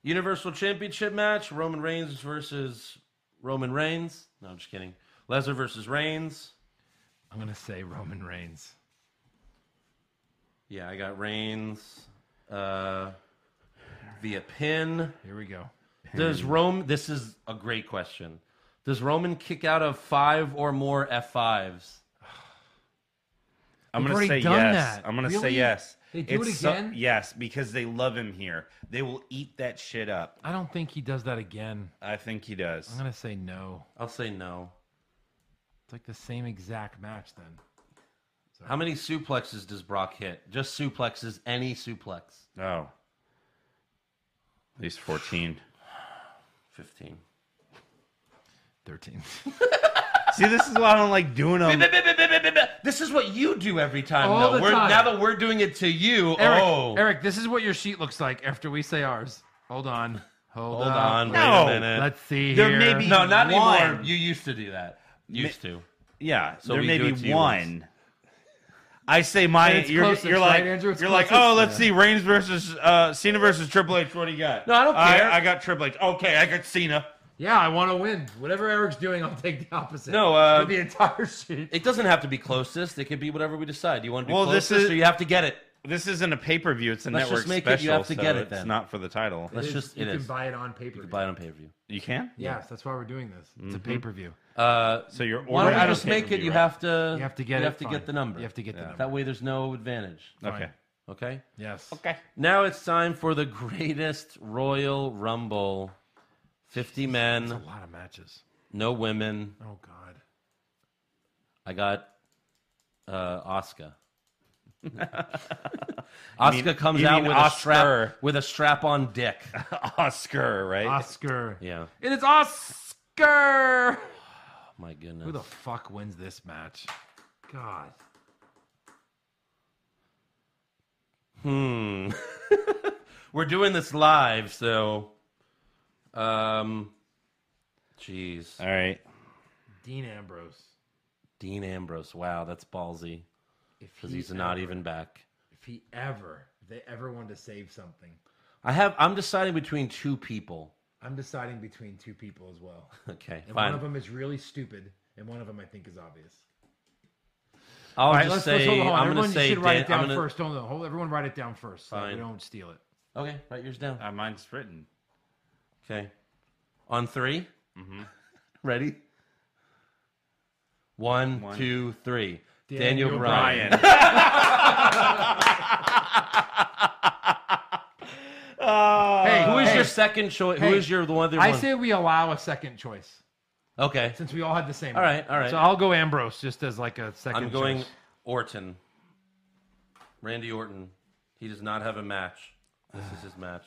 S4: Universal Championship match: Roman Reigns versus Roman Reigns. No, I'm just kidding. Lesnar versus Reigns.
S6: I'm going to say Roman Reigns.
S4: Yeah, I got Reigns uh, via pin.
S6: Here we go.
S4: Does Rome? This is a great question. Does Roman kick out of five or more F fives?
S5: I'm
S6: They've
S5: gonna
S6: already
S5: say
S6: done
S5: yes.
S6: that.
S5: I'm gonna say
S6: Really?
S5: yes.
S6: They do it
S5: so-
S6: again?
S5: yes, because they love him here. They will eat that shit up.
S6: I don't think he does that again.
S5: I think he does.
S6: I'm going to say no.
S4: I'll say no.
S6: It's like the same exact match then.
S4: How many suplexes does Brock hit? Just suplexes, any suplex.
S5: Oh. At least 14.
S4: 15.
S6: 13.
S5: See, this is why I don't like doing them.
S4: This is what you do every time,
S6: All
S4: though.
S6: the
S4: We're,
S6: time.
S4: Now that we're doing it to you,
S6: Eric,
S4: oh.
S6: Eric, this is what your sheet looks like after we say ours. Hold on. Hold,
S4: Hold
S6: up.
S4: on,
S5: No.
S4: wait a minute.
S6: uh, Let's see
S5: There
S6: here.
S5: may be-
S4: no, not
S5: One.
S4: anymore. You used to do that. Used to.
S5: Yeah, there
S4: we
S5: may
S4: do it to
S5: be
S4: you
S5: one. I say my.
S6: it's
S5: You're,
S6: closest,
S5: you're like
S6: right, Andrew? It's
S5: you're like
S6: closest.
S5: oh let's see Reigns versus uh, Cena versus Triple H. What do you got?
S4: No, I don't care.
S5: I, got Triple H. Okay, I got Cena.
S6: Yeah, I want to win. Whatever Eric's doing, I'll take the opposite.
S4: No, uh,
S6: For the entire sheet.
S4: It doesn't have to be closest. It could be whatever we decide. You want to be
S5: Well, this
S4: closest,
S5: is-
S4: or you have to get it.
S5: This isn't a pay per view. It's a
S4: Let's
S5: network
S4: just make it-
S5: special.
S4: you have to
S5: so
S4: get it
S5: It's
S4: then.
S5: not for the title.
S4: Let's
S6: It is-
S4: just.
S6: you
S4: It
S6: can
S4: is.
S6: buy it on paper.
S4: Buy it Mm-hmm. on pay per view.
S5: You can.
S6: Yes, that's why we're doing this. It's a pay per view.
S4: Uh,
S5: So you're
S4: why
S5: ordering
S4: don't
S5: a
S4: you just make it?
S5: pay-per-view,
S4: You
S5: right?
S4: have to.
S6: You have to get
S4: You
S6: it,
S4: have to
S6: fine.
S4: get the number.
S6: You have to get the number.
S4: That way, there's no advantage.
S5: Okay.
S4: Okay.
S6: Yes.
S4: Now it's time for the greatest Royal Rumble. Fifty
S6: It's a
S4: men,
S6: lot of matches.
S4: no women.
S6: Oh, God.
S4: I got uh, Oscar. Oscar comes
S5: you
S4: out
S5: mean
S4: with a
S5: Oscar.
S4: strap with a strap on dick.
S5: Oscar, right?
S6: Oscar.
S4: Yeah.
S6: It is Oscar.
S4: Oh my goodness.
S6: Who the fuck wins this match? God.
S4: Hmm. We're doing this live, so um jeez.
S5: All right.
S6: Dean Ambrose.
S4: Dean Ambrose. Wow, that's ballsy
S6: If
S4: cuz
S6: he
S4: he's not
S6: ever-
S4: even back.
S6: If he ever, if they ever wanted to save something,
S4: I have I'm deciding between two people.
S6: I'm deciding between two people as well.
S4: Okay,
S6: And one
S4: fine.
S6: of them is really stupid, and one of them I think is obvious.
S4: I'll
S6: All right,
S4: just
S6: let's, let's
S4: say
S6: hold on.
S4: I'm
S6: everyone
S4: going to say
S6: should write it
S4: Dan-
S6: down
S4: I'm gonna-
S6: first. Don't know. Hold, everyone write it down first. So that we
S4: Fine.
S6: don't steal it.
S4: Okay, write yours down.
S5: Uh, mine's written.
S4: Okay. On 3? Mm-hmm. Ready? One,
S5: One.
S4: two, three.
S6: Daniel
S4: Daniel, Bryan.
S6: Bryan. hey,
S4: Who is
S6: Uh, hey,
S4: your second choice? Who
S6: Hey.
S4: is your the one?
S6: I say we allow a second choice
S4: okay.
S6: since we all had the same.
S4: All
S6: one.
S4: right, all right.
S6: So I'll go Ambrose just as like a 2nd
S4: I'm going
S6: choice.
S4: Orton. Randy Orton. He does not have a match. This is his match.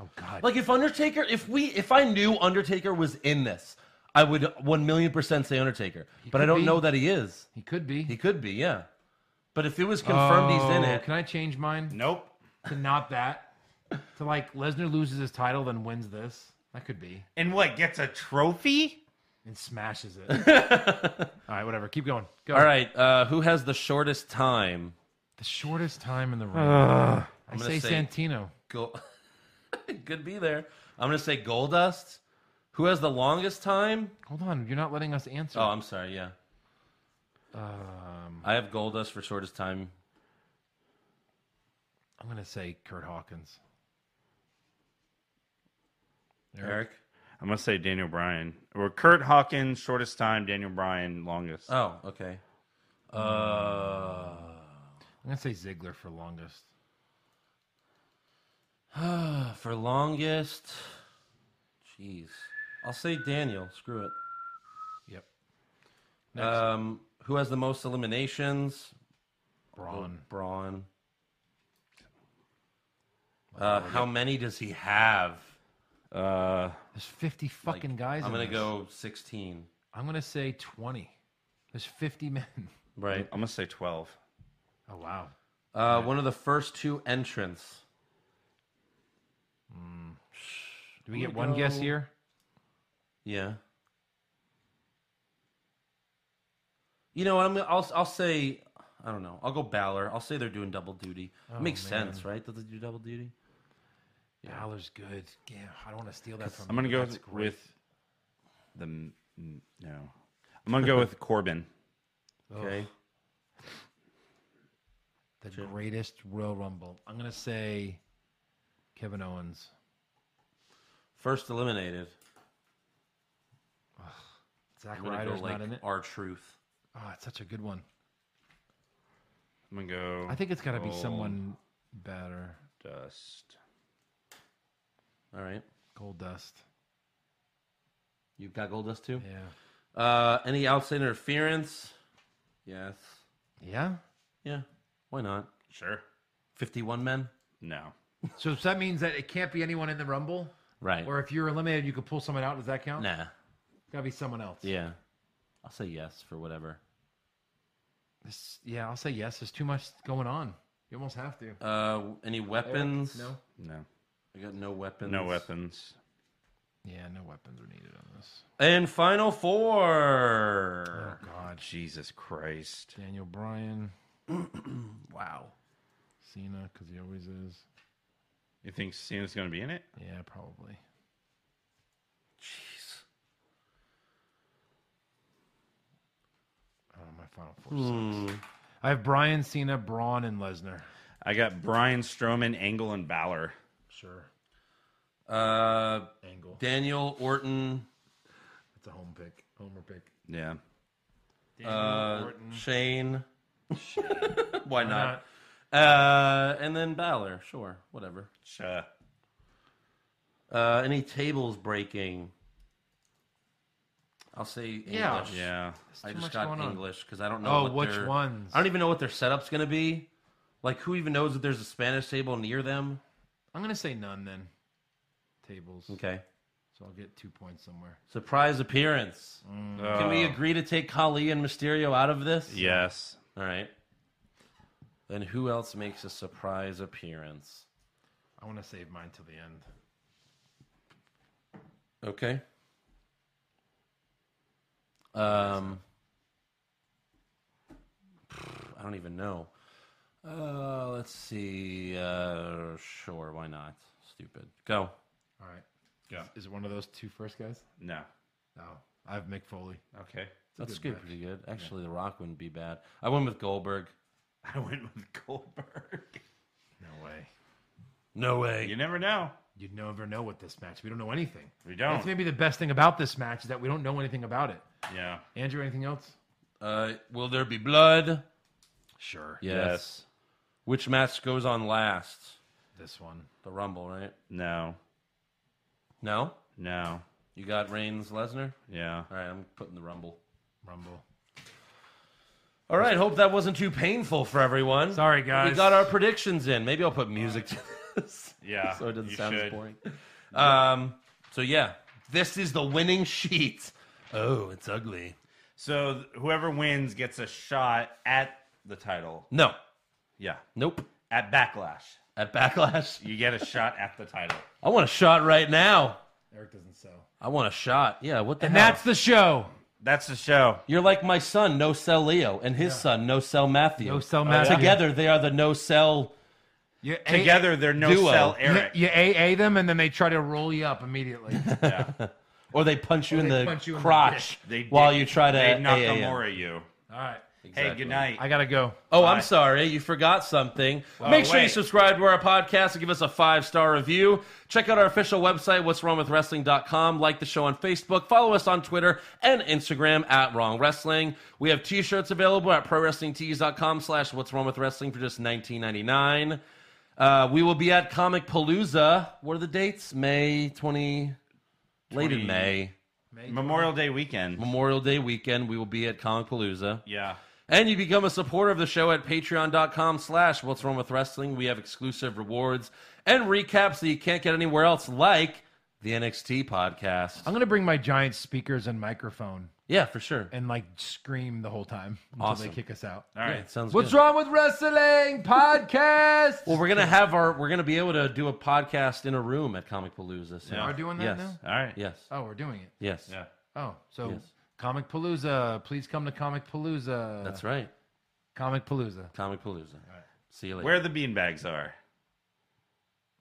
S6: Oh God.
S4: Like if Undertaker, if we, if I knew Undertaker was in this, I would one million percent say Undertaker, but I
S6: could
S4: don't
S6: be.
S4: know that he is.
S6: He could be.
S4: He could be, yeah. But if it was confirmed he's in
S6: Oh,
S4: it,
S6: Can I change mine
S5: Nope.
S6: to not that? To like Lesnar loses his title, then wins this. That could be.
S5: And what gets a trophy?
S6: And smashes it. All right, whatever. Keep going. Go.
S4: all right. Uh, who has the shortest time?
S6: The shortest time in the ring. I
S4: gonna
S6: say,
S4: say-
S6: Santino.
S4: Go. could be there. I'm gonna say Goldust. Who has the longest time?
S6: Hold on. You're not letting us answer.
S4: Oh, I'm sorry. Yeah.
S6: Um,
S4: I have Goldust for shortest time.
S6: I'm going to say Kurt Hawkins.
S4: Eric.
S5: I'm gonna say Daniel Bryan or Kurt Hawkins, shortest time. Daniel Bryan, longest.
S4: Oh, okay. Uh,
S6: I'm going to say Ziggler for longest.
S4: Uh, for longest. Jeez. I'll say Daniel. Screw it.
S6: Yep.
S4: Um, who has the most eliminations?
S6: Braun.
S4: Braun. Uh, how many does he have?
S5: Uh,
S6: There's 50 fucking guys.
S4: I'm gonna
S6: in this.
S4: go 16.
S6: I'm going to say 20. There's 50 men.
S4: Right.
S5: I'm gonna say twelve.
S6: Oh, wow.
S4: Uh, one of the first two entrants.
S6: Do we get one guess here?
S4: Yeah. You know what? I'm gonna, I'll I'll say I don't know. I'll go Balor. I'll say they're doing double duty.
S6: Oh,
S4: Makes sense, right? That they do double duty.
S6: Balor's good. Yeah, I don't want to steal that from
S5: I'm gonna go
S6: That's great.
S5: with the m- no. I'm gonna go with Corbin.
S4: Okay.
S6: the greatest Royal Rumble. I'm gonna say Kevin Owens.
S4: First eliminated.
S6: Zack
S4: I'm gonna go
S6: Ryder's
S4: like
S6: not in it.
S4: our truth.
S6: Oh, it's such a good one.
S5: I'm gonna go.
S6: I think it's got to be
S5: Gold
S6: someone better.
S5: Dust.
S4: All right.
S6: Gold Dust.
S4: You've got Goldust too.
S6: Yeah.
S4: Uh, any outside interference? Yes.
S6: Yeah.
S4: Yeah. Why not?
S5: Sure.
S4: 51 men?
S5: No.
S6: So that means that it can't be anyone in the Rumble,
S4: Right.
S6: or if you're eliminated, you could pull someone out. Does that count?
S4: nah.
S6: It's gotta be someone else.
S4: Yeah. I'll say yes for whatever.
S6: This- yeah, I'll say yes. There's too much going on. You almost have to.
S4: Uh, any weapons?
S6: No.
S5: No.
S4: I got no weapons.
S5: No weapons.
S6: Yeah, no weapons are needed on this.
S4: And final four.
S6: Oh God.
S5: Jesus Christ.
S6: Daniel Bryan,
S4: Wow.
S6: Cena, because he always is.
S5: You think Cena's gonna be in it?
S6: Yeah, probably.
S4: Jeez.
S6: Oh, my final four
S4: Hmm.
S6: sucks. I have Brian, Cena, Braun, and Lesnar.
S5: I got Brian Strowman, Angle, and Balor.
S6: Sure.
S4: Uh,
S6: Angle.
S4: Daniel Orton,
S6: That's a home pick. Homer pick.
S5: Yeah.
S4: uh, Shane. Why not?
S6: not?
S4: Uh, and then Balor. Sure. Whatever.
S5: Sure.
S4: Uh, any tables breaking? I'll say English.
S6: Yeah.
S5: Yeah.
S4: I
S6: too
S4: just
S6: much
S4: got
S6: going on.
S4: English because I don't know.
S6: Oh,
S4: what
S6: which
S4: their-
S6: ones?
S4: I don't even know what their setup's gonna be. Like, who even knows that there's a Spanish table near them?
S6: I'm gonna say none then. Tables.
S4: Okay.
S6: So I'll get two points somewhere.
S4: Surprise appearance.
S6: Mm.
S4: Can we
S5: Oh.
S4: agree to take Kali and Mysterio out of this?
S5: Yes.
S4: All right. Then who else makes a surprise appearance?
S6: I want to save mine till the end.
S4: Okay. Um, I don't even know. Uh, let's see. Uh, sure, why not? Stupid. Go.
S6: All right.
S5: Yeah.
S6: Is it one of those two first guys?
S5: No.
S6: No. I have Mick Foley.
S5: Okay.
S4: That's good, pretty good. Actually, The Rock wouldn't be bad. I went with Goldberg.
S5: I went with Goldberg.
S6: No way.
S4: No
S5: You
S4: way.
S5: never know.
S6: You'd never know what this match. We don't know anything.
S5: We
S6: That's
S5: don't.
S6: maybe the best thing about this match is that we don't know anything about it.
S5: Yeah.
S6: Andrew, anything else?
S4: Uh, will there be blood?
S6: Sure.
S4: Yes. Which match goes on last?
S6: This one.
S4: The Rumble, right?
S5: No.
S4: No?
S5: No.
S4: You got Reigns Lesnar?
S5: Yeah.
S4: All right, I'm putting the Rumble.
S6: Rumble.
S4: All right, hope that wasn't too painful for everyone.
S6: Sorry, guys.
S4: We got our predictions in. Maybe I'll put music to this.
S5: Yeah,
S4: so it doesn't
S5: you
S4: sound as
S5: should.
S4: boring. Um, so, yeah, this is the winning sheet
S2: Oh, it's ugly.
S5: So th- whoever wins gets a shot at the title.
S4: No.
S5: Yeah.
S4: Nope.
S5: At Backlash,
S4: At Backlash.
S5: you get a shot at the title.
S4: I want a shot right now.
S6: Eric doesn't sell.
S4: I want a shot. Yeah, what the
S6: And
S4: hell?
S6: that's the show.
S5: That's the show.
S4: You're like my son, No Cell Leo, and his son, No Cell Matthew.
S6: No Cell Matthew.
S4: Together, they are the No Cell.
S6: You
S5: Together, they're no
S4: Duo.
S5: sell
S6: A- you,
S5: Eric.
S6: you AA them and then they try to roll you up immediately.
S4: Or they punch you in
S6: they
S4: the
S6: punch you in the
S4: crotch
S5: They
S4: while
S5: did-
S4: you try to
S5: they knock
S4: AA him.
S5: Nakamura you.
S6: All right.
S5: Hey, good night.
S6: I got to go.
S4: Oh,
S5: Bye.
S4: I'm sorry. You forgot something. Make sure you
S5: wait.
S4: subscribe to our podcast and give us a five star review. Check out our official website, what's wrong with wrestling.com. Like the show on Facebook. Follow us on Twitter and Instagram at Wrong Wrestling. We have t shirts available at pro wrestling tees.com slash what's wrong with wrestling for just $19.99. Uh, we will be at Comic Palooza. What are the dates? May 20, late in
S5: 20.
S4: May,
S5: Memorial Day weekend.
S4: Memorial Day weekend. We will be at Comic Palooza.
S5: Yeah.
S4: And you become a supporter of the show at patreon.com slash what's wrong with wrestling. We have exclusive rewards and recaps that you can't get anywhere else, like the NXT podcast.
S6: I'm going to bring my giant speakers and microphone
S4: yeah, for sure.
S6: and like scream the whole time until
S4: Awesome.
S6: they kick us out.
S5: All
S4: Yeah,
S5: right.
S4: it sounds
S6: What's
S4: good.
S6: wrong with wrestling podcast?
S4: Well, we're gonna have our we're gonna be able to do a podcast in a room at Comic Palooza. So.
S5: Yeah.
S6: We're doing that
S4: Yes.
S6: now?
S5: All right.
S4: Yes.
S6: Oh, we're doing it.
S4: Yes.
S5: Yeah.
S6: Oh, so
S4: Yes.
S6: Comic Palooza. Please come to Comic Palooza.
S4: That's right.
S6: Comic Palooza.
S4: Comic Palooza. See you later.
S5: Where the beanbags are.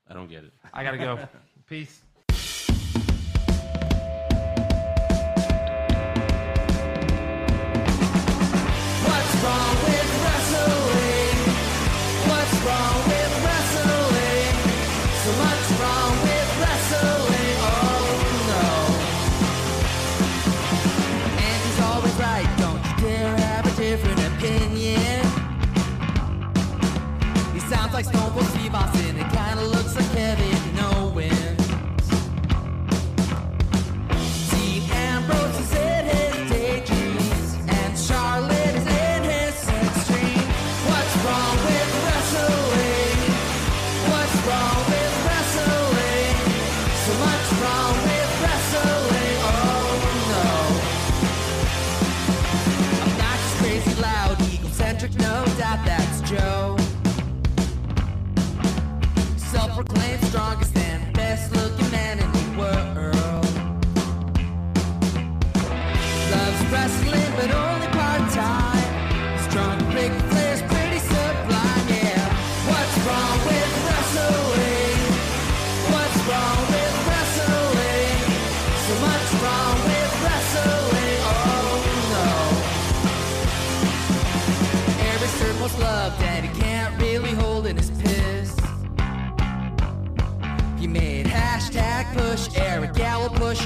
S4: I don't get it.
S6: I got to go. Peace.
S1: What's wrong with wrestling? What's wrong with wrestling? So much wrong with wrestling. Oh no. And he's always right. Don't you dare have a different opinion. He sounds like Stone Cold Steve Austin. It kinda looks like Kevin Owens. Dean Ambrose is in his daydreams, and Charlotte is in his sex dream. What's wrong with wrestling? What's wrong with wrestling? So much wrong with wrestling. Oh no. Obnoxious, crazy, loud, egocentric, no doubt that's Joe. Self-proclaimed strongest and best-looking man in the world. Loves wrestling, but only part time. Strong big players, pretty sublime, yeah. What's wrong with wrestling? What's wrong with wrestling? So much wrong with wrestling, oh no. Every circle's love that he can't really hold in his piss. He made hashtag push Eric Gallo push